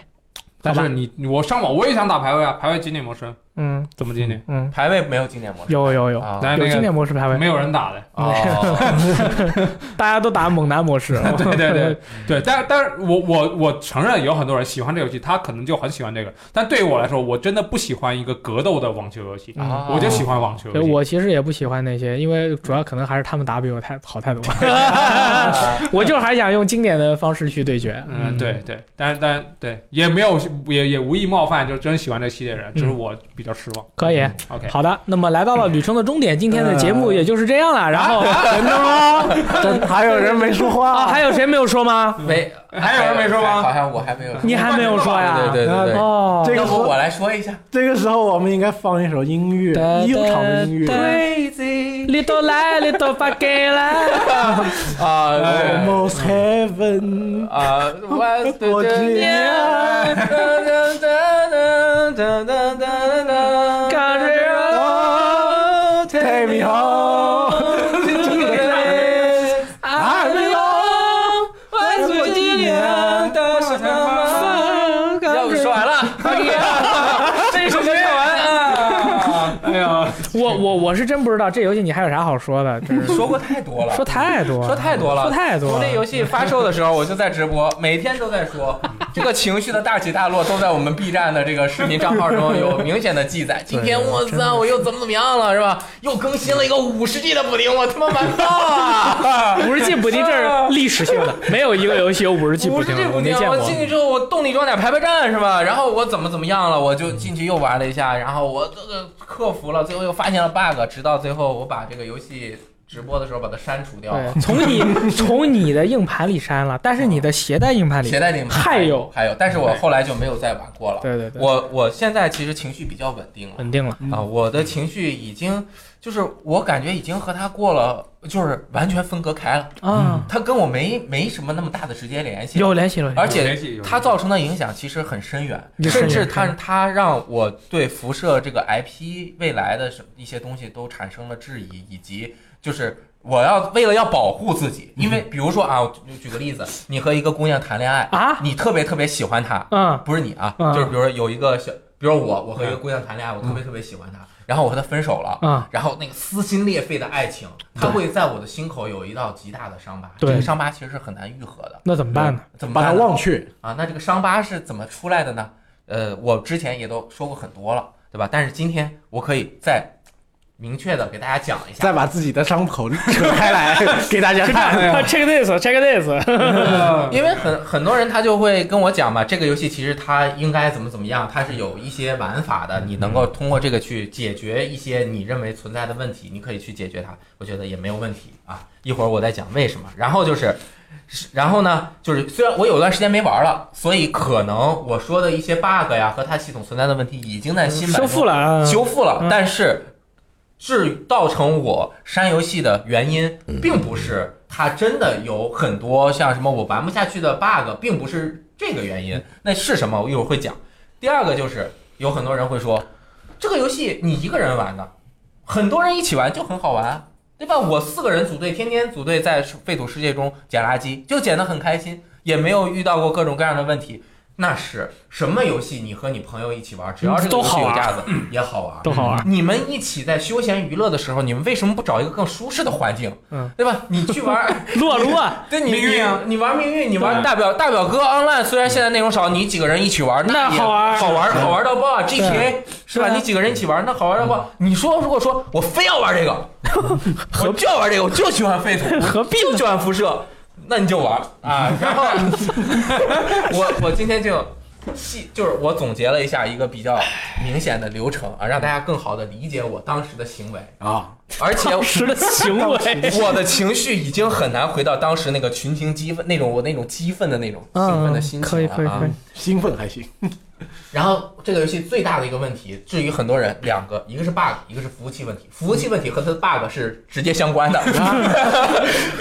C: 但
A: 好
C: 是
A: 吧
C: 你我上网我也想打排位啊，排位经典模式，
A: 嗯
C: 怎么进去？
A: 嗯，
B: 排位没有经典模式
A: 有有有
B: 啊
C: 来
A: 有
C: 那
A: 经
C: 个
A: 典模式排位，
C: 没有人打的。
B: 哦，
A: 大家都打猛男模式，
C: 对对对对，但但是我我我承认有很多人喜欢这游戏，他可能就很喜欢这个，但对于我来说，我真的不喜欢一个格斗的网球游戏，
A: 嗯
C: 啊我就喜欢网球
A: 对
C: 游戏。
A: 我其实也不喜欢那些，因为主要可能还是他们打比我太好 太多， 我就还想用经典的方式去对决。
C: 嗯，对对，但是但对也没有也也无意冒犯，就真喜欢这系列人，只是我比较失望。
A: 可以，
C: OK，
A: 好的，那么来到了旅程的终点，今天的节 目也就是这样了。然后
C: 啊
A: 哦
D: 真的吗？真还有人没说
A: 啊，
D: 话？
A: 还有谁没有说吗？
B: 没
C: 还有人没说
B: 好
C: 吗？
B: 像我还没有说。
A: 你还没有说呀？
B: 对对对对，
A: 哦，
D: 这个
B: 要
D: 时
B: 不
D: 候
B: 我来说一下。
D: 这个时候我们应该放一首音乐，悠长的音乐。
B: Crazy
A: 里头来，里头发给来，
B: 啊
D: Almost heaven，
B: 啊，What's
D: 我
B: the
D: 只
B: Yeah
A: 感觉
D: 哦 take me home。
A: 啊，
B: 要不说完了，这首歌唱完啊，
C: 哎呀，
A: 我我我是真不知道这游戏你还有啥好说的，真是
B: 说过太多了，
A: 说太多了，
B: 说太多了
A: 说太多
B: 从
A: 了
B: 这。游戏发售的时候，我就在直播，每天都在 说，这个情绪的大起大落都在我们 B 站的这个视频账号中有明显的记 载。今天我操，我又怎么怎么样了，是吧？又更新了一个五十 G 的补丁，我他妈完蛋 了！
A: 五十 G 补丁这是历史性的，没有一个游戏有五十 G
B: 五
A: 补
B: 十
A: 丁
B: G
A: 的，
B: 补
A: 我没
B: 丁
A: 见，
B: 我
A: 过。
B: 进去之后，我动力装甲排排站是吧？然后我怎么怎么样了，我就进去又玩了一下，然后我这个克服了，最后又发现了 bug，直到最后我把这个游戏直播的时候把它删除掉了。
A: 对，从你从你的硬盘里删了，但是你的携带硬盘里
B: 携，带里面
A: 还有
B: 还有，但是我后来就没有再玩过了。
A: 对对对，
B: 我我现在其实情绪比较稳定了
A: 稳定了。
B: 啊，我的情绪已经就是我感觉已经和他过了，就是完全分隔开了，
A: 啊，
B: 他跟我没没什么那么大的直接联系，
A: 有联系了，
B: 而
C: 有
B: 且
C: 联系有
B: 它造成的影响其实很深远，
A: 有
B: 甚至
A: 深远
B: 它它让我对辐射这个 IP 未来的什么一些东西都产生了质疑，以及就是我要为了要保护自己，因
A: 嗯
B: 为比如说啊，我举举个例子，你和一个姑娘谈恋爱
A: 啊
B: 你特别特别喜欢她，
A: 嗯
B: 不是你啊，
A: 嗯
B: 就是比如说有一个小，比如我，我和一个姑娘谈恋爱，我特别特别喜欢她，然后我和她分手了，
A: 嗯
B: 然后那个撕心裂肺的爱情，它会在我的心口有一道极大的伤疤，这
A: 对
B: 个伤疤其实是很难愈合的，
A: 那怎么办呢？
B: 怎么
D: 把它
B: 办呢
D: 忘却，
B: 啊？那这个伤疤是怎么出来的呢？呃，我之前也都说过很多了，对吧？但是今天我可以再明确的给大家讲一下，
D: 再把自己的伤口扯开 来给大家看。
A: 啊 Check this，check this。
C: 嗯
B: 因为很很多人他就会跟我讲嘛，这个游戏其实它应该怎么怎么样，它是有一些玩法的，你能够通过这个去解决一些你认为存在的问题，你可以去解决它，我觉得也没有问题啊。一会儿我再讲为什么。然后就是，是然后呢，就是虽然我有段时间没玩了，所以可能我说的一些 bug 呀和它系统存在的问题已经在新版
A: 修
B: 中
A: 复了啊，
B: 修复了
A: 嗯，
B: 但是是造成我删游戏的原因，并不是它真的有很多像什么我玩不下去的 bug，并不是这个原因。那是什么？我一会儿会讲。第二个就是有很多人会说，这个游戏你一个人玩的，很多人一起玩就很好玩啊，对吧？我四个人组队，天天组队在废土世界中捡垃圾，就捡得很开心，也没有遇到过各种各样的问题。那是什么游戏？你和你朋友一起玩，只要这个
A: 都
B: 游戏
A: 好
B: 有
A: 玩
B: 架子也好玩，
A: 都好玩。
B: 你们一起在休闲娱乐的时候，你们为什么不找一个更舒适的环境？
A: 嗯，
B: 对吧？你去 玩，
A: 撸啊撸啊，
B: 对你
C: 命运啊
B: 你你玩命运，你玩大表大表哥 online，虽然现在内容少，你几个人一起玩，
A: 那
B: 也
A: 好玩
B: 好玩，好玩到爆啊！GTA 是吧？
A: 对啊
B: 你几个人一起玩，那好玩到爆。你说如果说我非要玩 这个，我就要玩这个，我就喜欢废土，
A: 何必
B: 就
A: 呢？
B: 喜欢辐射，那你就玩啊。然 后我我今天就细就是我总结了一下一个比较明显的流程啊，让大家更好的理解我当时的行为啊，而且。
A: 时的行 为，
B: 我的情绪已经很难回到当时那个群情激愤那种我那种激愤的那种兴奋的心
A: 嗯
B: 情
A: 可以可以
B: 了啊
A: 可以。，
D: 兴奋还行，
B: 然后这个游戏最大的一个问题，至于很多人两个，一个是 bug，一个是服务器问题。服务器问题和它的 bug 是直接相关的，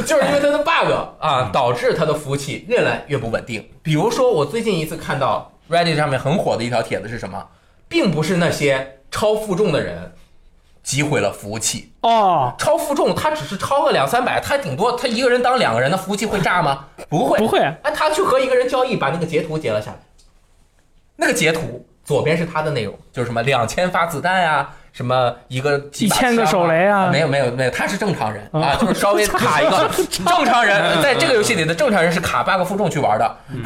B: 就是因为它的 bug 啊，导致它的服务器越来越不稳定。比如说，我最近一次看到 Reddit 上面很火的一条帖子是什么，并不是那些超负重的人击毁了服务器，
A: 哦，
B: 超负重，他只是超个两三百，他顶多他一个人当两个人，那服务器会炸吗？不会，
A: 不会
B: 哎，他去和一个人交易，把那个截图截了下来，那个截图左边是它的内容，就是什么两千发子弹啊，什么一个几
A: 一
B: 把
A: 千个
B: 枪啊
A: 手雷啊
B: 没有没有没有，他是正常人
A: 啊
B: 啊，就是 稍微卡一个正常人，在这个游戏里的正常人是卡八个负重去玩的，
A: 嗯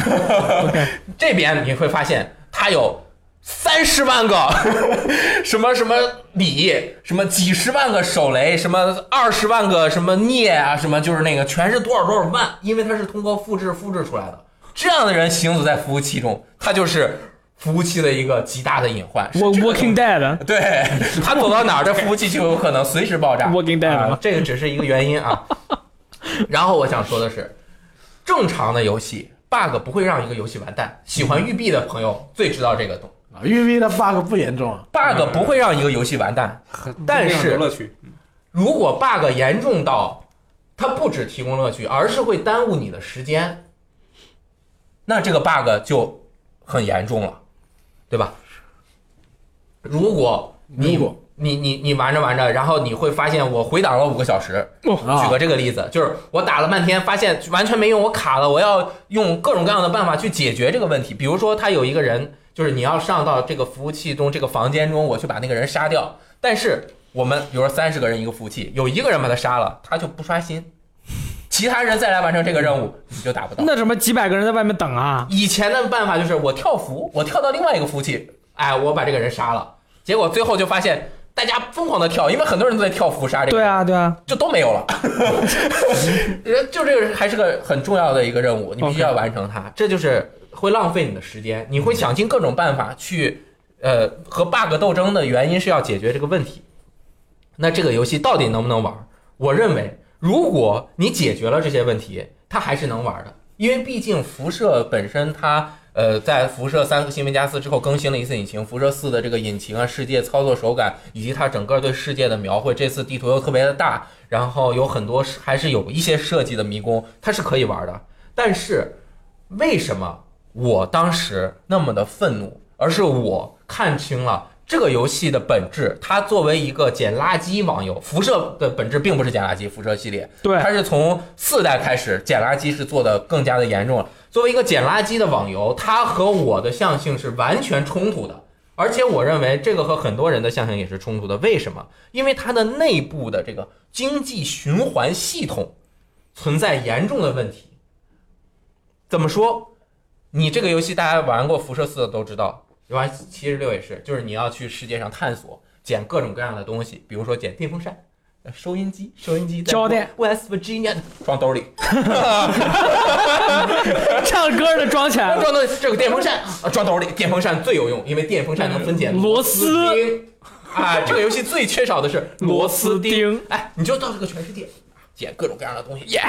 B: 这边你会发现它有三十万个什么什么礼，什么几十万个手雷，什么二十万个什么镍啊，什么就是那个全是多少多少万，因为它是通过复制复制出来的。这样的人行走在服务器中，他就是服务器的一个极大的隐患。是
A: 我
B: 这个啊
A: Walking Dead
B: 对他走到哪儿，这服务器就有可能随时爆 炸。
A: Walking Dead
B: 啊
A: 吗
B: 这个只是一个原因啊。 然后我想说的是，正常的游戏 bug 不会让一个游戏完蛋。喜欢育碧的朋友最知道这个东
D: 啊育碧的 bug 不严重啊，
B: ，bug 不会让一个游戏完蛋。但
C: 这样有
B: 是
C: 乐趣，
B: 如果 bug 严重到它不只提供乐趣，而是会耽误你的时间，那这个 bug 就很严重了，对吧？如果你
D: 如果
B: 你你你玩着玩着，然后你会发现我回档了五个小时。哦举
D: 啊
B: 个这个例子，就是我打了半天，发现完全没用，我卡了，我要用各种各样的办法去解决这个问题。比如说，他有一个人，就是你要上到这个服务器中这个房间中，我去把那个人杀掉。但是我们比如说三十个人一个服务器，有一个人把他杀了，他就不刷新，其他人再来完成这个任务，你就打不到。
A: 那什么几百个人在外面等啊？
B: 以前的办法就是我跳服，我跳到另外一个服务器，哎，我把这个人杀了，结果最后就发现大家疯狂的跳，因为很多人都在跳服杀这个
A: 对
B: 人，
A: 啊，对啊，
B: 就都没有了。人就这个还是个很重要的一个任务，你必须要完成它，这就是会浪费你的时间，你会想尽各种办法去，呃，和 bug 斗争的原因是要解决这个问题。那这个游戏到底能不能玩？我认为，如果你解决了这些问题，它还是能玩的，因为毕竟辐射本身它。呃，在辐射三和新维加斯之后更新了一次引擎，辐射四的这个引擎啊、世界操作手感以及它整个对世界的描绘，这次地图又特别的大，然后有很多是还是有一些设计的迷宫，它是可以玩的。但是为什么我当时那么的愤怒，而是我看清了这个游戏的本质。它作为一个捡垃圾网游，辐射的本质并不是捡垃圾，辐射系列，
A: 对
B: 它是从四代开始捡垃圾是做的更加的严重了。作为一个捡垃圾的网游，它和我的象性是完全冲突的。而且我认为这个和很多人的象性也是冲突的。为什么？因为它的内部的这个经济循环系统存在严重的问题。怎么说？你这个游戏大家玩过辐射四的都知道，玩七十六也是，就是你要去世界上探索，捡各种各样的东西，比如说捡电风扇、呃收音机、收音机在
A: 胶带
B: West Virginia 装兜里，
A: 唱歌的装起来了，
B: 装兜里这个电风扇啊装兜里，电风扇最有用，因为电风扇能分解
A: 螺丝
B: 钉。啊，这个游戏最缺少的是螺丝钉。
A: 钉。
B: 哎，你就到这个全世界捡各种各样的东西，耶！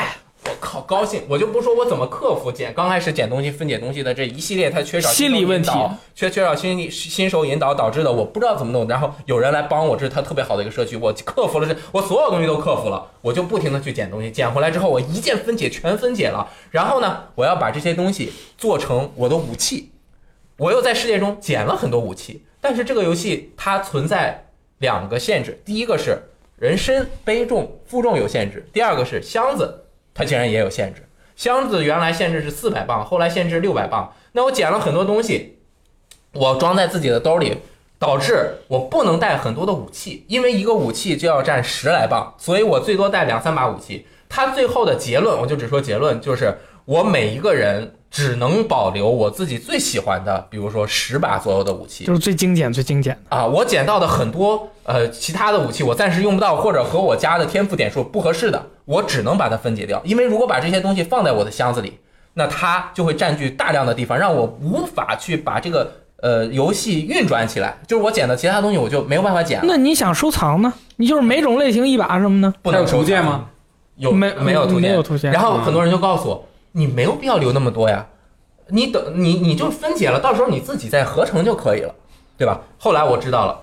B: 我靠，高兴！我就不说我怎么克服捡，刚开始捡东西、分解东西的这一系列，它缺少
A: 心理
B: 新手引
A: 问题
B: 导，缺缺少心理新手引导导致的，我不知道怎么弄。然后有人来帮我，这是他特别好的一个社区，我克服了这，我所有东西都克服了，我就不停的去捡东西，捡回来之后我一键分解，全分解了。然后呢，我要把这些东西做成我的武器，我又在世界中捡了很多武器，但是这个游戏它存在两个限制，第一个是人身背重负重有限制，第二个是箱子，它竟然也有限制。箱子原来限制是四百磅，后来限制六百磅。那我捡了很多东西，我装在自己的兜里，导致我不能带很多的武器，因为一个武器就要占十来磅，所以我最多带两三把武器。它最后的结论，我就只说结论，就是我每一个人只能保留我自己最喜欢的，比如说十把左右的武器
A: 就。是最精简、最精简的，
B: 啊，我捡到的很多呃其他的武器，我暂时用不到，或者和我家的天赋点数不合适的，我只能把它分解掉。因为如果把这些东西放在我的箱子里，那它就会占据大量的地方，让我无法去把这个呃游戏运转起来。就是我捡的其他东西，我就没有办法捡了。
A: 那你想收藏呢？你就是每种类型一把什么呢？
B: 不
C: 它有
B: 能收
C: 图鉴
B: 藏？
C: 吗？
B: 有
A: 没
B: 没有图
A: 没
B: 鉴？
A: 有图鉴嗯
B: 然后很多人就告诉我，你没有必要留那么多呀，你等你你就分解了，到时候你自己再合成就可以了，对吧？后来我知道了，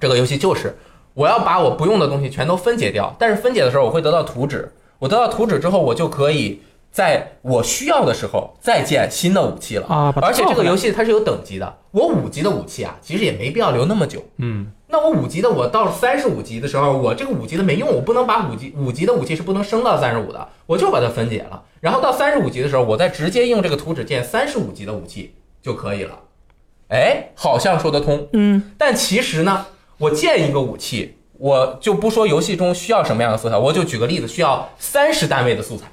B: 这个游戏就是我要把我不用的东西全都分解掉，但是分解的时候我会得到图纸，我得到图纸之后，我就可以在我需要的时候再建新的武器了
A: 啊把它
B: 而且这
A: 倒
B: 个
A: 回来
B: 游戏它是有等级的，我五级的武器啊，其实也没必要留那么久。
C: 嗯，
B: 那我五级的，我到三十五级的时候，我这个五级的没用，我不能把五级五级的武器是不能升到三十五的，我就把它分解了。然后到三十五级的时候，我再直接用这个图纸建三十五级的武器就可以了。哎，好像说得通。
H: 嗯
B: 但其实呢，我建一个武器，我就不说游戏中需要什么样的素材，我就举个例子，需要三十单位的素材，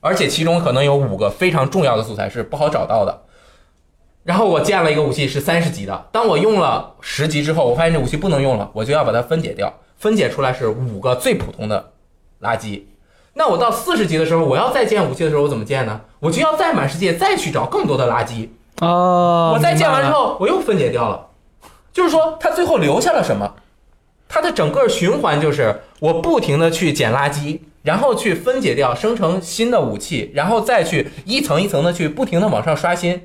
B: 而且其中可能有五个非常重要的素材是不好找到的。然后我建了一个武器是三十级的，当我用了十级之后，我发现这武器不能用了，我就要把它分解掉，分解出来是五个最普通的垃圾。那我到四十级的时候，我要再建武器的时候，我怎么建呢？我就要在满世界再去找更多的垃圾，
A: 哦
B: 我再建完之后，我又分解掉了。就是说，它最后留下了什么？它的整个循环就是我不停的去捡垃圾，然后去分解掉，生成新的武器，然后再去一层一层的去不停的往上刷新。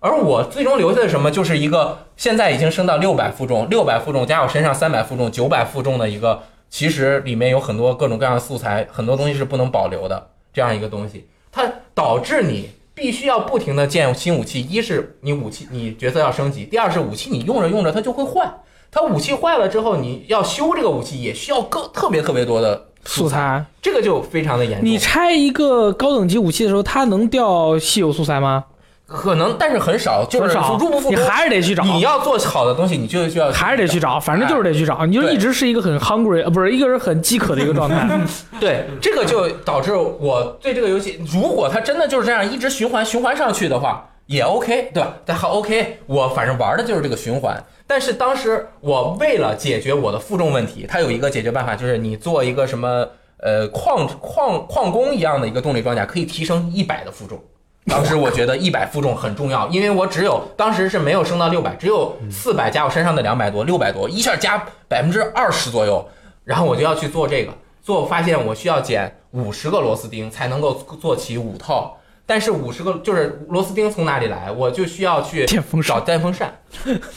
B: 而我最终留下的什么，就是一个现在已经升到六百负重，六百负重加我身上三百负重，九百负重的一个，其实里面有很多各种各样的素材，很多东西是不能保留的这样一个东西，它导致你必须要不停的建新武器，一是你武器你角色要升级，第二是武器你用着用着它就会坏，它武器坏了之后你要修这个武器也需要更特别特别多的
A: 素，材，
B: 这个就非常的严重。
A: 你拆一个高等级武器的时候，它能掉稀有素材吗？
B: 可能但是很少，就是
A: 很少
B: 入不敷
A: 你
B: 出。
A: 还是得去找，
B: 你要做好的东西，你就需要
A: 还是得去找，反正就是得去找。你就
B: 对
A: 一直是一个很 hungry，呃，不是一个人很饥渴的一个 状态。
B: 嗯对，这个就导致我对这个游戏，如果它真的就是这样一直循环循环上去的话，也 OK，对吧？但好 OK，我反正玩的就是这个循环。但是当时我为了解决我的负重问题，它有一个解决办法，就是你做一个什么呃矿矿矿工一样的一个动力装甲，可以提升一百的负重。当时我觉得一百负重很重要，因为我只有当时是没有升到六百，只有
A: 嗯
B: 四百加我身上的两百多，六百多，一下加百分之二十左右，然后我就要去做这个，做发现我需要减五十个螺丝钉才能够做起五套，但是五十个就是螺丝钉从哪里来，我就需要去
A: 电风扇
B: 找电风扇，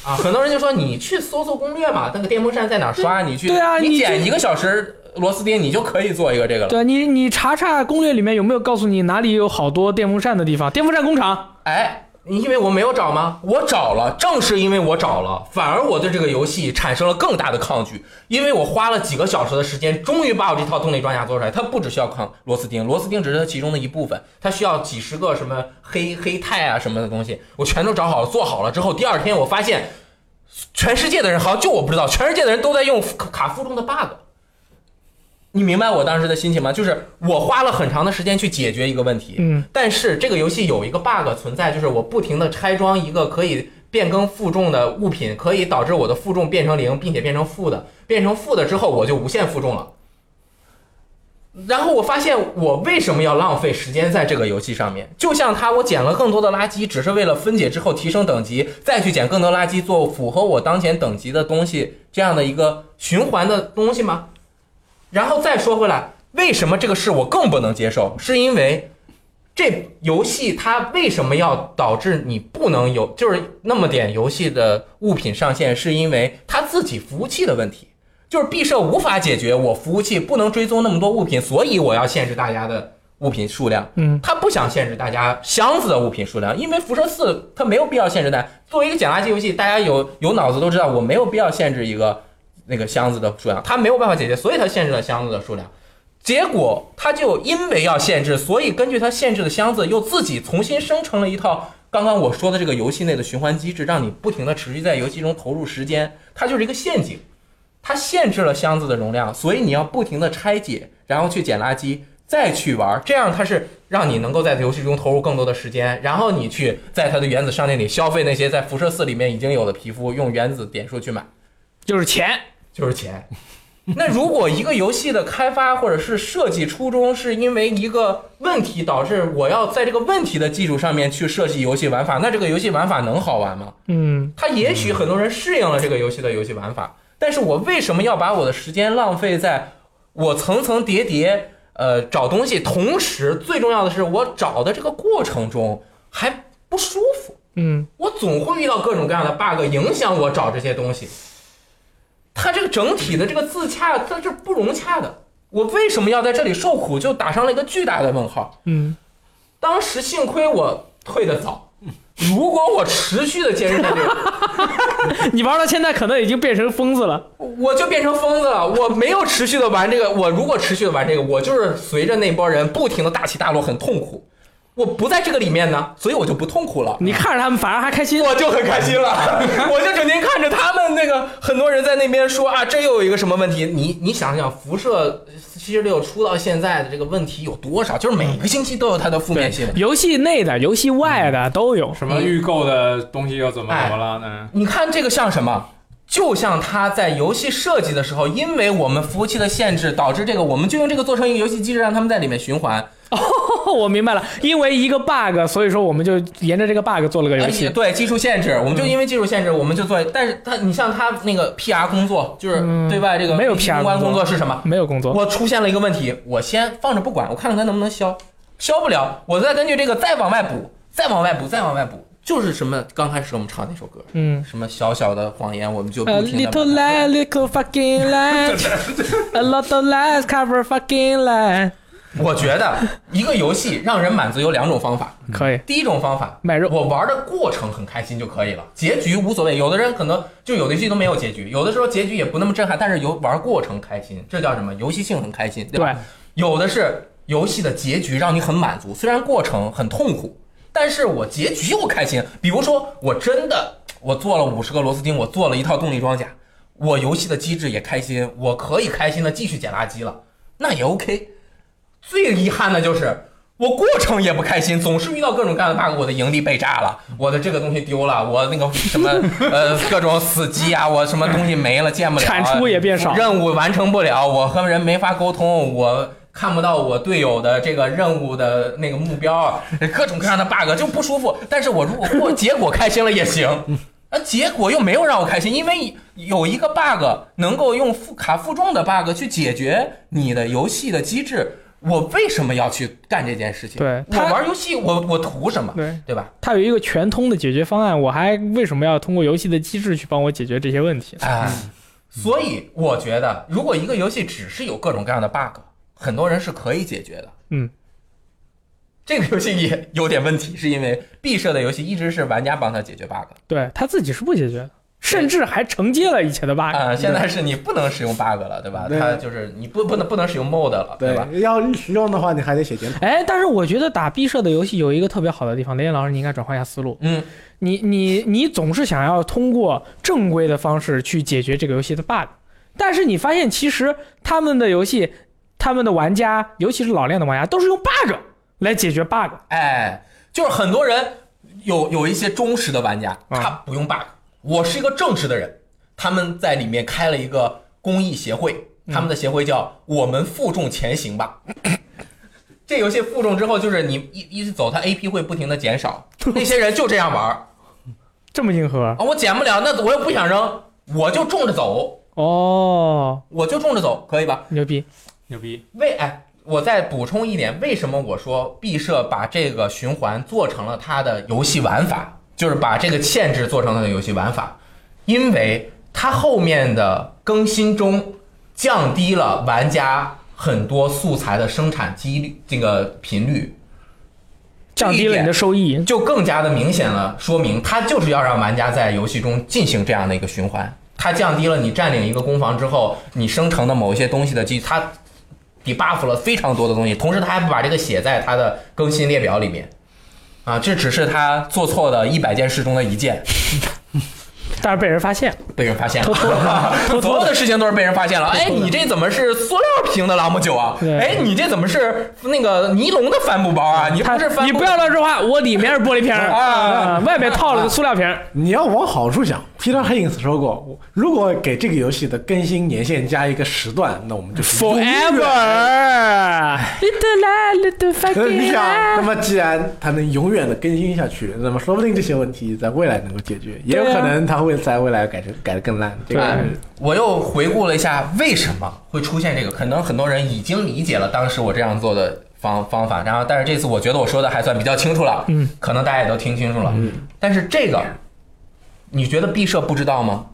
B: 啊，很多人就说你去搜搜攻略嘛，那个电风扇在哪儿刷，你去，
A: 对啊
B: 你
A: 你就
B: 减一个小时螺丝钉，你就可以做一个这个了。
A: 对啊你，你查查攻略里面有没有告诉你哪里有好多电风扇的地方？电风扇工厂，
B: 哎，你因为我没有找吗？我找了，正是因为我找了，反而我对这个游戏产生了更大的抗拒，因为我花了几个小时的时间，终于把我这套动力装甲做出来。它不只需要抗螺丝钉，螺丝钉只是它其中的一部分，它需要几十个什么黑黑钛啊什么的东西，我全都找好了，做好了之后，第二天我发现，全世界的人好像就我不知道，全世界的人都在用卡卡负重的 bug。你明白我当时的心情吗？就是我花了很长的时间去解决一个问题，
A: 嗯，
B: 但是这个游戏有一个 bug 存在，就是我不停的拆装一个可以变更负重的物品，可以导致我的负重变成零，并且变成负的，变成负的之后我就无限负重了。然后我发现我为什么要浪费时间在这个游戏上面？就像它，我捡了更多的垃圾，只是为了分解之后提升等级，再去捡更多垃圾做符合我当前等级的东西，这样的一个循环的东西吗？然后再说回来，为什么这个事我更不能接受？是因为这游戏它为什么要导致你不能有就是那么点游戏的物品上线，是因为它自己服务器的问题，就是毕设无法解决我服务器不能追踪那么多物品，所以我要限制大家的物品数量。
A: 嗯，
B: 他不想限制大家箱子的物品数量，因为辐射四它没有必要限制大家。作为一个捡垃圾游戏，大家有有脑子都知道，我没有必要限制一个那个箱子的数量，它没有办法解决，所以它限制了箱子的数量。结果它就因为要限制，所以根据它限制的箱子，又自己重新生成了一套刚刚我说的这个游戏内的循环机制，让你不停的持续在游戏中投入时间，它就是一个陷阱。它限制了箱子的容量，所以你要不停的拆解，然后去捡垃圾，再去玩，这样它是让你能够在游戏中投入更多的时间，然后你去在它的原子商店里消费那些在辐射四里面已经有的皮肤，用原子点数去买，
A: 就是钱。
B: 就是钱。那如果一个游戏的开发或者是设计初衷是因为一个问题导致我要在这个问题的基础上面去设计游戏玩法，那这个游戏玩法能好玩吗？
A: 嗯，
B: 他也许很多人适应了这个游戏的游戏玩法，但是我为什么要把我的时间浪费在我层层叠叠呃找东西，同时最重要的是我找的这个过程中还不舒服，
A: 嗯，
B: 我总会遇到各种各样的 bug 影响我找这些东西。它这个整体的这个自洽，它是不融洽的。我为什么要在这里受苦，就打上了一个巨大的问号。
A: 嗯，
B: 当时幸亏我退的早，如果我持续的坚持在这里，
A: 你玩到现在可能已经变成疯子了。
B: 我就变成疯子了。我没有持续的玩这个，我如果持续的玩这个，我就是随着那波人不停的大起大落，很痛苦。我不在这个里面呢，所以我就不痛苦了。
A: 你看着他们反而还开心。
B: 我就很开心了， 我就整天看着他们那个很多人在那边说啊，这又有一个什么问题？你你想想，辐射七十六出到现在的这个问题有多少？就是每个星期都有它的负面新闻。
A: 游戏内的、游戏外的都 有。
C: 什么预购的东西又怎么怎么了呢？
B: 你看这个像什么？就像它在游戏设计的时候，因为我们服务器的限制，导致这个我们就用这个做成一个游戏机制，让他们在里面循环。
A: 哦，我明白了，因为一个 bug，所以说我们就沿着这个 bug 做了个游
B: 哎
A: 戏。嗯
B: 对技术限制，我们就因为技术限制，我们就做。但是它，你像它那个 PR 工作，就是
A: 嗯
B: 对外这个
A: 没有
B: 公
A: PR
B: 关
A: 工
B: 工
A: 作
B: 作是什么？
A: 没有工作，
B: 我出现了一个问题，我先放着不管，我看看它能不能消，消不了，我再根据这个再往外补，再往外补，再往外补，就是什么刚开始我们唱那首歌，
A: 嗯。
B: 什么小小的谎言，我们就不
A: 呃
B: 停的
A: little light, little fucking light, a lot of lights cover fucking
B: 嗯
A: light。
B: 我觉得一个游戏让人满足有两种方法，
A: 可以
B: 第一种方法，
A: 卖肉，
B: 我玩的过程很开心就可以了，结局无所谓。有的人可能就有的游戏都没有结局，有的时候结局也不那么震撼，但是游玩过程开心，这叫什么？游戏性很开心，对吧？
A: 对
B: 有的是游戏的结局让你很满足，虽然过程很痛苦，但是我结局我开心。比如说，我真的我做了五十个螺丝钉，我做了一套动力装甲，我游戏的机制也开心，我可以开心的继续捡垃圾了，那也 OK。最遗憾的就是我过程也不开心，总是遇到各种各样的 bug，我的营地被炸了，我的这个东西丢了，我那个什么呃各种死机啊，我什么东西没了，见不了啊，
A: 产出也变少
B: 任务完成不了，我和人没法沟通，我。看不到我队友的这个任务的那个目标，各种各样的 bug 就不舒服。但是我如果过结果开心了也行，那结果又没有让我开心，因为有一个 bug 能够用负卡负重的 bug 去解决你的游戏的机制。我为什么要去干这件事情？
A: 对
B: 我
A: 它
B: 玩游戏，我我图什么？
A: 对，
B: 对吧？
A: 它有一个全通的解决方案，我还为什么要通过游戏的机制去帮我解决这些问题？
B: 哎，所以我觉得，如果一个游戏只是有各种各样的 bug，很多人是可以解决的。
A: 嗯，
B: 这个游戏也有点问题，是因为毕设的游戏一直是玩家帮他解决 bug，
A: 对他自己是不解决的，甚至还承接了以前的 bug。
B: 啊、现在是你不能使用 bug 了，对吧？
D: 对
B: 他就是你不不能不能使用 mod 了，对吧？
D: 对，要用的话你还得写检讨。
A: 哎，但是我觉得打毕设的游戏有一个特别好的地方，雷电老师，你应该转换一下思路。
B: 嗯，
A: 你你你总是想要通过正规的方式去解决这个游戏的 bug，但是你发现其实他们的游戏，他们的玩家，尤其是老练的玩家，都是用 bug 来解决 bug。
B: 哎，就是很多人有有一些忠实的玩家，
A: 啊
B: 他不用 bug。我是一个正直的人，他们在里面开了一个公益协会，他们的协会叫“我们负重前行吧”。 这游戏负重之后，就是你一一直走，它 AP 会不停的减少。那些人就这样玩儿
A: 这么硬核
B: 啊，我减不了，那我又不想扔，我就冲着走，
A: 哦，
B: 我就冲着走，可以吧？
A: 牛逼！
C: 牛逼！
B: 为哎，我再补充一点，为什么我说毕设把这个循环做成了它的游戏玩法，就是把这个限制做成它的游戏玩法，因为它后面的更新中降低了玩家很多素材的生产几率这个频率，
A: 降低了你的收益。
B: 就更加的明显了，说明它就是要让玩家在游戏中进行这样的一个循环。它降低了你占领一个攻防之后，你生成的某一些东西的机，它 debuff 了非常多的东西，同时它还把这个写在它的更新列表里面。啊，这只是他做错的一百件事中的一件，
A: 但是被人发现，
B: 被人发现
A: 偷偷
B: 了。
A: 偷偷
B: 所有的事情都是被人发现了。哎，
A: 偷偷的
B: 你这怎么是塑料瓶的朗姆酒啊
A: 对？
B: 哎，你这怎么是那个尼龙的帆布包啊？你
A: 他
B: 不是帆
A: 你
B: 布
A: 不要乱说话，我里面是玻璃瓶儿
B: 啊
A: 啊，外面套了个塑料瓶儿。
D: 你要往好处想，Peter Higgins 说过，我如果给这个游戏的更新年限加一个时段，那我们就是
A: Forever little light, little
D: 可 是你
A: fucking
D: 想，那
A: light。
D: 么既然它能永远的更新下去，那么说不定这些问题在未来能够解决，也有
A: 对啊
D: 可能它会在未来改成改得更烂。这个
A: 对
D: 是
B: 我又回顾了一下为什么会出现这个，可能很多人已经理解了当时我这样做的方方法，然后但是这次我觉得我说的还算比较清楚了，
A: 嗯，
B: 可能大家也都听清楚了，嗯，但是这个你觉得毕设不知道吗？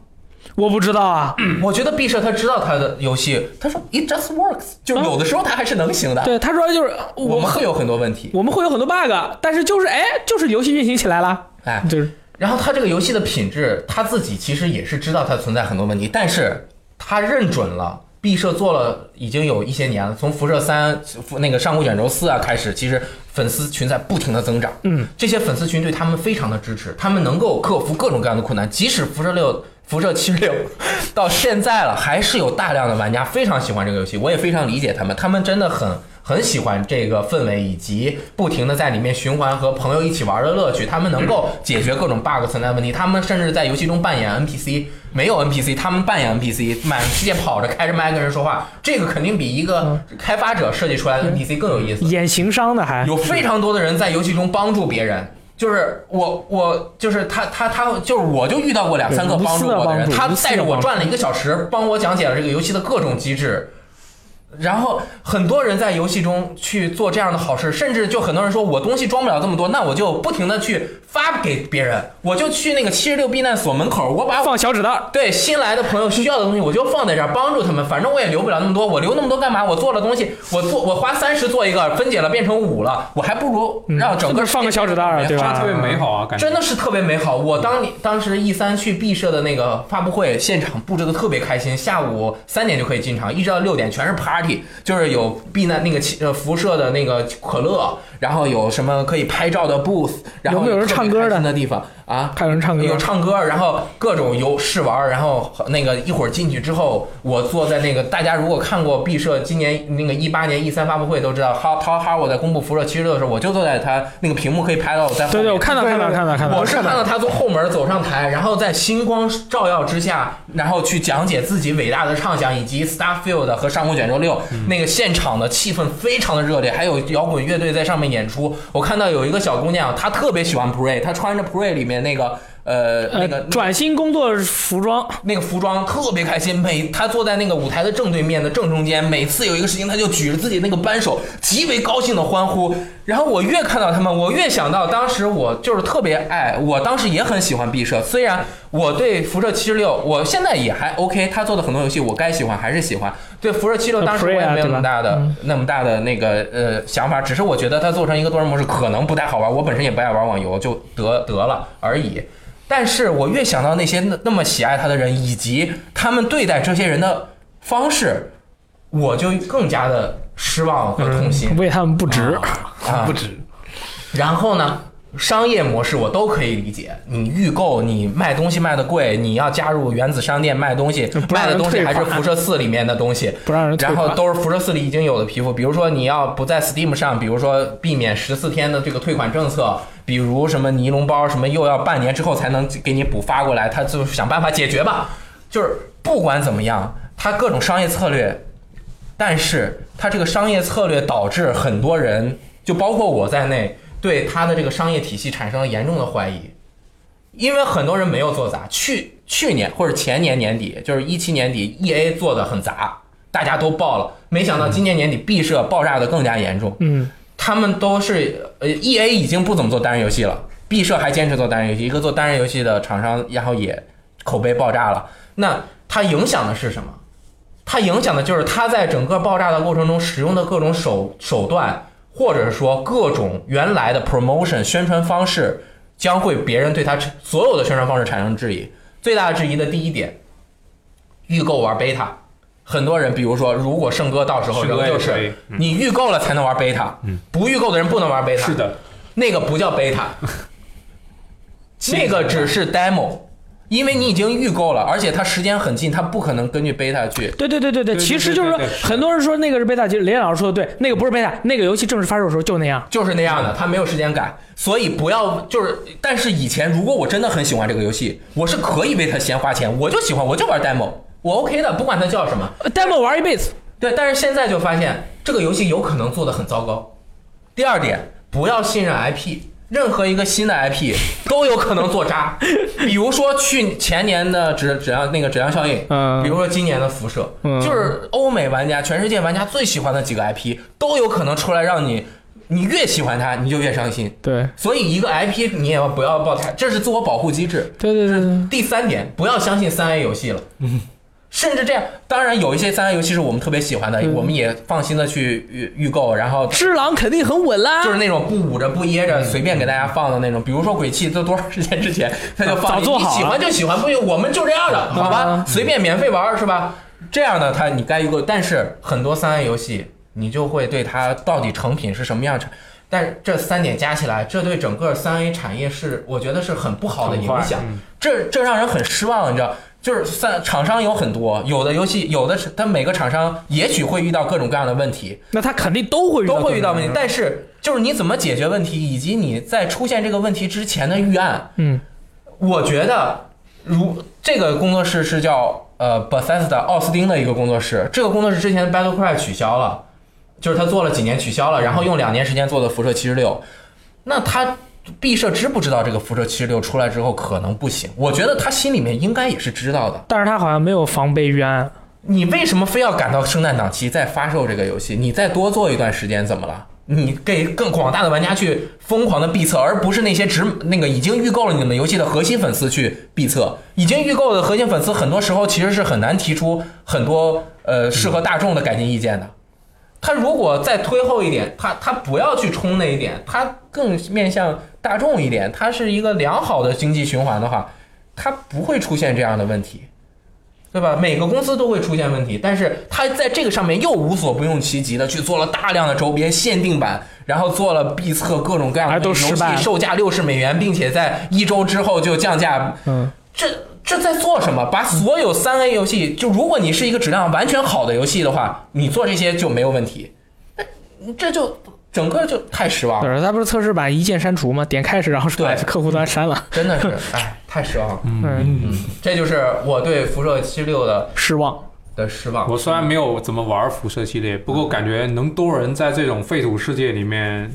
A: 我不知道啊，
B: 我觉得毕设他知道他的游戏，他说 it just works，就是有的时候他还是能行的，
A: 对，他说就是
B: 我
A: 我
B: 们
A: 们
B: 会有很多问题，
A: 我们会有很多 bug，但是就是哎，就是游戏运行起来了，
B: 哎，
A: 就是
B: 然后他这个游戏的品质，他自己其实也是知道它存在很多问题，但是他认准了毕设做了已经有一些年了，从辐射三、辐那个上古卷轴四啊开始，其实粉丝群在不停的增长。
A: 嗯，
B: 这些粉丝群对他们非常的支持，他们能够克服各种各样的困难，即使辐射六、辐射七六到现在了，还是有大量的玩家非常喜欢这个游戏，我也非常理解他们，他们真的很很喜欢这个氛围，以及不停的在里面循环和朋友一起玩的乐趣。他们能够解决各种 bug 存在问题，他们甚至在游戏中扮演 NPC，没有 NPC，他们扮演 NPC，满世界跑着，开着麦跟人说话，这个肯定比一个开发者设计出来的 NPC 更有意思。
A: 演情商的还
B: 有非常多的人在游戏中帮助别人。就是我，我就是他，他，他就是我就遇到过两三个
A: 对无
B: 帮
A: 私
B: 助
A: 的
B: 我的人，
A: 帮助
B: 他
A: 无私的
B: 带着我
A: 帮助
B: 转了一个小时，帮我讲解了这个游戏的各种机制。然后很多人在游戏中去做这样的好事，甚至就很多人说我东西装不了这么多，那我就不停的去发给别人，我就去那个七十六避难所门口，我把我
A: 放小纸袋儿，
B: 对新来的朋友需要的东西，我就放在这儿帮助他们。反正我也留不了那么多，我留那么多干嘛？我做了东西，我做我花三十做一个，分解了变成五了，我还不如让整
A: 是
B: 个
A: 不是放个小纸袋儿啊，对吧？
C: 特别美好啊，感觉
B: 真的是特别美好。我当你当时 E 三去毕设的那个发布会现场布置的特别开心，下午三点就可以进场，一直到六点全是 party，就是有避难那个气呃辐射的那个可乐，然后有什么可以拍照的 booth，然后
A: 有没有人
B: 特别
A: 唱歌的
B: 开心的地方啊？
A: 还有人唱歌，
B: 有唱歌，然后各种游试玩，然后那个一会儿进去之后，我坐在那个大家如果看过毕设今年那个一八年 E 三发布会都知道，哈陶哈我在公布辐射七十六的时候，我就坐在他那个屏幕可以拍到我在后
A: 对对，
B: 面
A: 我看到看到看到看到，
B: 我是看到他从后门走上台，然后在星光照耀之下，然后去讲解自己伟大的畅想，以及 Starfield 和上古卷轴六、那个现场的气氛非常的热烈，还有摇滚乐队在上面演出。我看到有一个小姑娘，她特别喜欢 Pray，她穿着 Pray 里面那个呃那个
A: 呃，转型工作服装，
B: 那个服装特别开心，每他坐在那个舞台的正对面的正中间，每次有一个事情，他就举着自己那个扳手，极为高兴的欢呼。然后我越看到他们，我越想到当时我就是特别爱，我当时也很喜欢毕设，虽然我对辐射七十六，我现在也还 OK，他做的很多游戏我该喜欢还是喜欢。对辐射七六，当时我也没有那么大的、那么大的那个呃想法，只是我觉得它做成一个多人模式可能不太好玩，我本身也不爱玩网游，就得得了而已。但是我越想到那些那那么喜爱他的人，以及他们对待这些人的方式，我就更加的失望和痛心。
A: 为他们不值。
B: 啊
C: 不止。
B: 然后呢，商业模式我都可以理解，你预购，你卖东西卖的贵，你要加入原子商店卖东西，
A: 不让
B: 卖
A: 人
B: 的东西还是
A: 退款
B: 辐射四里面的东西，
A: 不让人退
B: 然
A: 款
B: 后都是辐射四里已经有的皮肤，比如说你要不在 Steam 上，比如说避免十四天的这个退款政策，比如什么尼龙包什么又要半年之后才能给你补发过来，他就想办法解决吧。就是不管怎么样，他各种商业策略但是它这个商业策略导致很多人，就包括我在内，对它的这个商业体系产生了严重的怀疑，因为很多人没有做砸。去去年或者前年年底，就是一七年底，E A 做的很砸，大家都爆了。没想到今年年底，毕设爆炸的更加严重。
A: 嗯，
B: 他们都是呃，E A 已经不怎么做单人游戏了，毕设还坚持做单人游戏，一个做单人游戏的厂商，然后也口碑爆炸了。那它影响的是什么？它影响的就是它在整个爆炸的过程中使用的各种手手段，或者说各种原来的 promotion 宣传方式，将会别人对它所有的宣传方式产生质疑。最大的质疑的第一点，预购玩 beta，很多人比如说，如果圣哥到时候
C: 圣哥
B: 仍旧
C: 也可以嗯
B: 是你预购了才能玩 beta，不预购的人不能玩 beta，
C: 是的，
B: 那个不叫 beta，那个只是 demo，因为你已经预购了，而且它时间很近，它不可能根据 beta 去。
A: 对对对对对，
C: 对
A: 其实就是说
C: 对对对，是
A: 很多人说那个是贝塔，其实雷老师说的对，那个不是贝塔，那个游戏正式发售的时候就那样。
B: 就是那样
C: 嗯
B: 的，它没有时间改，所以不要就是。但是以前如果我真的很喜欢这个游戏，我是可以为它闲花钱，我就喜欢，我就玩 demo，我 OK 的，不管它叫什么。
A: 呃 demo 玩一辈子，
B: 对，但是现在就发现这个游戏有可能做得很糟糕。第二点，不要信任 IP，任何一个新的 IP 都有可能做渣。比如说去前年的质质量那个质量效应，
A: 嗯
B: 比如说今年的辐射，
A: 嗯
B: 就是欧美玩家、全世界玩家最喜欢的几个 IP 都有可能出来让你，你越喜欢它，你就越伤心。
A: 对
B: 所以一个 IP 你也要不要抱太，这是自我保护机制。
A: 对对对对，
B: 第三点，不要相信三 A 游戏了。甚至这样，当然有一些三 A 游戏是我们特别喜欢的，我们也放心的去预预购，然后
A: 只狼肯定很稳啦。
B: 就是那种不捂着不掖着
A: 嗯
B: 随便给大家放的那种，比如说鬼泣，都多长时间之 前他就放，
A: 早做好了嗯
B: 你喜欢就喜欢，不，我们就这样的，好吧，随便免费玩是吧？这样呢，它你该一个，但是很多三 A 游戏你就会对它到底成品是什么样产，但是这三点加起来，这对整个三 A 产业是我觉得是很不好的影响，
A: 嗯
B: 这这让人很失望，你知道。就是三厂商有很多，有的游戏有的是，它每个厂商也许会遇到各种各样的问题，
A: 那他肯定都会遇到嗯
B: 都会遇到问题
A: 各，种
B: 但是就是你怎么解决问题，以及你在出现这个问题之前的预案，
A: 嗯，
B: 我觉得如这个工作室是叫呃 Bethesda 奥斯汀的一个工作室，这个工作室之前 Battle Cry 取消了，就是他做了几年取消了，然后用两年时间做的辐射七十六，那他。毕设知不知道这个辐射七十六出来之后可能不行？我觉得他心里面应该也是知道的。
A: 但是他好像没有防备预案，
B: 你为什么非要赶到圣诞档期再发售这个游戏？你再多做一段时间怎么了？你给更广大的玩家去疯狂的闭测，而不是那些只那个已经预购了你们游戏的核心粉丝去闭测。已经预购的核心粉丝很多时候其实是很难提出很多呃适合大众的改进意见的。他如果再推后一点，他他不要去冲那一点，他更面向大众一点，它是一个良好的经济循环的话，它不会出现这样的问题。对吧？每个公司都会出现问题，但是它在这个上面又无所不用其极的去做了大量的周边限定版，然后做了闭测各种各样的
A: 哎都
B: 游
A: 失败
B: 戏，
A: 了
B: 售价六十美元，并且在一周之后就降价。
A: 嗯，
B: 这这在做什么？把所有三 A 游戏，就如果你是一个质量完全好的游戏的话，你做这些就没有问题。那这就整个就太失望了，
A: 对，他不是测试版一键删除吗？点开始，然后是把
B: 对
A: 客户端删了，
B: 真的是哎，太失望了。
A: 嗯，
B: 这就是我对辐射七六的
A: 失望。
B: 的失望。
C: 我虽然没有怎么玩辐射系列，不过感觉能多人在这种废土世界里面，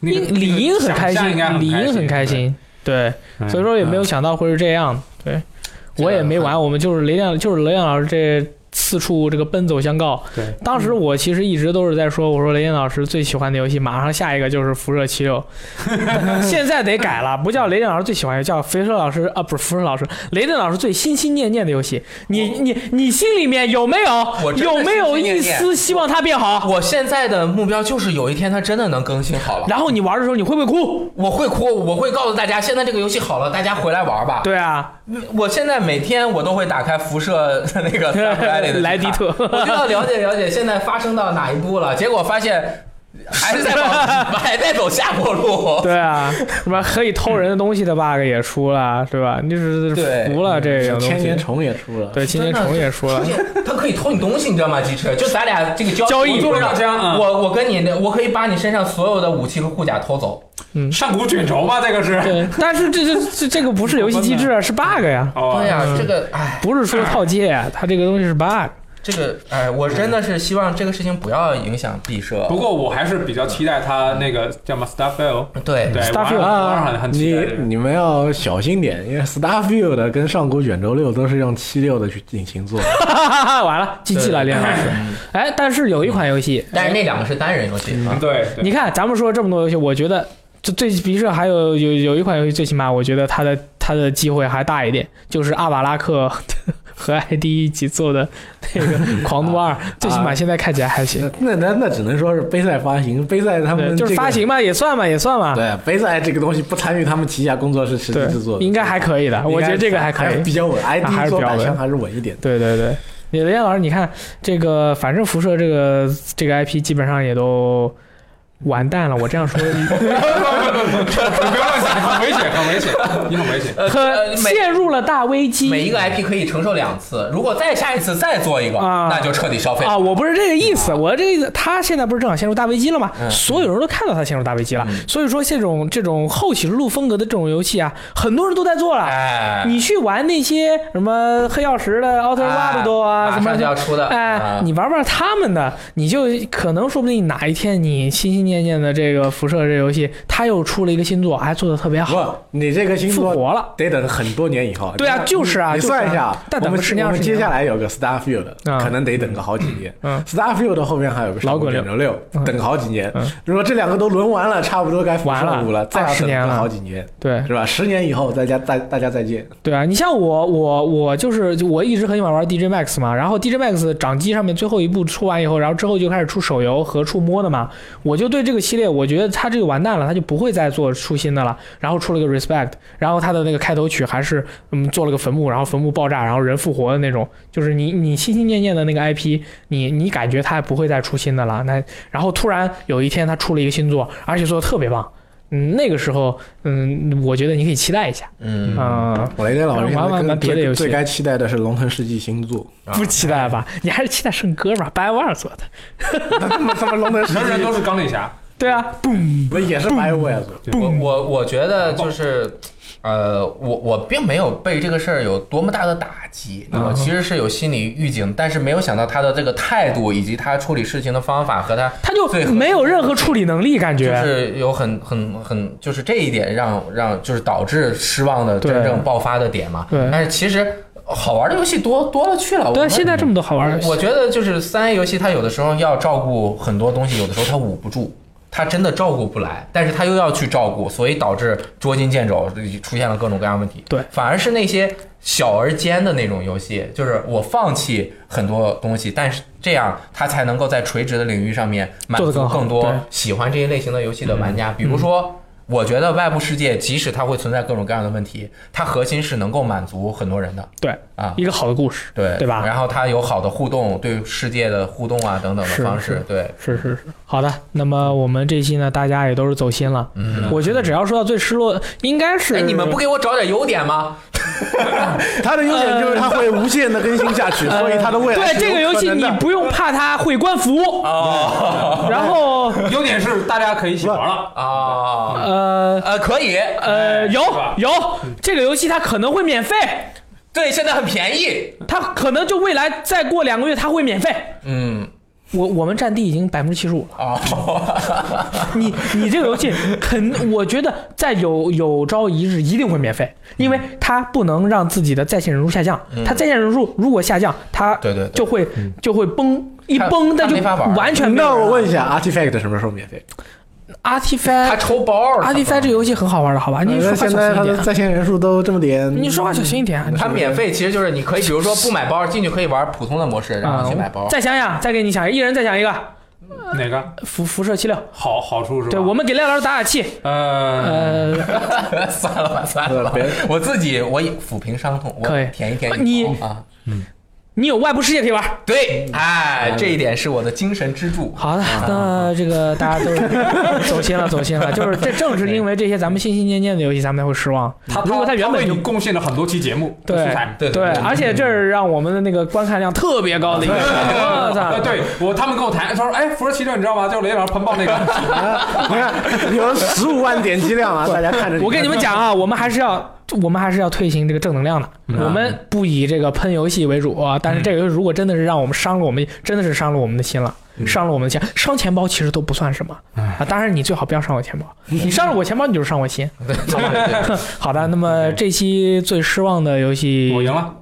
C: 那个
A: 理应很开
C: 那个想象应
A: 心，
C: 该很
A: 理
C: 开
A: 应
C: 心
A: 很开心，对，
C: 嗯
A: 所以说也没有想到会是这样。对，
B: 这个
A: 我也没玩，我们就是雷亮，就是雷亮老师这四处这个奔走相告。
C: 对，
A: 当
B: 嗯
A: 时我其实一直都是在说，我说雷电老师最喜欢的游戏，马上下一个就是《辐射七六》， 现在得改了，不叫雷电老师最喜欢，叫辐射老师啊，不是辐射老师，雷电老师最心心念念的游戏。你你你心里面有没有
B: 我真的
A: 有没有一
B: 心心念
A: 丝希望它变好？
B: 我现在的目标就是有一天它真的能更新好了。
A: 然后你玩的时候你会不会哭？
B: 我会哭，我会告诉大家，现在这个游戏好了，大家回来玩吧。
A: 对啊，
B: 我现在每天我都会打开辐射 那个 Starlight 里的
A: 莱迪
B: 地图，
A: 特，
B: 我就要了解了解现在发生到哪一步了。结果发现还是在往 还在走下坡路。
A: 对啊，什么可以偷人的东西的 bug 也出了，对吧？你只是
B: 对嗯
A: 服了这个东
D: 千年
A: 西。
D: 虫也出了，
A: 对，千年虫也说了
B: 而，且他可以偷你东西，你知道吗？机车，就咱俩这个交
A: 交易
B: 我就是
C: 中奖嗯
B: 我我跟你的，我可以把你身上所有的武器和护甲偷走。
C: 上古卷轴吧，这个是。
A: 对，但是这这这这个不是游戏机制啊，是 bug 呀。
C: 哦
B: 对呀、
A: 嗯
B: 这个哎，
A: 不是说套借， 它这个东西是 bug。
B: 这个哎，我真的是希望这个事情不要影响毕设。
C: 不过我还是比较期待他那个叫什么 Starfield，
B: 对，
C: 对，玩
A: Starfield 啊
C: 玩很很期
D: 你
C: 待这个。
D: 你们要小心点，因为 Starfield 跟上古卷轴六都是用七六的去引擎做的。
A: 完了，GG 了，连老师。哎，但是有一款游戏，
B: 嗯但是那两个是单人游戏啊。
C: 嗯对，对
A: 你看咱们说这么多游戏，我觉得这最比如说还有有有一款游戏，最起码我觉得它的它的机会还大一点，就是阿瓦拉克和 ID 一起做的那个《狂怒
D: 啊
A: 二》，最起码现在看起来还行。
D: 那那那只能说是杯赛发行，杯赛他
A: 对，
D: 们、这个、
A: 就是发行嘛，也算嘛，也算嘛。
D: 对，杯赛这个东西不参与他们旗下工作室实际
A: 对
D: 制作，，
A: 应该还可以的，我觉得这个还可以。
D: 比较稳
A: 还
D: ，ID
A: 是比
D: 做
A: 较
D: 版
A: 稳
D: 权还是稳一点的。
A: 对对对，你雷老师，你看这个，反正辐射这个这个 IP 基本上也都完蛋了。我这样说，
B: 呃
C: 你不要乱想，很危险，很危险，你很危险。
A: 呃很
B: 呃每
A: 陷入了大危机。
B: 每一个 IP 可以承受两次，如果再下一次再做一个，嗯
A: 啊
B: 那就彻底消费。
A: 啊，我不是这个意思，我这个意思，他现在不是正好陷入大危机了吗？
B: 嗯
A: 所有人都看到他陷入大危机了，所以说这种这种后起之录风格的这种游戏啊，很多人都在做了。
B: 哎，
A: 你去玩那些什么黑曜石的、奥特
B: 哎
A: 曼的多啊，什
B: 马
A: 么
B: 上就要出的，
A: 哎
B: 啊，
A: 你玩玩他们的，你就可能说不定哪一天你心心念念的这个辐射这游戏，它又出了一个新作，还做的特别
D: 不
A: 好，，
D: 你这个星
A: 复
D: 座
A: 活了。
D: 得等很多年以后。
A: 对啊，就是啊，
D: 你
A: 就是啊
D: 算一下，
A: 但
D: 我
A: 等
D: 们
A: 个十年
D: 我
A: 二
D: 们
A: 十
D: 接
A: 年
D: 下来有个 Starfield，、
A: 嗯
D: 可能得等个好几年。
A: 嗯
D: Starfield 后面还有个
A: 老滚
D: 滚
A: 六
D: 卷轴六，
A: 嗯
D: 等好几年
A: 嗯。
D: 如果这两个都轮完了，差不多该辐
A: 完了
D: 射五了，再要
A: 20
D: 等
A: 年
D: 个
A: 了
D: 好几年，
A: 对
D: 是吧？十年以后，大家大大家再见。
A: 对啊，你像我我我就是就我一直很喜欢玩 DJ Max 嘛，然后 DJ Max 掌机上面最后一部出完以后，然后之后就开始出手游和触摸的嘛，我就对队这个系列，我觉得他这个完蛋了，他就不会再做出新的了。然后出了个 Respect，然后他的那个开头曲还是嗯做了个坟墓，然后坟墓爆炸，然后人复活的那种，就是你你心心念念的那个 IP，你你感觉他也不会再出新的了。那然后突然有一天他出了一个新作，而且做的特别棒。嗯，那个时候，嗯，我觉得你可以期待一下，
B: 嗯
A: 啊、
D: 我雷电老师
A: 玩玩玩别的游戏
D: 最该期待的是《龙腾世纪》新 作，
B: 啊
A: 不期待吧？你还是期待圣歌吧，白五二做的，
D: 那他妈他妈《龙腾世纪
C: 人人》都是钢铁侠，
A: 对啊，
D: 不也是白我呀？
B: 我
A: 嗯
B: 我我觉得就是，呃，我我并没有被这个事儿有多么大的打击，
A: 啊
B: 我其实是有心理预警，但是没有想到他的这个态度以及他处理事情的方法和他
A: 他就
B: 最核心
A: 没有任何处理能力，感觉、啊
B: 就是有很很很，就是这一点让让就是导致失望的
A: 对
B: 真正爆发的点嘛。
A: 对
B: 但是其实好玩的游戏多多了去了。
A: 对啊，
B: 我
A: 现在这么多好玩的游
B: 我
A: 戏，
B: 觉得就是三 A 游戏，它有的时候要照顾很多东西，有的时候它捂不住，它真的照顾不来，但是它又要去照顾，所以导致捉襟见肘，出现了各种各样的问题。
A: 对
B: 反而是那些小而尖的那种游戏，就是我放弃很多东西，但是这样它才能够在垂直的领域上面满
A: 做得更
B: 足
A: 好
B: 更多
A: 对
B: 喜欢这一类型的游戏的玩
A: 嗯
B: 家，比如说。我觉得外部世界即使它会存在各种各样的问题，它核心是能够满足很多人的
A: 对
B: 啊。
A: 一个好的故事，
B: 对
A: 对吧
B: 然后它有好的互动，对世界的互动啊等等
A: 是
B: 的方
A: 是
B: 式，对，
A: 是是是，好的。那么我们这期呢，大家也都是走心了。嗯，我觉得只要说到最失落，应该是
B: 哎，你们不给我找点优点吗？
D: 它的优点就是它会无限的更新下去，所以它的未来
A: 呃对这个游戏你不用怕它会关服 哦，然后
C: 优点是大家可以一起玩了。
B: 啊，
A: 呃
B: 呃，可以，
A: 呃有有这个游戏它可能会免费，
B: 对，现在很便宜，
A: 它可能就未来再过两个月它会免费。
B: 嗯，
A: 我我们占地已经百分之七十五了。
B: 哦，
A: 你你这个游戏肯，我觉得在有有朝一日一定会免费，因
B: 嗯
A: 为它不能让自己的在线人数下降。它在线人数如果下降，它
B: 对对对
A: 就会就会崩。一
B: 它
A: 崩，
B: 它
A: 就
B: 没法玩
A: 完全没
D: 嗯那
A: 有人
D: 我
A: 了。
D: 问一下，Artifact 什么时候免费？
B: 他
A: Artifact
B: 抽包了
A: Artifact 这游戏很好玩的，好吧？你说话
D: 呃现
A: 小心一
D: 在它的
A: 点。啊
D: 在线人数都这么点，
A: 你说话小心一点啊！
B: 它免费其实就是你可以，比如说不买包进去可以玩普通的模式，然
A: 啊
B: 后去买包，
A: 再想想，再给你想，一人再想一个
C: 哪个
A: 辐辐射七六。
C: 好好处
A: 呃
C: 是吧？
A: 对我们给亮老师打打气。
C: 呃，
A: 呃，
D: 嗯
B: 算了吧，算了吧
D: 别，
B: 我自己我也抚平伤痛，我
A: 可以
B: 舔一舔
A: 你
B: 头啊，
A: 你有外部世界可以玩。
B: 对，哎，
A: 嗯
B: 这一点是我的精神支柱，
A: 好的，那这个大家都是走心了，走心了。就是这正是因为这些咱们心心念念的游戏，咱们才会失望。
C: 他
A: 如果
C: 他
A: 原
C: 为
A: 本就
C: 你贡献了很多期节目的
A: 对
C: 素材。
B: 对
A: 对，哎而且这是让我们的那个观看量特别高的一个。 啊我
C: 呃，
A: 操！
C: 对我他们跟我谈，他说：“哎，辐射七六你知道吗？就是雷老师喷爆 那个，
D: 啊你看有十五万点击量啊，大家看着。
A: 我跟你们讲啊，我们还是要，我们还是要推行这个正能量的。
C: 嗯
A: 我们不以这个喷游戏为主啊，但是这个如果真的是让我们伤了我们，真的是伤了我们的心了，
C: 嗯
A: 伤了我们的钱，伤钱包其实都不算什么啊。当然，你最好不要伤我 钱包，你伤了我钱包，你就是伤我心。
B: 对对对，
A: 好的，那么这期最失望的游戏，
C: 嗯我赢了，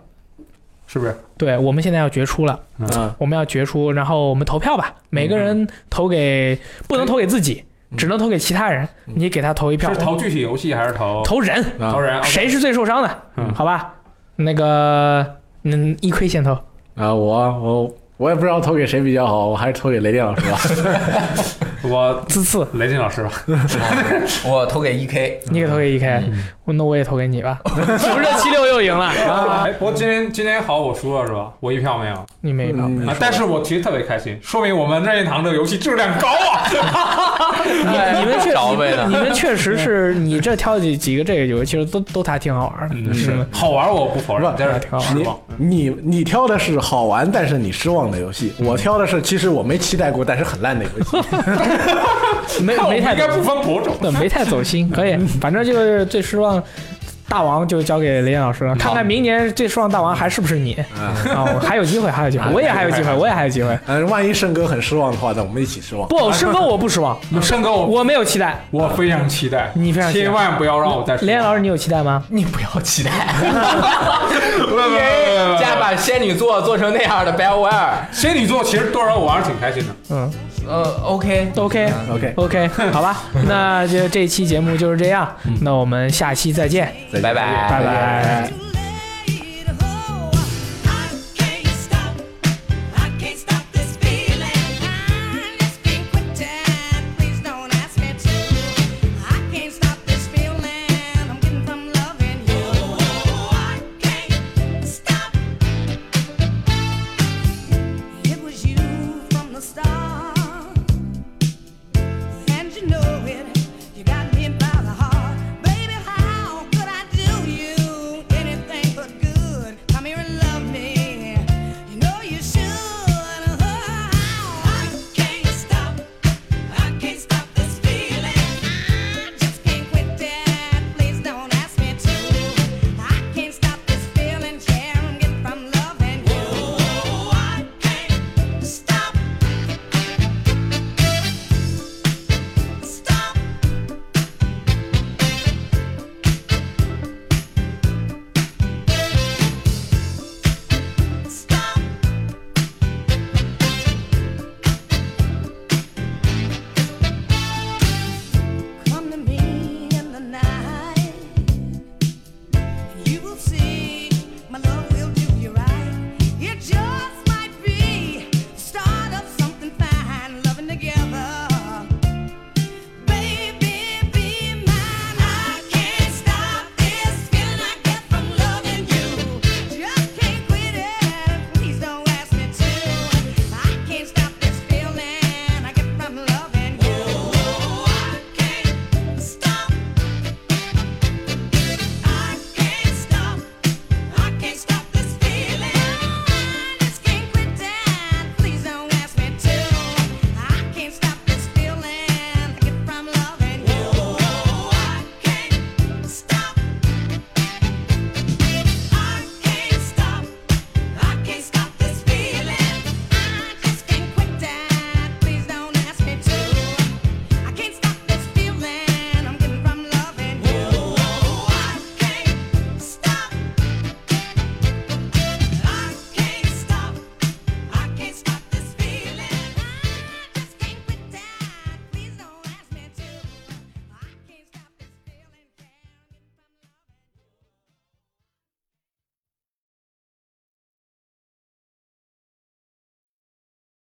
C: 是不是？
A: 对我们现在要决出了，
D: 啊，
A: 我们要决出，然后我们投票吧，每个人投给，不能投给自己，只能投给其他人，你给他投一票，
C: 是投具体游戏还是投
A: 投人，
D: 啊
C: 投人？
A: 谁是最受伤的？
C: 嗯
A: 好吧，那个，嗯，一亏先投，
D: 啊，我我我也不知道投给谁比较好，我还是投给雷电老师吧。
C: 我
A: 自次，
C: 雷震老师吧。
B: 我投给 EK，
A: 你给投给一 k 那我也投给你吧。辐射七六又赢了，
C: 哎，不过今天今天好，我输了是吧？我一票没有啊，
A: 你没赢。
D: 嗯
C: 但是我其实特别开心，说明我们任天堂这个游戏质量 高啊。
A: 你们确
B: 着呗
A: 你们确实是你这挑几几个这个游戏，其实都都还挺好玩的，
C: 是嗯好玩，我不否认，但是
A: 挺好玩
C: 失
D: 你
C: 望。
D: 你你挑的是好玩，但是你失望的游戏；我挑的是其实我没期待过，但是很烂的游戏。
A: 没
C: 看我们
A: 没
C: 应
A: 太
C: 该
A: 多
C: 不分伯仲。
A: 对，没太走心，可以，反正就是最失望。大王就交给雷燕老师了，看看明年最失望大王还是不是你啊？我还有机会，还有机 会，我也还有机会，我也还有机 会。
D: 嗯，万一胜哥很失望的话，那我们一起失望。
A: 不，申哥我不失望，
C: 申哥，我
A: 我没有期待。
C: 我非常期待，
A: 你非常期待
C: 千万不要让我再
A: 雷燕老师，你有期待吗？
B: 你不要期待。
C: 不不不不不
B: 家把仙女座做成那样的 BioWare，
C: 仙女座其实多少我还是挺开心的。
A: 嗯
B: 呃，OK，
A: ，OK
D: OK，
A: OK，好 吧，那就这期节目就是这样，那我们下期再见，
D: 再见
B: 拜拜，
A: 嗯拜拜。
H: Thank you.